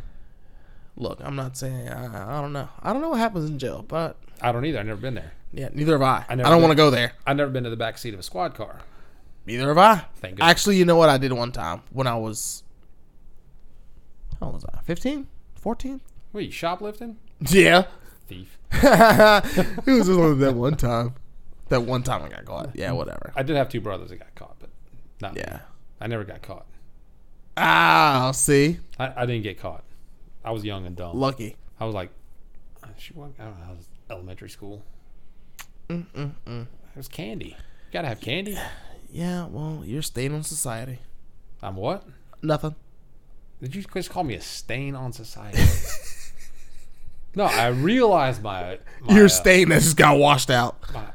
A: Look, I'm not saying I, I don't know. I don't know what happens in jail, but
B: I don't either. I've never been there.
A: yeah, neither have I. I,
B: I never
A: don't
B: did.
A: want to go there.
B: I've never been to the back seat of a squad car.
A: Neither have I.
B: Thank goodness.
A: Actually, you know what I did one time when I was how old was I? 15? 14?
B: Wait, you shoplifting?
A: Yeah.
B: Thief.
A: it was just only that one time. That one time I got caught. Yeah, whatever.
B: I did have two brothers that got caught, but not yeah.
A: Yeah.
B: I never got caught.
A: Ah, see,
B: I, I didn't get caught. I was young and dumb.
A: lucky.
B: I was like, uh, she wa- I don't know. I was elementary school. It was candy. You gotta have candy.
A: Yeah, well, you're staying on society.
B: I'm what?
A: Nothing.
B: Did you just call me a stain on society? no, I realized my, my
A: Your
B: uh,
A: stain that just got washed out.
B: my-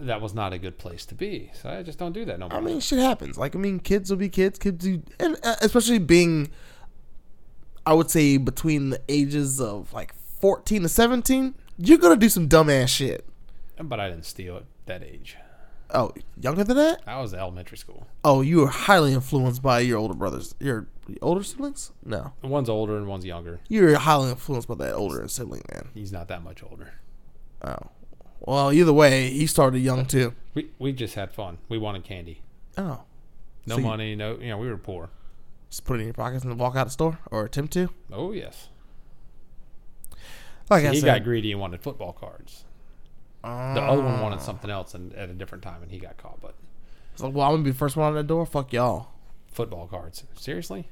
B: that was not a good place to be. So I just don't do that no more.
A: I mean, shit happens. Like, I mean, kids will be kids. Kids do, and uh, especially being, I would say, between the ages of like fourteen to seventeen, you're gonna do some dumbass shit.
B: but I didn't steal at that age.
A: Oh, younger than that?
B: I was in elementary school.
A: Oh, you were highly influenced by your older brothers, your older siblings. No,
B: One's older and one's younger.
A: you were highly influenced by that older sibling, man.
B: He's not that much older.
A: Oh, well, either way, he started young too.
B: We we just had fun. We wanted candy.
A: Oh,
B: No
A: So you-
B: money. No, you know, we were poor.
A: just put it in your pockets and walk out the store, or attempt to.
B: Oh yes.
A: Like I
B: he
A: said,
B: got greedy and wanted football cards. The other one
A: uh,
B: wanted something else and at a different time, and he got caught. But
A: it's like, well, I'm gonna be the first one on that door. Fuck y'all.
B: football cards, seriously,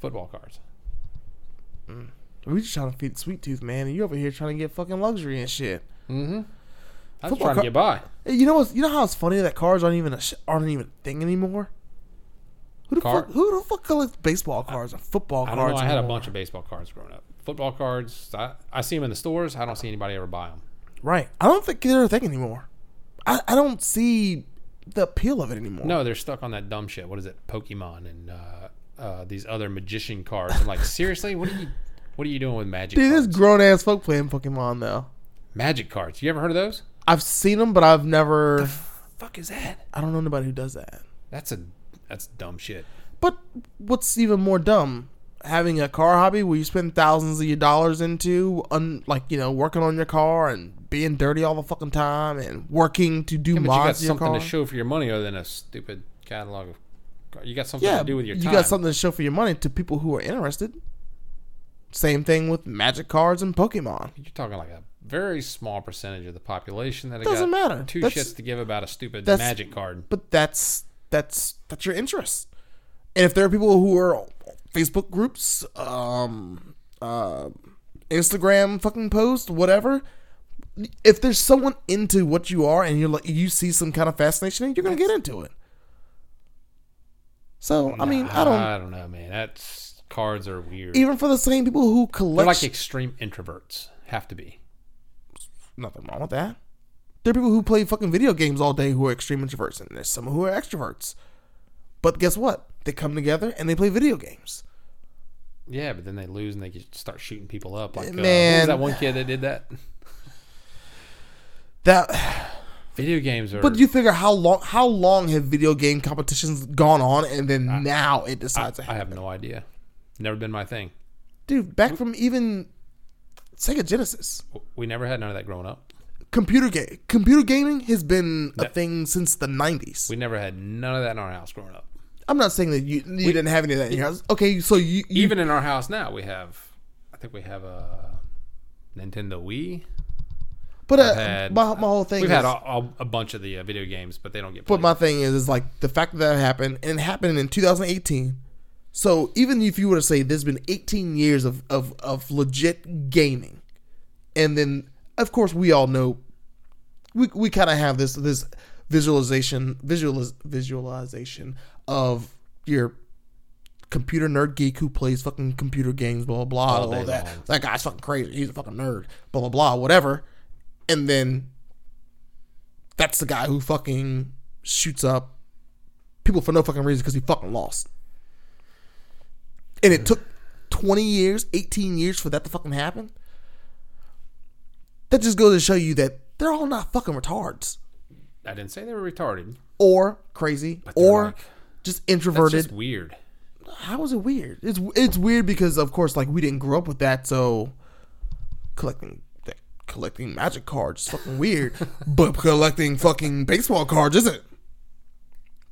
B: football cards.
A: We just trying to feed sweet tooth, man, and you over here trying to get fucking luxury and shit.
B: Mm-hmm. I was
A: Football
B: trying
A: car-
B: to get by.
A: Hey, You know what's, You know how it's funny that cars aren't even a sh- aren't even a thing anymore. Who the
B: Car-
A: fuck? Who the fuck collects baseball cards and football
B: I
A: cards?
B: don't know. I had a
A: anymore?
B: bunch of baseball cards growing up. Football cards. I, I see them in the stores. I don't see anybody ever buy them.
A: Right. I don't think they're a thing anymore. I, I don't see the appeal of it anymore.
B: No, they're stuck on that dumb shit. What is it? Pokemon and uh, uh, these other magician cards. I'm like, seriously, what are you? What are you doing with magic?
A: Dude,
B: cards?
A: this grown ass folk playing Pokemon though.
B: magic cards. You ever heard of those?
A: I've seen them, but I've never.
B: Fuck is that?
A: I don't know anybody who does that.
B: That's a that's dumb shit.
A: But what's even more dumb, having a car hobby where you spend thousands of your dollars into, un, like you know, working on your car and being dirty all the fucking time and working to do
B: Yeah, but you got
A: mods to your
B: something
A: car.
B: to show for your money other than a stupid catalog of. car- You got something
A: yeah,
B: to do with your
A: you
B: time.
A: got something to show for your money to people who are interested. Same thing with Magic cards and Pokemon.
B: You're talking like a very small percentage of the population that
A: Doesn't
B: got
A: matter.
B: two
A: That's-
B: shits to give about a stupid
A: that's-
B: magic card.
A: But that's that's that's your interest. And if there are people who are on Facebook groups, um, uh, Instagram fucking post, whatever. If there's someone into what you are and you're like you see some kind of fascination, in it, you're gonna get into it. So I mean, I don't.
B: I don't know, man. That's cards are weird.
A: Even for the same people who
B: They're
A: collect,
B: like extreme introverts. Have to be.
A: nothing wrong with that. There are people who play fucking video games all day who are extreme introverts, and there's some who are extroverts. But guess what? They come together and they play video games.
B: Yeah, but then they lose and they just start shooting people up. Like, uh, who
A: Man.
B: was that one kid that did that?
A: That,
B: Video games are.
A: but you figure how long how long have video game competitions gone on, and then now it
B: I,
A: decides to
B: I
A: happen.
B: have no idea. Never been my thing.
A: Dude, back from even Sega Genesis,
B: W- We never had none of that growing up.
A: computer game computer gaming has been a
B: That-
A: thing since the nineties.
B: We never had none of that in our house growing up.
A: I'm not saying that you you didn't have any of that in your house. Okay, so you, you
B: Even in our house now, we have. I think we have a Nintendo Wii.
A: but uh,
B: had-
A: my, my whole thing
B: We've
A: is,
B: had a, a, a bunch of the uh, video games, but they don't get
A: But
B: played.
A: my thing is, is like the fact that that happened and it happened in 2018. So even if you were to say there's been 18 years of, of, of legit gaming, and then of course we all know, we, we kind of have this this visualization visualiz, visualization of your computer nerd geek who plays fucking computer games, blah blah blah,
B: All
A: all,
B: day
A: that.
B: long.
A: That guy's fucking crazy. He's a fucking nerd, blah blah blah, whatever. And then that's the guy who fucking shoots up people for no fucking reason because he fucking lost. And it took 20 years, 18 years for that to fucking happen. That just goes to show you that they're all not fucking retards
B: I didn't say they were retarded.
A: or crazy
B: they're
A: or
B: like-
A: just
B: It's
A: introverted.
B: just weird.
A: How is it weird? It's it's weird because of course like we didn't grow up with that, so collecting that- collecting magic cards is fucking weird, but collecting fucking baseball cards isn't.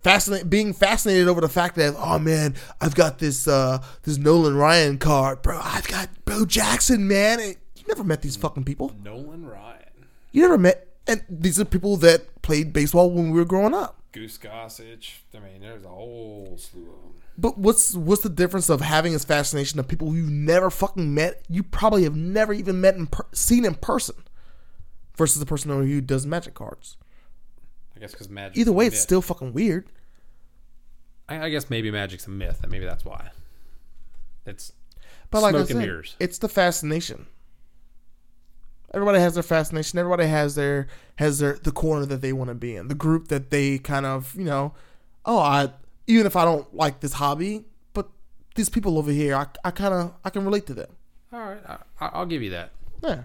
A: Fascinate being fascinated over the fact that oh man, I've got this uh this Nolan Ryan card, bro. I've got Bo Jackson, man. And you never met these fucking people.
B: Nolan Ryan,
A: You never met, and these are people that played baseball when we were growing up.
B: Goose Gossage. I mean, there's a whole slew of them.
A: But what's what's the difference of having this fascination of people who you've never fucking met? You probably have never even met in per- seen in person, versus the person who does magic cards.
B: I guess because magic.
A: Either way, it's still fucking weird.
B: I, I guess maybe magic's a myth, and maybe that's why. It's
A: But like
B: smoke
A: I said,
B: and mirrors.
A: it's the fascination. Everybody has their fascination. Everybody has their has their the corner that they want to be in, the group that they kind of you know. Oh, I even if I don't like this hobby, but these people over here, I I kind of I can relate to them.
B: All right, I, I- I'll give you that.
A: Yeah.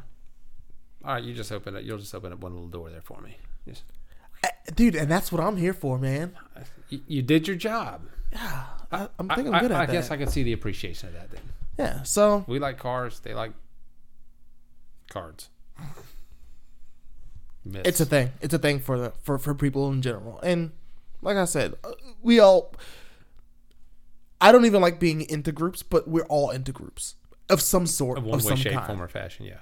B: All right, you just open it. You'll just open up one little door there for me. Just,
A: Uh, Dude, and that's what I'm here for, man.
B: you, you did your job.
A: I, I'm
B: I
A: thinking I, am good
B: I,
A: at
B: I
A: that.
B: guess I can see the appreciation of that. Then
A: yeah. So
B: we like cars. They like cards. Myths.
A: it's a thing. It's a thing for the for for people in general. And like I said, uh, we all. I don't even like being into groups, but we're all into groups of some sort,
B: Of
A: of,
B: one way,
A: some
B: shape,
A: kind.
B: form, or fashion. Yeah.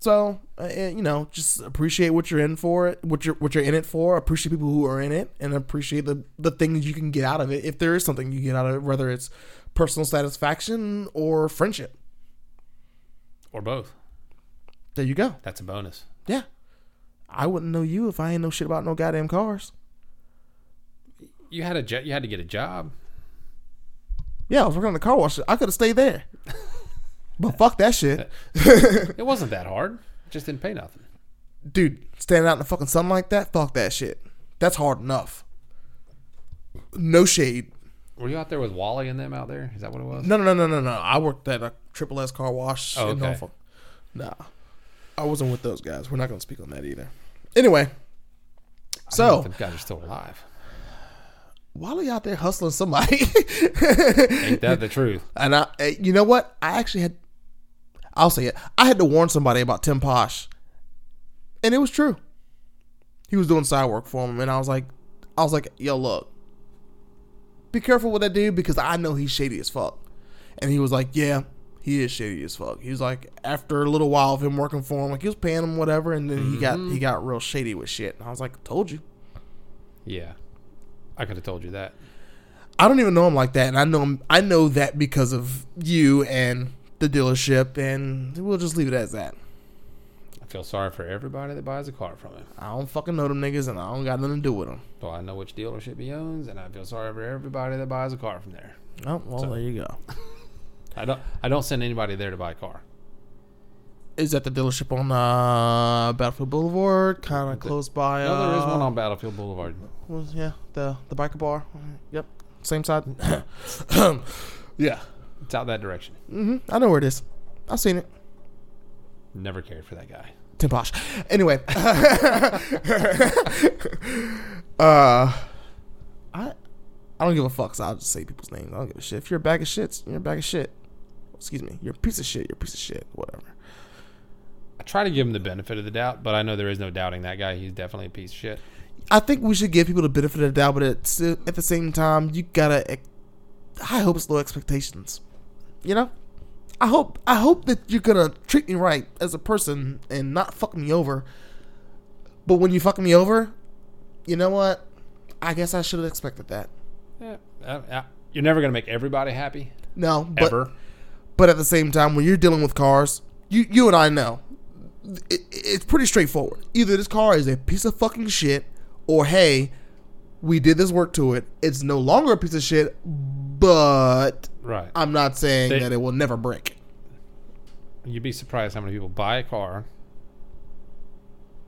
A: So uh, eh, you know, just appreciate what you're in for, it, what you're what you're in it for. Appreciate people who are in it, and appreciate the the things you can get out of it. If there is something you get out of it, whether it's personal satisfaction or friendship,
B: Or both.
A: there you go.
B: That's a bonus.
A: Yeah. I wouldn't know you if I ain't know shit about no goddamn cars.
B: You had a jo- you had to get a job.
A: Yeah, I was working on the car wash. I could have stayed there. but fuck that shit.
B: It wasn't that hard. It just didn't pay nothing.
A: Dude, standing out in the fucking sun like that, fuck that shit. That's hard enough. No shade.
B: Were you out there with Wally and them out there? Is that what it was?
A: No, no, no, no, no, no. I worked at a triple S car wash
B: Oh,
A: in
B: okay.
A: Norfolk. Nah. I wasn't with those guys. We're not going to speak on that either. Anyway. So,
B: the guys are still alive.
A: Wally out there hustling somebody.
B: Ain't that the truth?
A: And I, eh, you know what? I actually had, I'll say it. I had to warn somebody about Tim Posh, and it was true. He was doing side work for him, and I was like, I was like, yo, look, be careful with that dude because I know he's shady as fuck. And he was like, yeah, he is shady as fuck. He was like, after a little while of him working for him, like he was paying him whatever, and then he got he got real shady with shit. And I was like, told you.
B: Yeah, I could have told you that.
A: I don't even know him like that, and I know him. I know that because of you and the dealership, and we'll just leave it as that.
B: I feel sorry for everybody that buys a car from him.
A: I don't fucking know them niggas, and I don't got nothing to do with them.
B: Well, I know which dealership he owns, and I feel sorry for everybody that buys a car from there.
A: Oh well, there you go.
B: I don't. I don't send anybody there to buy a car.
A: Is that the dealership on uh, Battlefield Boulevard, kind of close by?
B: No, there is one
A: uh,
B: on Battlefield Boulevard.
A: was- yeah, the the biker bar. Yep, same side. yeah,
B: It's out that direction.
A: hmm I know where it is. I've seen it.
B: Never cared for that guy.
A: Tim Posh. Anyway, uh, I I don't give a fuck. So I'll just say people's names. I don't give a shit. If you're a bag of shits, you're a bag of shit. Excuse me. You're a piece of shit. You're a piece of shit. Whatever.
B: I try to give him the benefit of the doubt, but I know there is no doubting that guy. He's definitely a piece of shit.
A: I think we should give people the benefit of the doubt, but it's, at the same time, you gotta ex- high hopes, low expectations. You know, I hope I hope that you're gonna treat me right as a person and not fuck me over. But when you fuck me over, you know what? I guess I should have expected that.
B: Yeah, I, I, Uh, you're never gonna make everybody happy
A: No, but
B: ever.
A: but at the same time, when you're dealing with cars, you you and I know it, it's pretty straightforward. Either this car is a piece of fucking shit, or hey, we did this work to it. It's no longer a piece of shit, but
B: Right.
A: I'm not saying
B: They-
A: that it will never break.
B: You'd be surprised how many people buy a car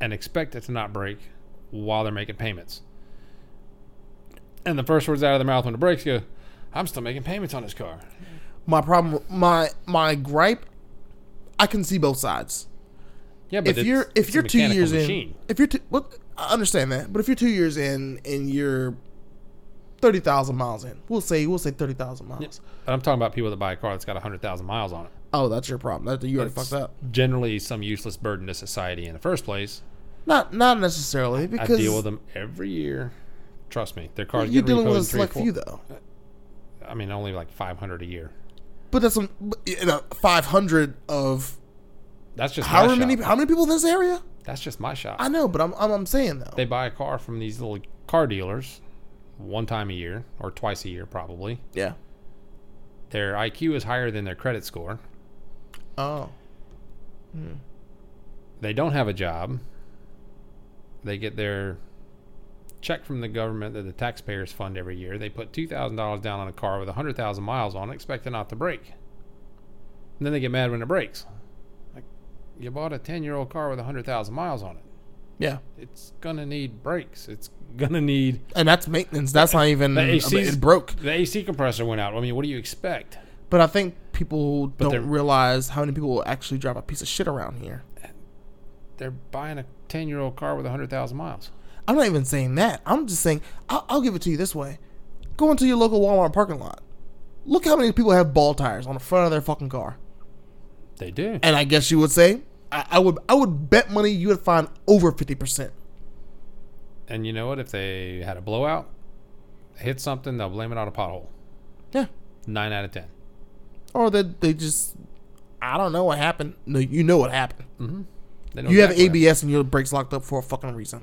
B: and expect it to not break while they're making payments. And the first words out of their mouth when it breaks, you go, I'm still making payments on this car.
A: My problem, my my gripe, I can see both sides.
B: Yeah, but
A: if
B: it's-
A: you're if
B: it's a
A: you're two
B: mechanical
A: years in,
B: machine.
A: if you're two, well, I understand that, but if you're two years in and you're thirty thousand miles in, we'll say we'll say thirty thousand miles.
B: But I'm talking about people that buy a car that's got 100,000 miles on it.
A: Oh, that's your problem. That you already
B: That's
A: fucked up.
B: Generally, some useless burden to society in the first place.
A: Not not necessarily
B: I
A: because
B: deal with them every year. Trust me, their cars
A: you're
B: get
A: dealing
B: repoed
A: with
B: in
A: a
B: three or
A: select
B: four.
A: few though.
B: I mean, only like 500 a year.
A: But that's some but, you know, five hundred of
B: That's just
A: however
B: my
A: many
B: shop.
A: how many people in this area?
B: That's just my shop.
A: I know, but I'm I'm, I'm saying though.
B: they buy a car from these little car dealers one time a year or twice a year probably.
A: yeah.
B: Their IQ is higher than their credit score.
A: Oh.
B: They don't have a job. They get their check from the government that the taxpayers fund every year. They put $2,000 down on a car with 100,000 miles on it, expecting not to break. And then they get mad when it breaks. Like, you bought a 10 year old car with 100,000 miles on it.
A: Yeah.
B: It's going to need brakes. It's going to need
A: And that's maintenance. That's not even
B: The
A: I mean,
B: AC's
A: it broke.
B: The AC compressor went out. I mean, what do you expect?
A: But I think people
B: they're-
A: don't realize how many people actually drive a piece of shit around here.
B: They're buying a 10 year old car with 100,000 miles.
A: I'm not even saying that. I'm just saying I'll, I'll give it to you this way: go into your local Walmart parking lot. Look how many people have ball tires on the front of their fucking car.
B: They do.
A: And I guess you would say I, I would I would bet money you would find over fifty percent.
B: And you know what? If they had a blowout, hit something, they'll blame it on a pothole.
A: Yeah.
B: Nine out of 10.
A: Or that they just I don't know what happened. No, you know what happened.
B: They know
A: you have
B: exactly what happened.
A: ABS and your brakes locked up for a fucking reason.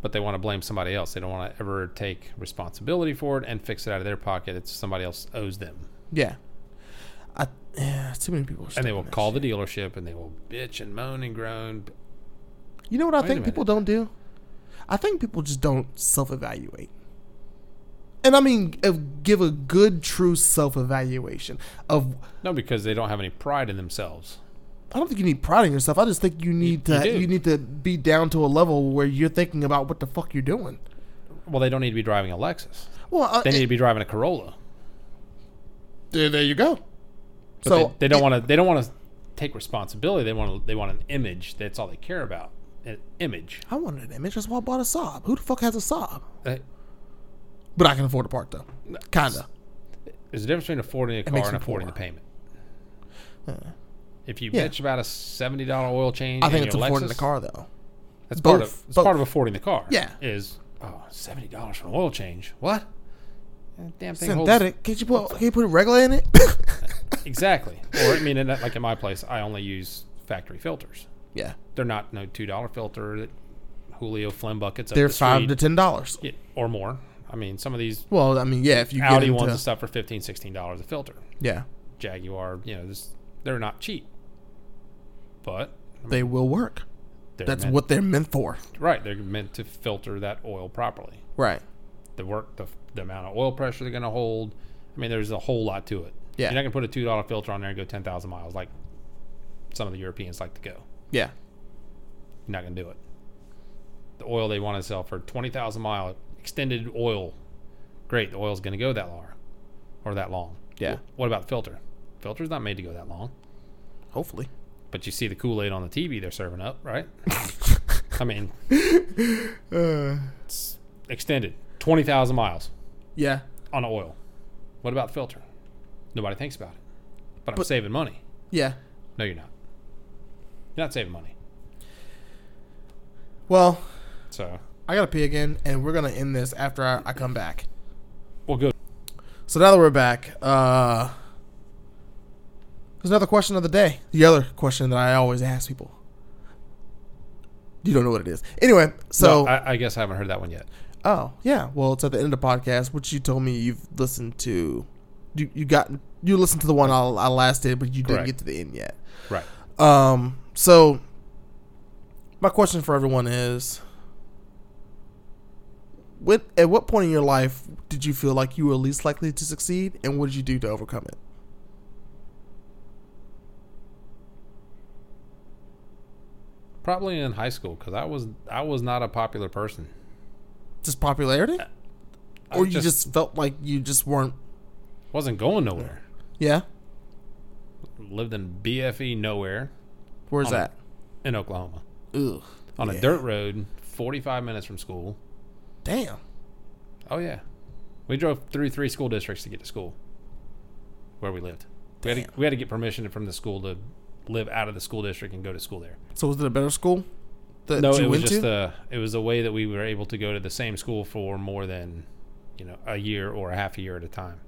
B: But they want to blame somebody else. They don't want to ever take responsibility for it and fix it out of their pocket. It's somebody else owes them.
A: Yeah. I yeah, too many people. Are
B: And they
A: doing
B: will
A: that
B: call
A: shit.
B: the dealership and they will bitch and moan and groan.
A: You know what I
B: Wait a
A: think
B: minute.
A: people don't do? I think people just don't self-evaluate. And I mean, uh, give a good, true self-evaluation of.
B: No, because they don't have any pride in themselves.
A: I don't think you need pride in yourself. I just think you need
B: you
A: to.
B: do.
A: you need to be down to a level where you're thinking about what the fuck you're doing.
B: Well, they don't need to be driving a Lexus.
A: Well, I,
B: They need to be driving a Corolla.
A: there, there you go.
B: But
A: so
B: they, they don't want to. They don't want to take responsibility. They want. to. They want an image. That's all they care about. An image.
A: I wanted an image. That's why I bought a Saab. Who the fuck has a Saab?
B: Uh,
A: But I can afford a part though. Kinda.
B: There's a difference between affording
A: makes
B: a car and
A: you
B: affording the
A: poor.
B: payment. If you
A: Yeah.
B: bitch about a seventy dollar oil change,
A: I think
B: in
A: it's
B: your
A: affording
B: Lexus,
A: the car though.
B: That's part
A: Both.
B: of. It's
A: Both.
B: part of affording the car.
A: Yeah.
B: Is oh, seventy dollars for an oil change? What? That Damn thing holds-
A: Synthetic. Can't you put? Can you put a regular in it?
B: exactly. Or I mean, in that, like in my place, I only use factory filters.
A: yeah.
B: They're not no two dollar filter that Julio Flem buckets. Up
A: They're
B: the
A: five
B: street
A: to ten dollars.
B: get- or more. I mean, some of these
A: Well, I mean, yeah. If you
B: Audi
A: get into,
B: ones and stuff for 15 dollars a filter.
A: yeah,
B: Jaguar, you know, this they're not cheap, but
A: they will work.
B: they're
A: That's
B: meant-
A: what they're meant for.
B: right. They're meant to filter that oil properly.
A: Right.
B: The work, the, the amount of oil pressure they're going to hold. I mean, there's a whole lot to it.
A: Yeah.
B: you're not going to put a two dollar filter on there and go 10,000 miles like some of the Europeans like to go.
A: Yeah.
B: You're not going to do it. The oil they want to sell for 20,000 mile extended oil. Great, the oil's going to go that long, or that long.
A: Yeah.
B: What about the filter? Filter's not made to go that long.
A: Hopefully.
B: But you see the Kool Aid on the TV they're serving up, right? I mean,
A: Uh.
B: it's extended 20,000 miles
A: Yeah.
B: on oil. What about the filter? Nobody thinks about it. But I'm
A: But-
B: saving money.
A: Yeah.
B: No, you're not. You're not saving money.
A: Well,
B: So,
A: I gotta pee again, and we're gonna end this after I, I come back.
B: well, good.
A: So now that we're back, uh, there's another question of the day. The other question that I always ask people. You don't know what it is. Anyway, so
B: Well, I, I guess I haven't heard that one yet.
A: Oh yeah, well it's at the end of the podcast, which you told me you've listened to. You you got you listened to the one I, I last did, but you didn't
B: Correct.
A: get to the end yet.
B: Right.
A: Um, so my question for everyone is, What at what point in your life did you feel like you were least likely to succeed, and what did you do to overcome it?
B: Probably in high school because I was I was not a popular person.
A: Just popularity,
B: I
A: or you just felt like you just weren't?
B: wasn't going nowhere.
A: Yeah,
B: Lived in BFE nowhere
A: where's
B: On a-
A: that?
B: in Oklahoma
A: Ugh.
B: on
A: Yeah.
B: a dirt road, forty five minutes from school.
A: Damn.
B: Oh yeah, we drove through three school districts to get to school where we lived. We had, to, we had to get permission from the school to live out of the school district and go to school there.
A: So was it a better school that
B: no,
A: you
B: it was
A: went
B: just
A: to?
B: a it was a way that we were able to go to the same school for more than you know a year or a half a year at a time.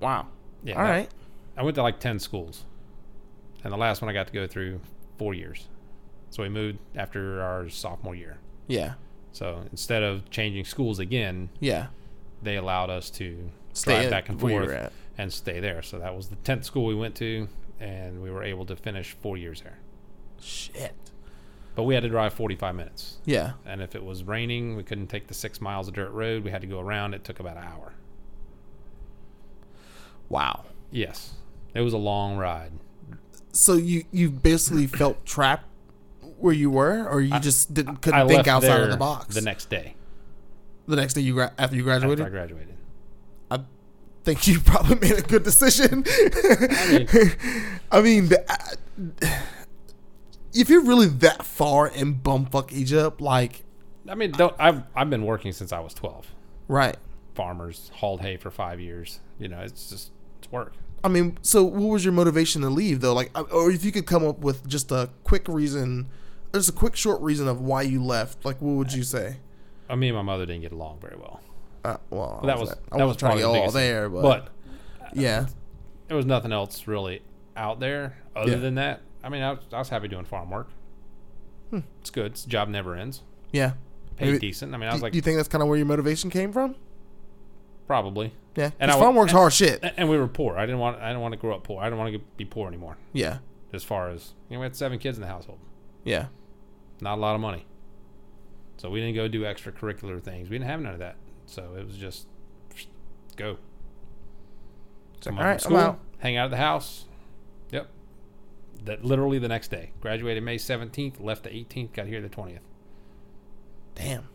A: wow.
B: Yeah,
A: All
B: that-
A: right.
B: I went to like ten schools, and the last one I got to go through four years. So we moved after our sophomore year.
A: Yeah.
B: So instead of changing schools again,
A: Yeah.
B: they allowed us to
A: Stay
B: drive
A: at
B: back and
A: where you were
B: forth
A: at.
B: and stay there. So that was the tenth school we went to, and we were able to finish four years there.
A: Shit.
B: But we had to drive forty-five minutes.
A: Yeah.
B: And if it was raining, we couldn't take the six miles of dirt road. We had to go around. It took about an hour.
A: Wow.
B: Yes. It was a long ride.
A: So you you basically felt trapped where you were, or you just didn't couldn't
B: I
A: think
B: left
A: outside of
B: there
A: the box.
B: the next day
A: The next day you gra- after you graduated,
B: after I graduated.
A: I think you probably made a good decision. I mean,
B: mean-
A: the, I, if you're really that far in bumfuck Egypt, like,
B: I mean, don't, I've, I've been working since I was 12.
A: right?
B: Farmers, hauled hay for five years. You know, it's just, it's work.
A: I mean, so what was your motivation to leave though? Like, I- or if you could come up with just a quick reason, there's a quick short reason of why you left. Like, what would you say?
B: Uh, me and my mother didn't get along very well.
A: Uh, well, I
B: That was,
A: wasn't- I
B: that
A: wasn't
B: was
A: trying
B: probably
A: to go
B: the
A: all
B: biggest thing.
A: there, but,
B: but
A: yeah,
B: there was nothing else really out there other
A: Yeah.
B: than that. I mean, I was, I was happy doing farm work. It's good. It's job never ends.
A: yeah. Hmm.
B: Paid
A: Maybe-
B: decent. I mean, I was
A: do,
B: like,
A: do you think that's kind of where your motivation came from?
B: probably.
A: Yeah,
B: And
A: and
B: I
A: farm
B: wa-
A: work's hard shit.
B: A- and we were poor. I didn't want. I didn't want to grow up poor. I didn't want to get, be poor anymore.
A: Yeah,
B: As far as you know, we had seven kids in the household.
A: yeah,
B: Not a lot of money. So we didn't go do extracurricular things. We didn't have none of that. So it was just psh, go. Come
A: all
B: home
A: right,
B: from
A: I'm
B: school,
A: out.
B: hang out at the house. Yep. That literally the next day. Graduated May seventeenth. Left the eighteenth. Got here the twentieth.
A: damn.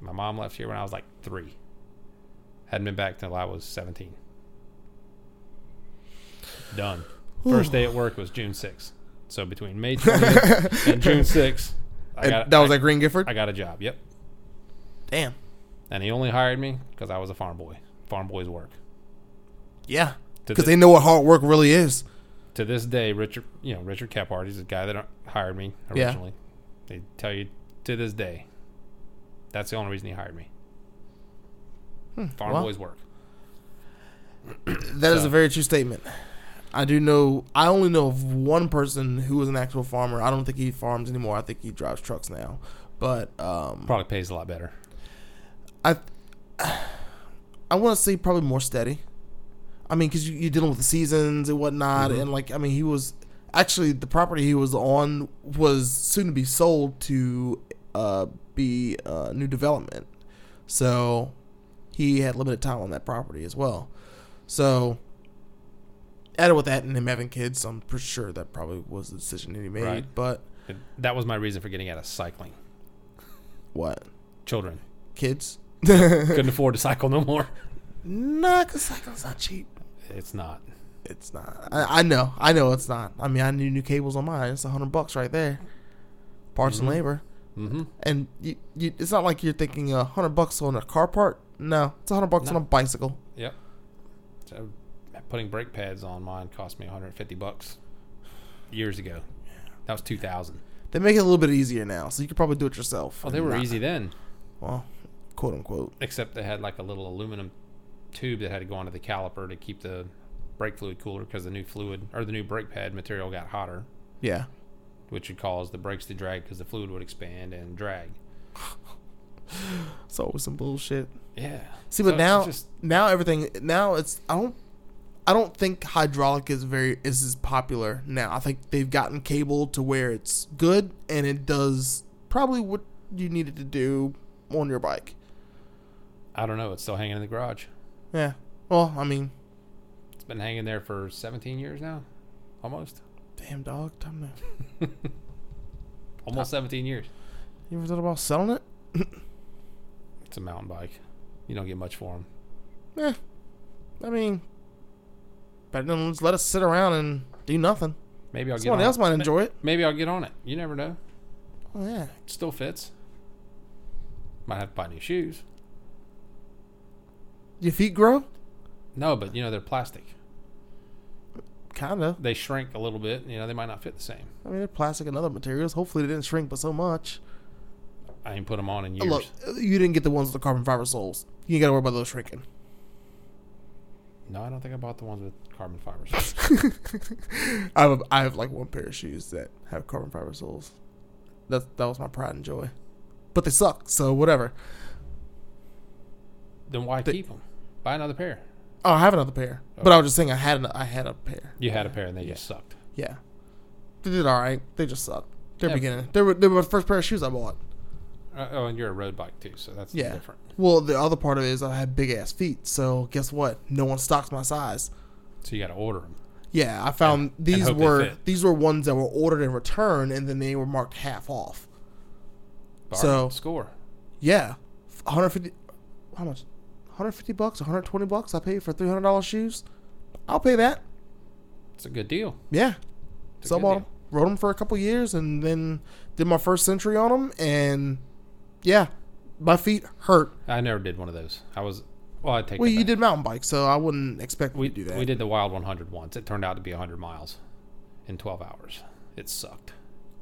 B: My mom left here when I was like three. Hadn't been back till I was seventeen. Done. First day at work was June sixth. So between May 20th and June sixth, I
A: And
B: got
A: that was
B: I,
A: at Green Gifford.
B: I got a job. Yep.
A: Damn.
B: And he only hired me because I was a farm boy. Farm boys work.
A: Yeah,
B: To
A: because
B: thi-
A: they know what hard work really is.
B: To this day, Richard, you know Richard Kephart, he's the guy that uh, hired me
A: Yeah.
B: originally. They tell you to this day, that's the only reason he hired me. farm
A: Hmm, well.
B: boys work.
A: That is
B: So-
A: a very true statement. I do know. I only know of one person who was an actual farmer. I don't think he farms anymore. I think he drives trucks now. But um,
B: Probably pays a lot better.
A: I, I want to say probably more steady. I mean, because you, you're dealing with the seasons and whatnot, and like, I mean, he was actually the property he was on was soon to be sold to uh, be uh, new development, so he had limited time on that property as well. So, added with that and him having kids, I'm pretty sure that probably was the decision that he made.
B: Right.
A: But
B: And that was my reason for getting out of cycling.
A: what
B: Children
A: kids?
B: couldn't afford to cycle no more.
A: nah, because cycles not cheap.
B: It's not.
A: It's not. I, I know. I know it's not. I mean, I knew new cables on mine. It's a hundred bucks right there, parts and labor.
B: Mm-hmm.
A: And you, you, it's not like you're thinking a hundred bucks on a car part. No, it's a hundred bucks
B: No.
A: on a bicycle.
B: Yep. So putting brake pads on mine cost me 150 bucks years ago. That was 2000.
A: They make it a little bit easier now, so you could probably do it yourself.
B: Oh, they
A: and
B: were
A: not-
B: easy then,
A: Well, quote unquote.
B: except they had like a little aluminum tube that had to go onto the caliper to keep the brake fluid cooler because the new fluid or the new brake pad material got hotter,
A: Yeah.
B: which would cause the brakes to drag because the fluid would expand and drag.
A: It's always some bullshit.
B: Yeah.
A: See,
B: So
A: but
B: it's
A: now,
B: just-
A: now everything now it's I don't I don't think hydraulic is very is as popular now. I think they've gotten cable to where it's good and it does probably what you needed to do on your bike.
B: I don't know. It's still hanging in the garage.
A: Yeah. Well, I mean,
B: It's been hanging there for 17 years now, almost,
A: damn dog, time to.
B: almost 17 years.
A: You ever thought about selling it?
B: It's a mountain bike. You don't get much for them.
A: Yeah. I mean, better than just let us sit around and do nothing.
B: Maybe I'll
A: Someone
B: get on
A: else
B: it.
A: might
B: Ma-
A: enjoy it.
B: Maybe I'll get on it. You never know.
A: Oh, yeah.
B: It still fits. Might have to buy new shoes.
A: Your feet grow?
B: No, but you know they're plastic.
A: Kinda.
B: They shrink a little bit. You know they might not fit the same.
A: I mean, they're plastic and other materials. Hopefully, they didn't shrink but so much.
B: I ain't put them on in
A: Uh,
B: years.
A: Look, uh, you didn't get the ones with the carbon fiber soles. You ain't got to worry about those shrinking.
B: No, I don't think I bought the ones with carbon fibers.
A: I have, I have like one pair of shoes that have carbon fiber soles. That that was my pride and joy, but they suck. So whatever.
B: then why
A: They-
B: keep 'em? keep them? Buy another pair.
A: Oh, I have another pair, but I was just saying I had an, I had a pair.
B: You had a pair and they just sucked.
A: Yeah, they did all right. They just suck. They're
B: Yeah.
A: beginning. They were they were the first pair of shoes I bought.
B: Uh, oh, and you're a road bike too, so that's
A: Yeah.
B: different.
A: Well, the other part of it is I had big ass feet. So guess what? No one stocks my size.
B: So you got to order them.
A: Yeah, I found these
B: hope they
A: were
B: fit.
A: these were ones that were ordered in return, and then they were marked half off. So-
B: score.
A: Yeah, 150. How much? 150 bucks, 120 bucks. I paid for 300 dollars shoes. I'll pay that.
B: It's a good deal.
A: Yeah,
B: It's a
A: so I
B: good
A: bought
B: deal.
A: them, rode them for a couple years, and then did my first century on them. And yeah, my feet hurt.
B: I never did one of those. I was well. I take.
A: Well,
B: that
A: you
B: back.
A: did mountain bike, so I wouldn't expect
B: We
A: you to do that.
B: We did the Wild 100 once. It turned out to be 100 miles in 12 hours. It sucked.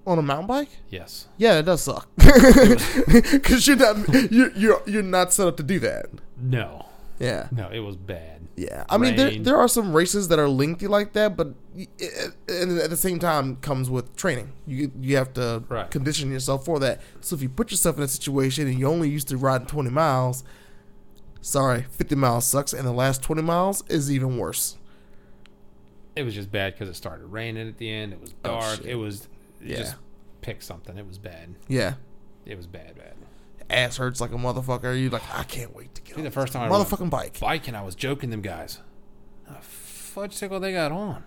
A: on a mountain bike.
B: Yes.
A: Yeah, it does suck because you're not you're, you're you're not set up to do that.
B: No.
A: Yeah.
B: No, it was bad.
A: Yeah, I mean, there,
B: Rain.
A: there are some races that are lengthy like that, but y- it- and at the same time comes with training. You you have to
B: Right.
A: condition yourself for that. So if you put yourself in a situation and you're only used to riding 20 miles, sorry, 50 miles sucks, and the last 20 miles is even worse.
B: It was just bad because it started raining at the end. It was dark.
A: Oh, shit.
B: it was
A: Yeah.
B: just pick something. It was bad.
A: Yeah,
B: It was bad, bad.
A: ass hurts like a motherfucker. You're like, I can't wait to get
B: See,
A: on
B: the
A: the
B: first time I rode
A: motherfucking bike.
B: bike and I was joking them guys. A fudge sickle they got on.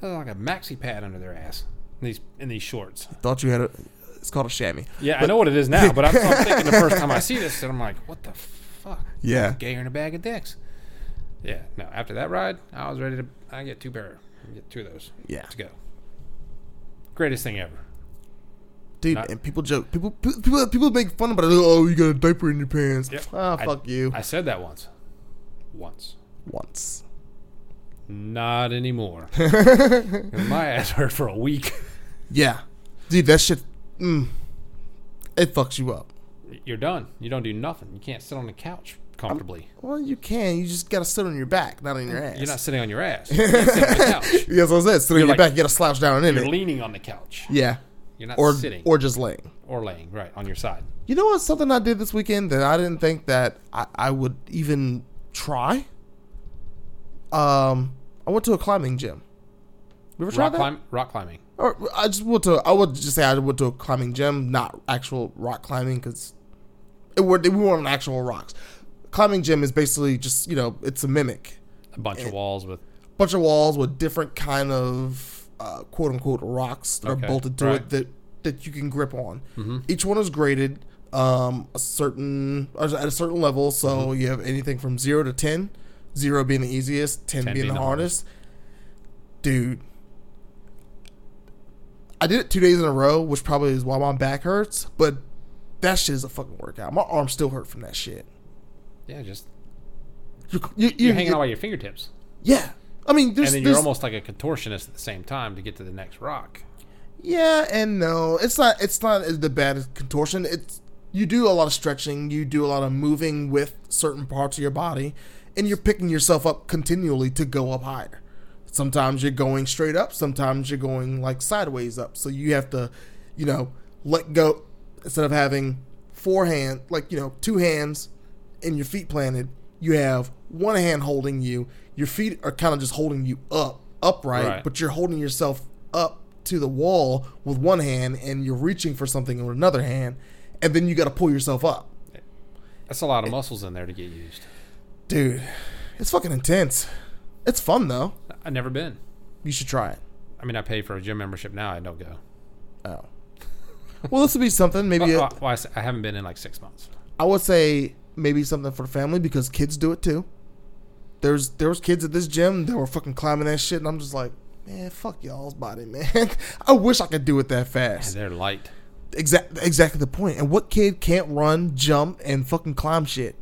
B: That was like a maxi pad under their ass. In these in these shorts.
A: Thought you had a. It's called a chamois.
B: Yeah, I know what it is now, but I'm, I'm thinking the first time I see this, and I'm like, what the fuck?
A: Yeah.
B: Gayer in a bag of dicks. Yeah, no. After that ride, I was ready to. I get two pair. I get two of those.
A: Yeah,
B: Let's go. Greatest thing ever.
A: dude,
B: Not-
A: and people joke. People, people, people make fun about it. Oh, you got a diaper in your pants.
B: Yep.
A: Ah,
B: I-
A: fuck you.
B: I said that once. Once.
A: Once.
B: Not anymore. 'Cause my ass hurt for a week.
A: Yeah, dude, that shit, mm, it fucks you up.
B: You're done. You don't do nothing. You can't sit on the couch comfortably.
A: Well, you can. You just gotta sit on your back, not on your ass.
B: You're not sitting on your ass. You can't sit on the couch.
A: Yeah, that's what I said. Sit on your
B: like-
A: back. You gotta slouch down in
B: You're
A: it.
B: leaning on the couch.
A: yeah,
B: You're not
A: or
B: sitting or,
A: or just laying.
B: laying right on your side.
A: You know what? Something I did this weekend that I didn't think that I, I would even try. Um, I went to a climbing gym. You ever tried
B: Rock,
A: that?
B: climb, rock climbing.
A: Or I just went to. I would just say I went to a climbing gym, not actual rock climbing, because it were we weren't on actual rocks. Climbing gym is basically just you know it's a mimic,
B: A bunch
A: Eh.
B: of walls with
A: bunch of walls with different kind of uh, quote unquote rocks that
B: Okay,
A: are bolted to
B: right. Mm-hmm.
A: it that that you can grip on. Each one is graded um, a certain or at a certain level, so
B: Mm-hmm.
A: you have anything from zero to ten. Zero being the easiest, ten, being, the hardest. Dude, I did it two days in a row, which probably is why my back hurts. But that shit is a fucking workout. My arms still hurt from that shit.
B: yeah, just
A: You, you, you,
B: you're hanging out by your fingertips,
A: Yeah, I mean, there's,
B: and then you're
A: there's-
B: almost like a contortionist at the same time to get to the next rock.
A: Yeah and no. It's not. It's not as the bad as contortion. It's you do a lot of stretching. You do a lot of moving with certain parts of your body, and you're picking yourself up continually to go up higher. Sometimes you're going straight up. Sometimes you're going like sideways up. So you have to, you know, let go instead of having four hand like you know two hands and your feet planted. You have one hand holding you. Your feet are kind of just holding you up, upright,
B: Right.
A: but but you're holding yourself up to the wall with one hand and you're reaching for something with another hand and then you got to pull yourself up.
B: That's a
A: Eh.
B: lot of muscles in there to get used.
A: Dude, it's fucking intense. It's fun though.
B: I've never been.
A: You should try it.
B: I mean, I pay for a gym membership now. I don't go.
A: Oh. Uh-uh. Well, this would be something. Maybe
B: Well,
A: it-
B: well, I s- I haven't been in like six months.
A: I would say maybe something for family because kids do it too. There's there was kids at this gym that were fucking climbing that shit, and I'm just like, man, fuck y'all's body, man. I wish I could do it that fast.
B: They're light.
A: Exact, exactly the point. And what kid can't run, jump, and fucking climb shit?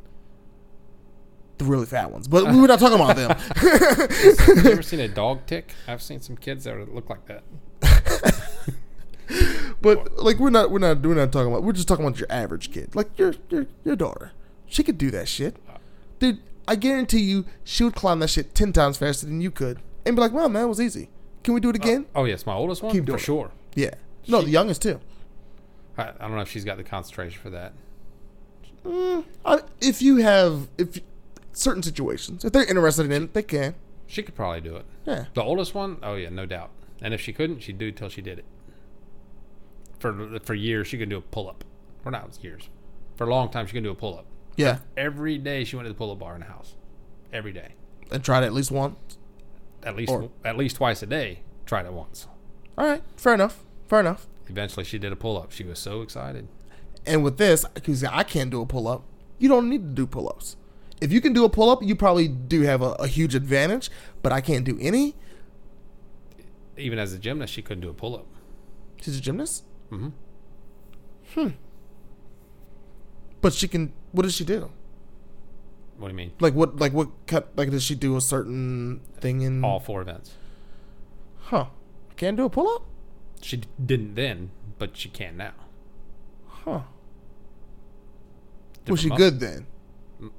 A: The really fat ones. But we were not talking about them.
B: you ever seen a dog tick? I've seen some kids that look like that.
A: But like we're not we're not we're not talking about we're just talking about your average kid. Like your your your daughter. She could do that shit. Dude, I guarantee you she would climb that shit ten times faster than you could. And be like, Mom, that was easy. Can we do it again?
B: Oh yes, my oldest one
A: Keep
B: for
A: doing it.
B: sure.
A: yeah. No, the youngest too.
B: I, I don't know if she's got the concentration for that.
A: Mm, I, if you have if certain situations, if they're interested in it, they can.
B: She could probably do it.
A: Yeah.
B: The oldest one, oh yeah, no doubt. And if she couldn't, she'd do till she did it. For for years, she could do a pull up. Or not it was years. For a long time, she could do a pull up.
A: Yeah.
B: Every day, she went to the pull up bar in the house. Every day,
A: And tried it at least once.
B: at least
A: Or-
B: at least twice a day. Tried it once.
A: Alright, fair enough. Fair enough.
B: Eventually, she did a pull up. She was so excited.
A: And with this, because I can't do a pull up, you don't need to do pull ups. If you can do a pull up, you probably do have a, a huge advantage, but I can't do any.
B: Even as a gymnast, she couldn't do a pull up.
A: She's a gymnast? Mm hmm.
B: Mm-hmm.
A: Hmm. But she can, what does she do?
B: What do you mean?
A: Like, what, like, what, cut, like, does she do a certain thing in.
B: All four events.
A: Huh. Can't do a pull up?
B: She d- didn't then, but she can now.
A: Huh. Was she
B: Different
A: good then?
B: mus-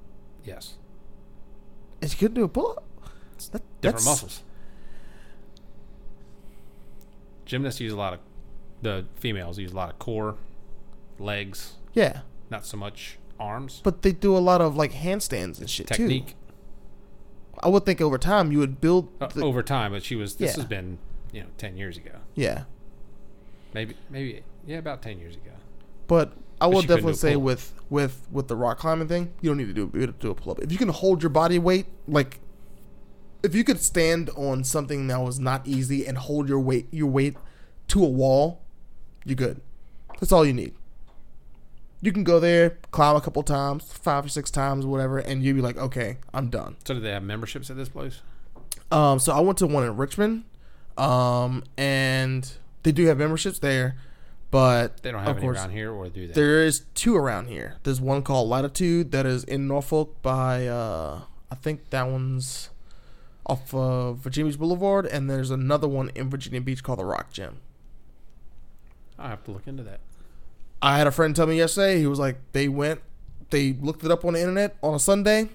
B: Yes.
A: And she couldn't do a pull up?
B: Different muscles. Gymnasts use a lot of the females use a lot of core, legs,
A: Yeah.
B: not so much arms.
A: But they do a lot of, like, handstands and shit, too.
B: technique
A: I would think over time you would build.
B: uh,
A: the-
B: over time, but she was this
A: Yeah.
B: has been, you know, 10 years ago.
A: Yeah.
B: Maybe maybe yeah, about 10 years ago.
A: But I
B: But
A: will
B: she couldn't do
A: definitely
B: a
A: say
B: pull-up.
A: with with with the rock climbing thing, you don't need to do you don't do a pull up. If you can hold your body weight, like if you could stand on something that was not easy and hold your weight your weight to a wall, you're good. That's all you need. You can go there, climb a couple times, five or six times, whatever, and you'll be like, okay, I'm done.
B: So do they have memberships at this place?
A: Um, so I went to one in Richmond, um, and they do have memberships there, but
B: They don't have any around here or do they?
A: there is two around here. There's one called Latitude that is in Norfolk by uh I think that one's off of Virginia Beach Boulevard, and there's another one in Virginia Beach called the Rock Gym.
B: I have to look into that.
A: I had a friend tell me yesterday. He was like, they went, they looked it up on the internet on a Sunday,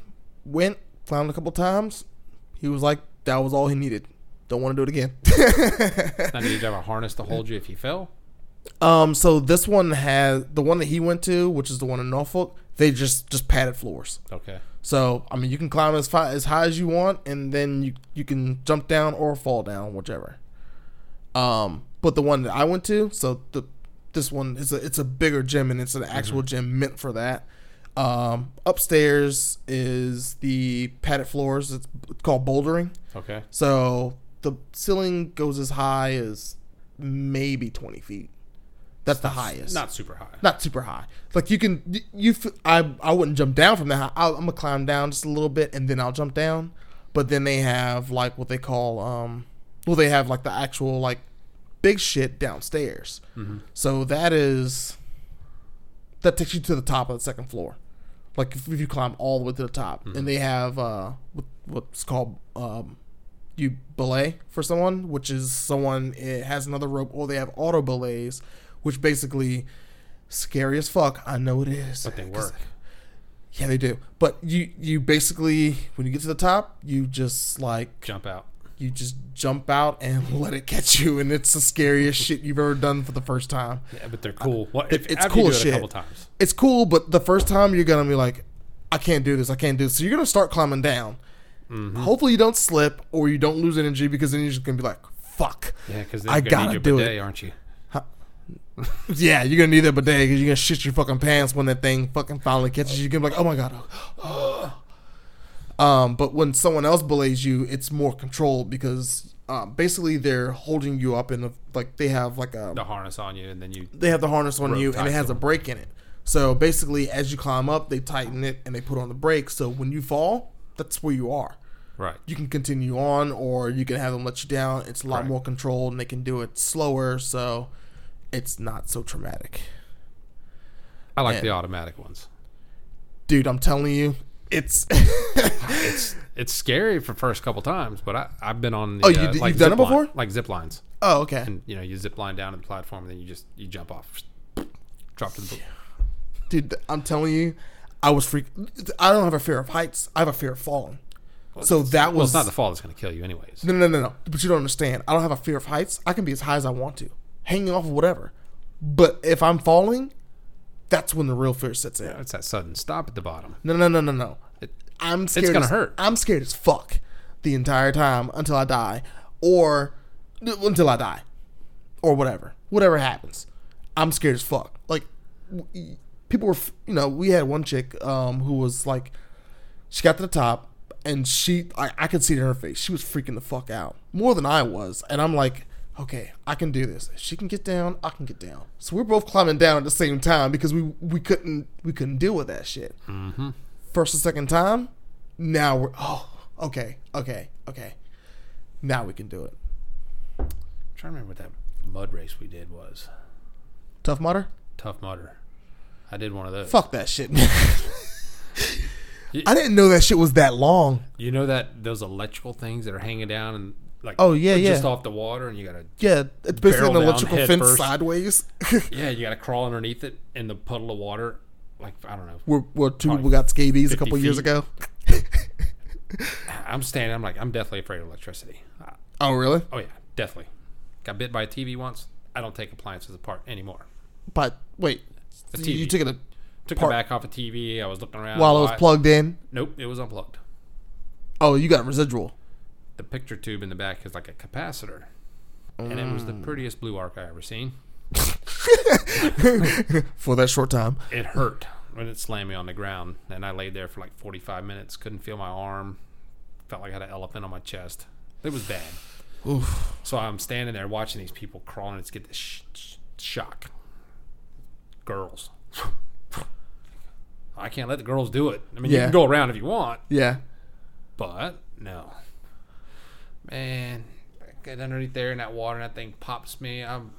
A: went, climbed a couple times. He was like, that was all he needed. Don't want to do it again.
B: Now, do you have a harness to hold you if you fell?
A: Um, so this one has the one that he went to, which is the one in Norfolk. They just just padded floors.
B: Okay.
A: So I mean, you can climb as far as high as you want, and then you you can jump down or fall down, whichever. Um, but the one that I went to, so the this one is a it's a bigger gym and it's an actual gym meant for that. Um, upstairs is the padded floors. It's called bouldering.
B: Okay.
A: So the ceiling goes as high as maybe 20 feet. That's the highest.
B: Not super high.
A: Not super high. Like you can, you, you f- I, I wouldn't jump down from that. High. I'll, I'm gonna climb down just a little bit and then I'll jump down. But then they have like what they call, um, well, they have like the actual like big shit downstairs. So that is, that takes you to the top of the second floor. Like if, if you climb all the way to the top,
B: Mm-hmm.
A: and they have uh, what, what's called um, you belay for someone, which is someone it has another rope, or they have auto belays, which basically scary as fuck. I know it is.
B: But they
A: 'Cause-
B: work.
A: Yeah, they do. But you you basically when you get to the top, you just like
B: Jump out.
A: you just jump out and let it catch you, and it's the scariest shit you've ever done for the first time.
B: Yeah, but they're cool. What if,
A: it's
B: after
A: cool
B: you do
A: as
B: it a
A: shit.
B: couple times?
A: it's cool, but the first time you're gonna be like, I can't do this, I can't do this. So you're gonna start climbing down. Hopefully you don't slip or you don't lose energy because then you're just gonna be like, fuck.
B: Yeah, because
A: I
B: they're gonna
A: gotta
B: need your
A: do it.
B: bidet, aren't you?
A: Huh? Yeah, you're gonna need that bidet because you're gonna shit your fucking pants when that thing fucking finally catches you. You're gonna be like, oh my god. um, but when someone else belays you, it's more controlled because um, basically they're holding you up in a like they have like um, a
B: the harness on you, and then you.
A: they have the harness on
B: Rope
A: you and
B: ties
A: it has
B: to
A: a brake in it. So basically, as you climb up, they tighten it and they put on the brake. So when you fall, that's where you are.
B: Right.
A: You can continue on, or you can have them let you down. It's a lot
B: Correct.
A: more controlled, and they can do it slower, so it's not so traumatic.
B: I like
A: Yeah.
B: the automatic ones.
A: Dude, I'm telling you, it's.
B: It's it's scary for first couple times, but I I've been on. The,
A: Oh, you
B: uh,
A: d-
B: like
A: you've done it
B: zip line-
A: before?
B: Like zip lines,
A: oh, okay.
B: and you know you zip line down to the platform, and then you just you jump off, drop to the.
A: Dude, th- I'm telling you, I was freak. I don't have a fear of heights. I have a fear of falling. so that was
B: Well, it's not the fall that's going to kill you, anyways.
A: No, no, no, no. But you don't understand. I don't have a fear of heights. I can be as high as I want to, hanging off of whatever. But if I'm falling, that's when the real fear sets in.
B: It's that sudden stop at the bottom.
A: No, no, no, no, no. I'm scared.
B: gonna
A: as-
B: hurt.
A: I'm scared as fuck the entire time until I die, or until I die, or whatever, whatever happens. I'm scared as fuck. Like w- e, people were, f- you know, we had one chick um, who was like, she got to the top, and she, I, I could see it in her face. She was freaking the fuck out more than I was, and I'm like. Okay, I can do this. If she can get down, I can get down. So we're both climbing down at the same time because we we couldn't we couldn't deal with that shit first and second time, now we're oh okay, okay, okay. Now we can do it.
B: I'm trying to remember what that mud race we did was.
A: Tough mutter?
B: Tough mudder. I did one of those.
A: Fuck that shit. I didn't know that shit was that long.
B: You know that those electrical things that are hanging down and like
A: Oh, yeah,
B: just
A: yeah.
B: off the water, and you gotta
A: Yeah, it's basically
B: Barrel
A: an
B: down,
A: electrical
B: head
A: fence
B: first.
A: sideways.
B: yeah, you gotta crawl underneath it in the puddle of water. Like I don't know.
A: we're, we're two
B: Probably
A: people got scabies a
B: 50
A: couple years
B: feet.
A: ago.
B: I'm standing. I'm like I'm deathly afraid of electricity. Uh,
A: Oh really?
B: oh yeah, deathly. Got bit by a TV once. I don't take appliances apart anymore.
A: But wait,
B: The
A: you
B: TV.
A: took it a,
B: Took
A: Part-
B: the back off a TV. I was looking around
A: while it was
B: why-
A: plugged in.
B: Nope, it was unplugged.
A: Oh, you got residual.
B: The picture tube in the back is like a capacitor, and it was
A: Mm.
B: the prettiest blue arc I ever seen.
A: For that short time,
B: it hurt when it slammed me on the ground and i laid there for like 45 minutes couldn't feel my arm felt like i had an elephant on my chest it was bad
A: Oof.
B: so i'm standing there watching these people crawling it's get this sh- sh- shock girls i can't let the girls do it i mean you
A: Yeah.
B: can go around if you want
A: yeah.
B: but no man I get underneath there in that water and that thing pops me i'm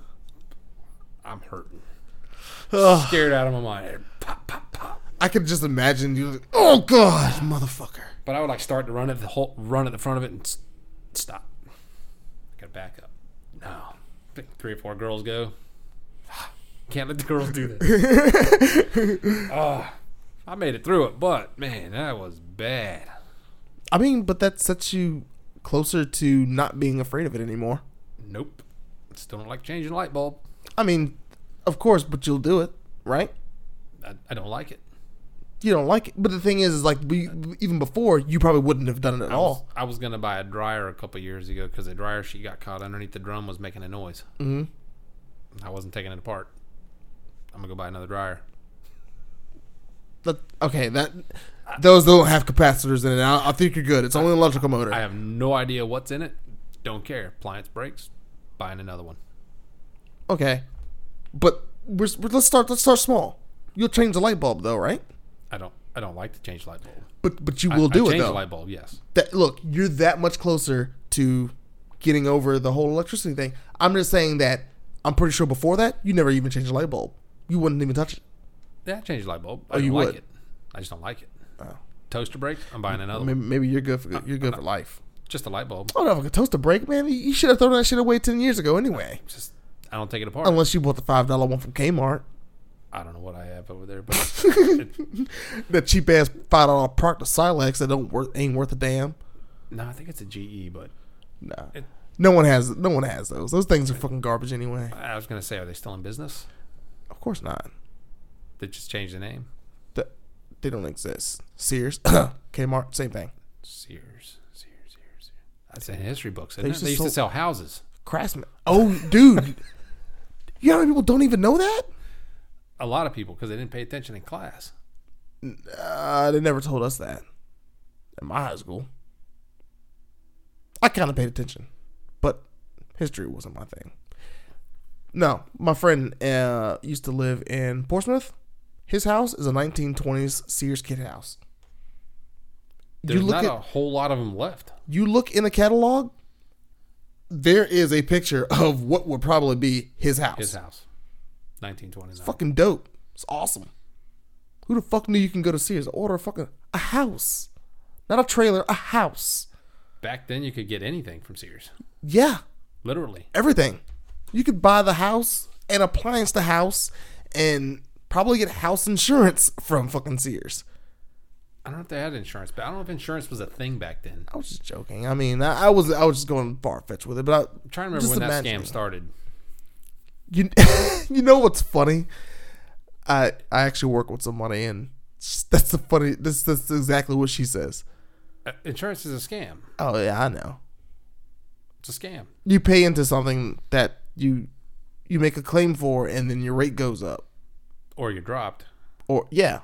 B: i'm hurting
A: Ugh,
B: scared out of my mind pop pop pop
A: I could just imagine you. Like, oh god, motherfucker.
B: But I would like start to run at the whole run at the front of it and s- stop. I gotta back up. No, Think three or four girls go. Can't let the girls do this. Ah, I made it through it, but man, that was bad.
A: I mean, but that sets you closer to not being afraid of it anymore.
B: Nope, still don't like changing a light bulb.
A: I mean, of course, but you'll do it, right?
B: I, I don't like it.
A: You don't like it, but the thing is, is like we even before you probably wouldn't have done it at
B: I was,
A: all.
B: I was gonna buy a dryer a couple years ago because the dryer she got caught underneath the drum was making a noise.
A: Mhm.
B: I wasn't taking it apart. I'm gonna go buy another dryer.
A: That, okay, that those don't have capacitors in it. I, I think you're good. It's only an electrical motor.
B: I have no idea what's in it. Don't care. Appliance breaks. Buying another one.
A: okay, but we're, s- we're- let's start. Let's start small. You'll change the light bulb though, right?
B: I don't. I don't like to change light bulb.
A: But but you
B: I-
A: will
B: I
A: do it
B: change
A: though.
B: the light bulb. Yes.
A: that look, you're that much closer to getting over the whole electricity thing. I'm just saying that I'm pretty sure before that you never even changed a light bulb. You wouldn't even touch it.
B: Yeah, I change the light bulb. I
A: Oh,
B: don't
A: you
B: like
A: would.
B: it. I just don't like it.
A: Oh.
B: Toaster breaks. I'm buying another one.
A: Maybe, maybe you're good
B: Uh,
A: for you're good for life.
B: Just a light bulb.
A: I don't know if I could toast a break, man. You- You should have thrown that shit away ten years ago anyway.
B: Just I don't take it apart.
A: Unless you bought the five dollar one from Kmart,
B: I don't know what I have over there, but it,
A: that cheap ass five dollar Proctor Silex that don't worth ain't worth a damn.
B: no, I think it's a GE. But
A: Nah,
B: It-
A: no one has no one has those. Those things are fucking garbage anyway.
B: I was gonna say, are they still in business?
A: Of course not.
B: They just changed the name.
A: Th- They don't exist. Sears, Kmart, same thing.
B: Sears. Sears. Sears. Sears. That's in history books.
A: They
B: Isn't
A: used
B: it?
A: to
B: They used to
A: sell-
B: sell houses.
A: Craftsman. Oh, dude. You know how many people don't even know that?
B: A lot of people because they didn't pay attention in class.
A: Uh, they never told us that at my high school. I kind of paid attention, but history wasn't my thing. No, my friend uh, used to live in Portsmouth. His house is a 1920s Sears kit house.
B: There's
A: you look
B: not
A: at
B: a whole lot of them left.
A: you look in a catalog. There is a picture of what would probably be his house.
B: His house, 1929.
A: Fucking dope. It's awesome. Who the fuck knew you can go to Sears? Order a fucking a house, not a trailer, a house.
B: Back then, you could get anything from Sears.
A: Yeah,
B: Literally,
A: everything. You could buy the house and appliance the house, and probably get house insurance from fucking Sears.
B: I don't know if they had insurance, but I don't know if insurance was a thing back then.
A: I was just joking. I mean, I, I was I was just going far fetched with it, but I, am
B: I'm trying to remember when that scam started.
A: You, you know what's funny? I I actually work with somebody, and that's the funny. This that's exactly what she says.
B: Uh, insurance is a scam.
A: Oh yeah, I know.
B: It's a scam.
A: You pay into something that you you make a claim for, and then your rate goes up.
B: Or you're dropped.
A: Or yeah,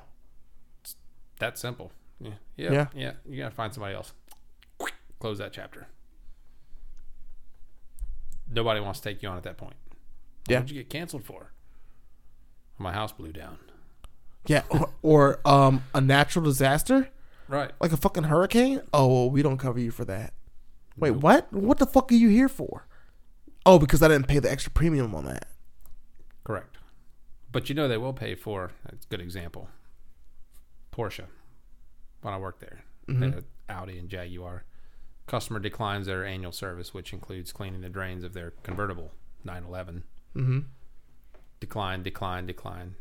B: That simple. Yeah. Yeah. Yeah.
A: Yeah.
B: You got to find somebody else. Close that chapter. Nobody wants to take you on at that point.
A: Yeah.
B: What'd you get canceled for? My house blew down.
A: yeah, or, or um a natural disaster.
B: Right.
A: like a fucking hurricane? Oh, well, we don't cover you for that. Wait, what? What the fuck are you here for? Oh, because I didn't pay the extra premium on that.
B: Correct. But you know they will pay for that's a good example. Porsche. When I worked there. They had a Audi and Jaguar. Customer declines their annual service, which includes cleaning the drains of their convertible 911.
A: Mm-hmm.
B: Decline, decline, decline.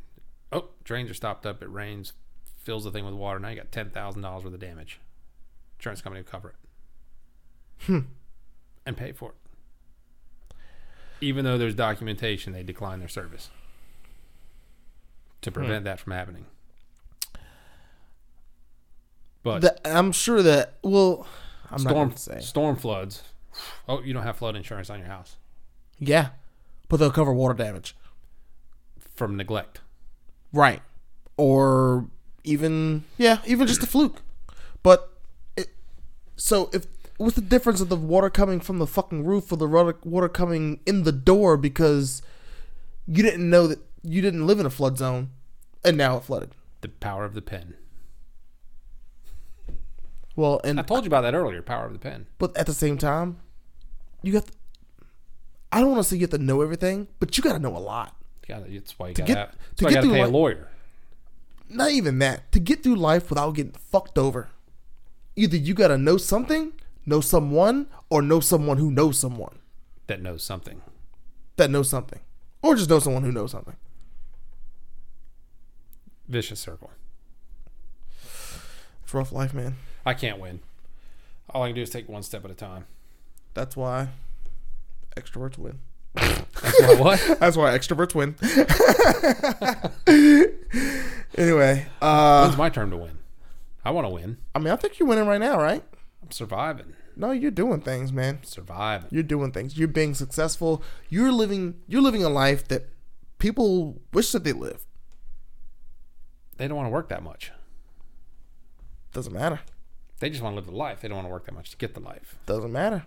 B: Oh, drains are stopped up. It rains, fills the thing with water. Now you got ten thousand dollars worth of damage. Insurance company will cover it.
A: Hmm.
B: And pay for it. Even though there's documentation, they decline their service to
A: Hmm.
B: prevent that from happening. But
A: That, I'm sure that. Well, I'm not
B: storm
A: going to say.
B: storm floods. Oh, you don't have flood insurance on your house
A: Yeah, but they'll cover water damage,
B: from neglect.
A: right? Or even yeah, even just a fluke. But it, so if what's the difference of the water coming from the fucking roof or the water water coming in the door because you didn't know that you didn't live in a flood zone, and now it flooded.
B: The power of the pen.
A: Well,
B: I
A: and
B: told you about that earlier. Power of the pen.
A: but at the same time, you got. I don't want to say you have to know everything, but you got to know a lot.
B: You gotta, that's why you gotta,
A: get-
B: have- that's
A: to
B: why
A: get
B: you gotta
A: through
B: pay a
A: life-
B: lawyer.
A: Not even that. To get through life without getting fucked over, either you got to know something, know someone, or know someone who knows someone
B: that knows something.
A: that knows something, or just know someone who knows something.
B: Vicious circle.
A: It's rough life, man.
B: I can't win. All I can do is take one step at a time.
A: That's why extroverts win.
B: That's why what?
A: That's why extroverts win. anyway, uh,
B: When's my turn to win? I want to win.
A: I mean, I think you're winning right now, right?
B: I'm surviving.
A: No, you're doing things, man.
B: Surviving.
A: you're doing things you're being successful you're living you're living a life that people wish that they live
B: They don't want to work that much.
A: doesn't matter
B: They just want to live the life. They don't want to work that much to get the life.
A: doesn't matter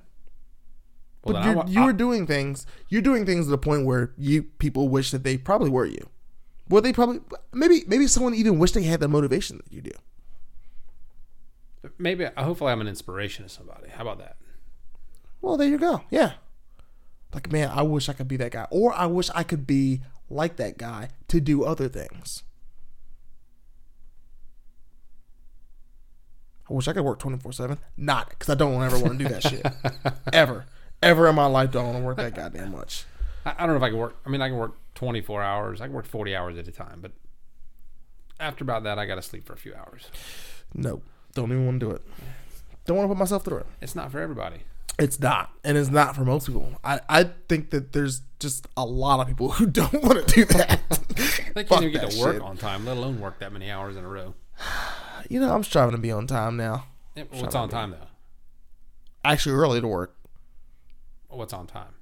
A: but
B: Well, then I
A: you're,
B: want,
A: you
B: I-
A: are doing things you're doing things to the point where you people wish that they probably were you well they probably maybe maybe someone even wish they had the motivation that you do
B: maybe hopefully I'm an inspiration to somebody. How about that?
A: well there you go yeah like man i wish i could be that guy or i wish i could be like that guy to do other things I wish I could work 24 7. Not because I don't ever want to do that shit. Ever. Ever in my life, don't want to work that goddamn much.
B: I, I don't know if I can work. I mean, I can work 24 hours. I can work 40 hours at a time. But after about that, I got to sleep for a few hours.
A: No. Don't even want to do it. Don't want to put myself through it.
B: It's not for everybody.
A: It's not. And it's not for most people. I, I think that there's just a lot of people who don't want to do that.
B: They can't
A: Fuck
B: even get
A: that
B: to work
A: shit.
B: on time, let alone work that many hours in a row.
A: You know, I'm striving to be on time now.
B: Yeah, but What's on time though?
A: Actually, early to work.
B: What's on time?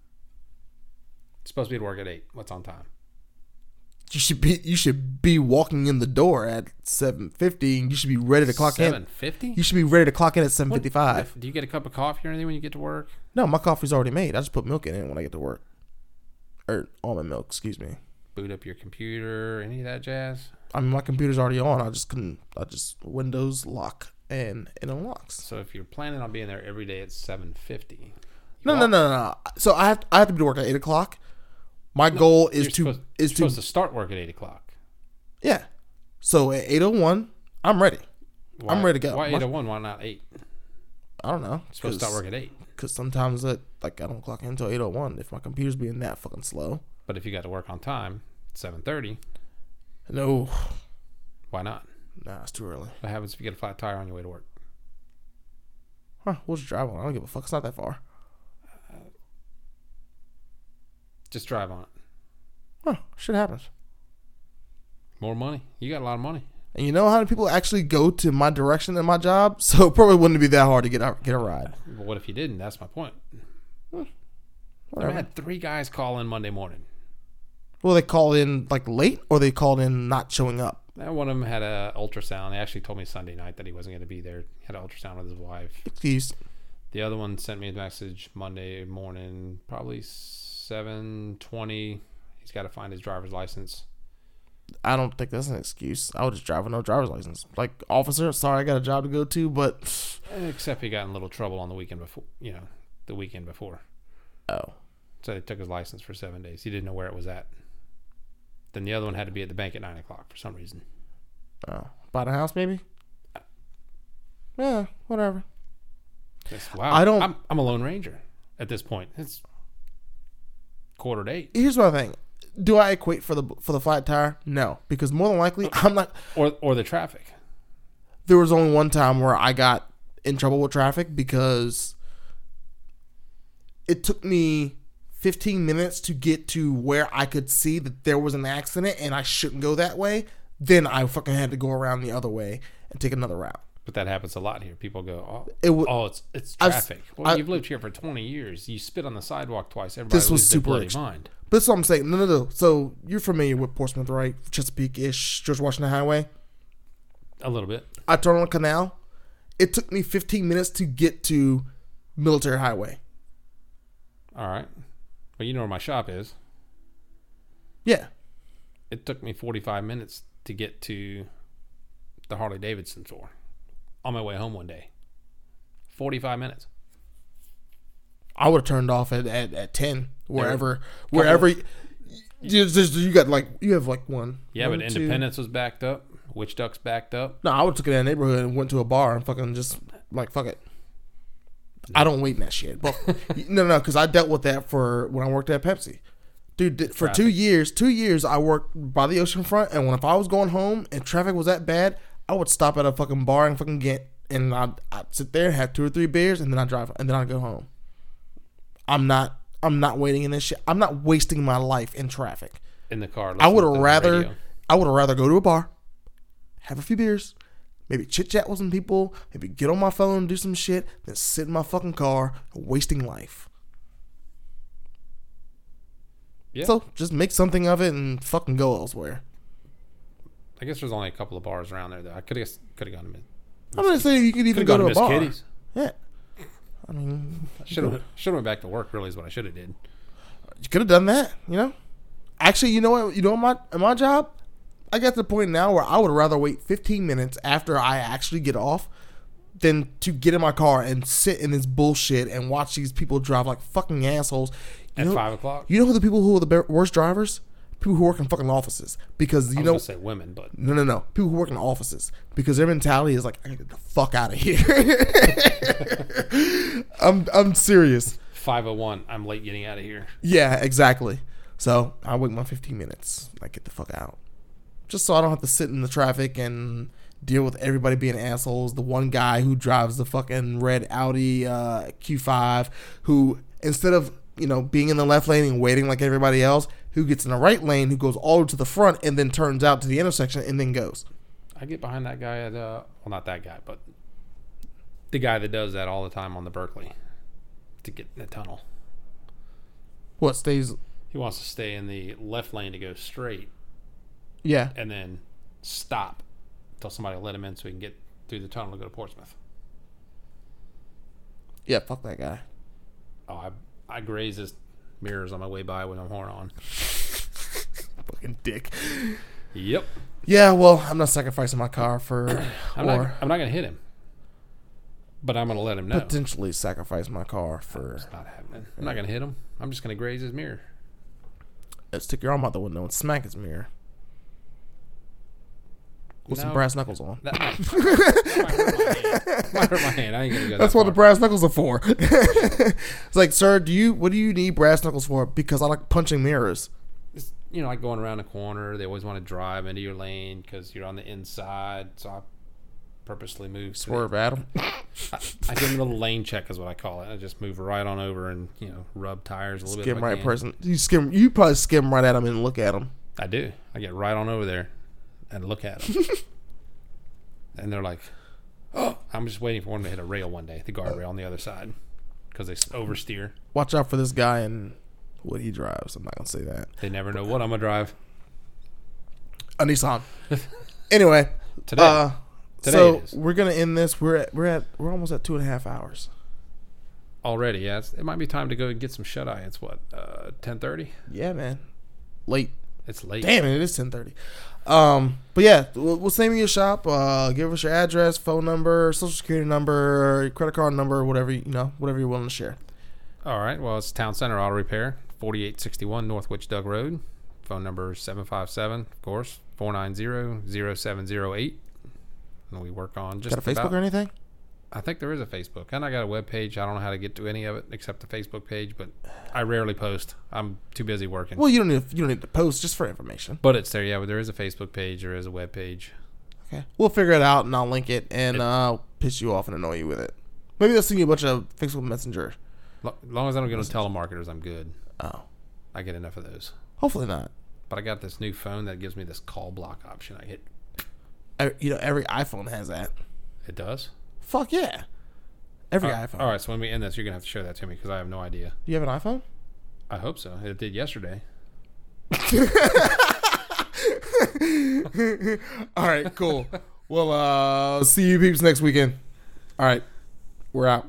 B: supposed to be at work at eight. What's on time?
A: You should be you should be walking in the door at seven fifty, and you should be ready to clock
B: Seven
A: in.
B: fifty.
A: You should be ready to clock in at seven fifty five.
B: Do you get a cup of coffee or anything when you get to work?
A: No, my coffee's already made. I just put milk in it when I get to work, or almond milk. Excuse me.
B: Boot up your computer, any of that jazz.
A: I mean, my computer's already on. I just couldn't. I just Windows lock and it unlocks.
B: So if you're planning on being there every day at seven fifty,
A: No, no, no, no, no. So I have I have to be to work at eight o'clock. My goal is
B: you're
A: to
B: supposed,
A: is
B: you're
A: to
B: supposed to start work at eight o'clock.
A: yeah. So at eight o one, I'm ready.
B: Why-
A: ready to go.
B: Why
A: My-
B: eight oh one? Why not eight?
A: I don't know.
B: Supposed to start work at eight.
A: Because sometimes that like I don't clock in until eight o one if my computer's being that fucking slow.
B: But if you got to work on time, seven thirty.
A: No,
B: Why not?
A: nah, it's too early.
B: What happens if you get a flat tire on your way to work?
A: Huh? We'll just drive on. I don't give a fuck. It's not that far.
B: Just drive on it.
A: Huh? Shit happens.
B: More money. You got a lot of money.
A: And you know how many people actually go to my direction in my job? So it probably wouldn't be that hard to get a, get a ride.
B: But what if you didn't? That's my point. I
A: Whatever.
B: had three guys call in Monday morning.
A: Well, they called in like late, or they called in not showing up.
B: Now, One of them had a ultrasound. He actually told me Sunday night that he wasn't going to be there. He had an ultrasound with his wife.
A: Excuse.
B: The other one sent me a message Monday morning, probably seven twenty. He's got to find his driver's license.
A: I don't think that's an excuse. I would just drive with no driver's license. Like officer, sorry, I got a job to go to, but
B: Except he got in a little trouble on the weekend before. You know, the weekend before.
A: oh,
B: So they took his license for seven days. He didn't know where it was at. Then the other one had to be at the bank at nine o'clock for some reason.
A: oh, bought a house maybe. Yeah, whatever.
B: It's- wow,
A: I don't-
B: I'm, I'm a lone ranger at this point. It's quarter to eight,
A: Here's my thing. Do I equate for the for the flat tire? No, because more than likely I'm not.
B: or or the traffic.
A: There was only one time where I got in trouble with traffic because it took me 15 minutes to get to where I could see that there was an accident and I shouldn't go that way. Then I fucking had to go around the other way and take another route.
B: But that happens a lot here. People go, oh,
A: It wa-
B: oh it's it's
A: I've-
B: traffic. well,
A: I-
B: you've lived here for twenty years. You spit on the sidewalk twice. Everybody
A: This was
B: loses their
A: super
B: bloody
A: ex-
B: mind.
A: But that's what I'm saying. No, no, no. So you're familiar with Portsmouth, right? Chesapeake ish, George Washington Highway.
B: A little bit.
A: I turn on a canal. It took me 15 minutes to get to Military Highway.
B: All right. Well, you know where my shop is.
A: Yeah.
B: It took me forty five minutes to get to the Harley Davidson store on my way home one day. Forty five minutes.
A: I would have turned off at, at, at 10, wherever, wherever. y- You, there's- you got like, you have like one.
B: Yeah,
A: one,
B: but
A: two.
B: Independence was backed up. Witch Ducks backed up.
A: No, I would have took it in that neighborhood and went to a bar and fucking just like, fuck it. I don't wait in that shit. But no, no, because I dealt with that for when I worked at Pepsi. Dude, did- for two years, two years I worked by the ocean front, and when if I was going home and traffic was that bad, I would stop at a fucking bar and fucking get, and I'd, I'd sit there, have two or three beers, and then I drive, and then I go home. I'm not, I'm not waiting in this shit. I'm not wasting my life in traffic.
B: in the car.
A: I
B: listening
A: would
B: to
A: have
B: the
A: rather
B: radio.
A: I would have rather go to a bar, have a few beers, maybe chit chat with some people, maybe get on my phone and do some shit, than sit in my fucking car wasting life.
B: Yeah.
A: So just make something of it and fucking go elsewhere.
B: I guess there's only a couple of bars around there that I could have could have gone to. Miss-
A: I'm not saying you could even
B: Could
A: go
B: have gone
A: to
B: to
A: a
B: Miss
A: bar.
B: Kitty's.
A: Yeah. I mean,
B: Should have should have went back to work. Really is what I should have did.
A: you could have done that, you know? Actually, you know what? You know my at my job, I got to the point now where I would rather wait 15 minutes after I actually get off than to get in my car and sit in this bullshit and watch these people drive like fucking assholes. You
B: At
A: know,
B: five o'clock?
A: You know who the people who are the be- worst drivers? People who work in fucking offices because you
B: I was
A: know
B: gonna say women, but
A: no, no, no. People who work in offices because their mentality is like, I gotta get the fuck out of here. I'm, I'm serious.
B: five oh one. I'm late getting out of here.
A: Yeah, exactly. So I wait my 15 minutes. I get the fuck out. Just so I don't have to sit in the traffic and deal with everybody being assholes. The one guy who drives the fucking red Audi uh, Q5, who instead of you know being in the left lane and waiting like everybody else, who gets in the right lane, who goes all the way to the front and then turns out to the intersection and then goes.
B: I get behind that guy at uh well not that guy but the guy that does that all the time on the Berkeley to get in the tunnel.
A: What stays?
B: He He wants to stay in the left lane to go straight
A: Yeah.
B: and then stop until somebody will let him in so he can get through the tunnel to go to Portsmouth.
A: Yeah, fuck that guy.
B: Oh, I I graze his mirrors on my way by when I'm horn on.
A: Fucking dick.
B: Yep.
A: Yeah, well, I'm not sacrificing my car for
B: I'm
A: or
B: not I'm not gonna hit him. But I'm gonna let him know.
A: potentially sacrifice my car for
B: it's not happening. I'm not gonna hit him. I'm just gonna graze his mirror.
A: uh, stick your arm out the window and smack his mirror. With some
B: No.
A: brass knuckles on.
B: That might, that might hurt my hand. Might hurt my hand. I ain't gonna go.
A: That's
B: that
A: what the
B: far.
A: brass knuckles are for. it's like, sir, do you what do you need brass knuckles for? Because I like punching mirrors.
B: It's, you know, like going around a corner. They always want to drive into your lane because you're on the inside. So I purposely move. to the-
A: Swerve at him.
B: I, I give him a little lane check, is what I call it. I just move right on over and you know rub tires a little bit.
A: Skim
B: if I
A: right
B: can.
A: person. You skim you probably skim right at him and look at him.
B: I do. I get right on over there and look at them. and they're like, oh, I'm just waiting for one to hit a rail one day, the guardrail on the other side, because they s- oversteer.
A: Watch out for this guy and what he drives. I'm not gonna say that.
B: They never know what I'm going to drive.
A: A Nissan. anyway.
B: Today.
A: Uh,
B: Today
A: so
B: it is.
A: we're gonna end this. We're at we're at we're almost at two and a half hours.
B: Already, yeah. It's, it might be time to go and get some shut eye. It's what, uh, 10.30?
A: Yeah, man. Late.
B: It's late.
A: Damn it, it is ten thirty. Um, but yeah, we'll, we'll send me your shop. Uh, give us your address, phone number, social security number, your credit card number, whatever you you know, whatever you're willing to share.
B: All right. Well, it's Town Center Auto Repair, 4861 North Witch Dug Road. Phone number is 757, of course, 490-0708. And we work on just
A: Got a Facebook
B: about-
A: or anything?
B: I think there is a Facebook, and I got a web page. I don't know how to get to any of it except the Facebook page, but I rarely post. I'm too busy working.
A: Well, you don't need you don't need to post just for information.
B: But it's there, yeah. But there is a Facebook page. There is a web page.
A: Okay, we'll figure it out and I'll link it and uh, piss you off and annoy you with it. Maybe they'll send you a bunch of Facebook Messenger.
B: Lo- As long as I don't get on telemarketers, I'm good.
A: Oh,
B: I get enough of those.
A: hopefully not.
B: But I got this new phone that gives me this call block option. I hit.
A: I, E, you know, every iPhone has that.
B: It does.
A: Fuck yeah, every iPhone.
B: All right. So when we end this, you're gonna have to show that to me because I have no idea.
A: Do you have an iPhone?
B: I hope so. It did yesterday.
A: All right, cool. well, uh, see you peeps next weekend. All right, we're out.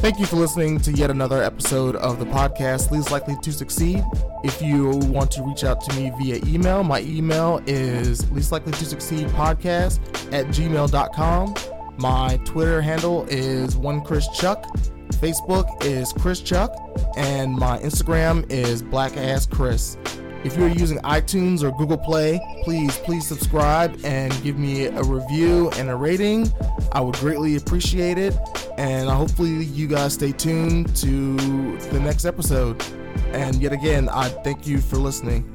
A: Thank you for listening to yet another episode of the podcast Least Likely to Succeed. If you want to reach out to me via email, my email is least likely to succeed podcast at gmail.com. My Twitter handle is one Chris Chuck. Facebook is Chris Chuck, and my Instagram is Black Ass Chris. If you're using iTunes or Google Play, please, please subscribe and give me a review and a rating. I would greatly appreciate it. And hopefully, you guys stay tuned to the next episode. And yet again, I thank you for listening.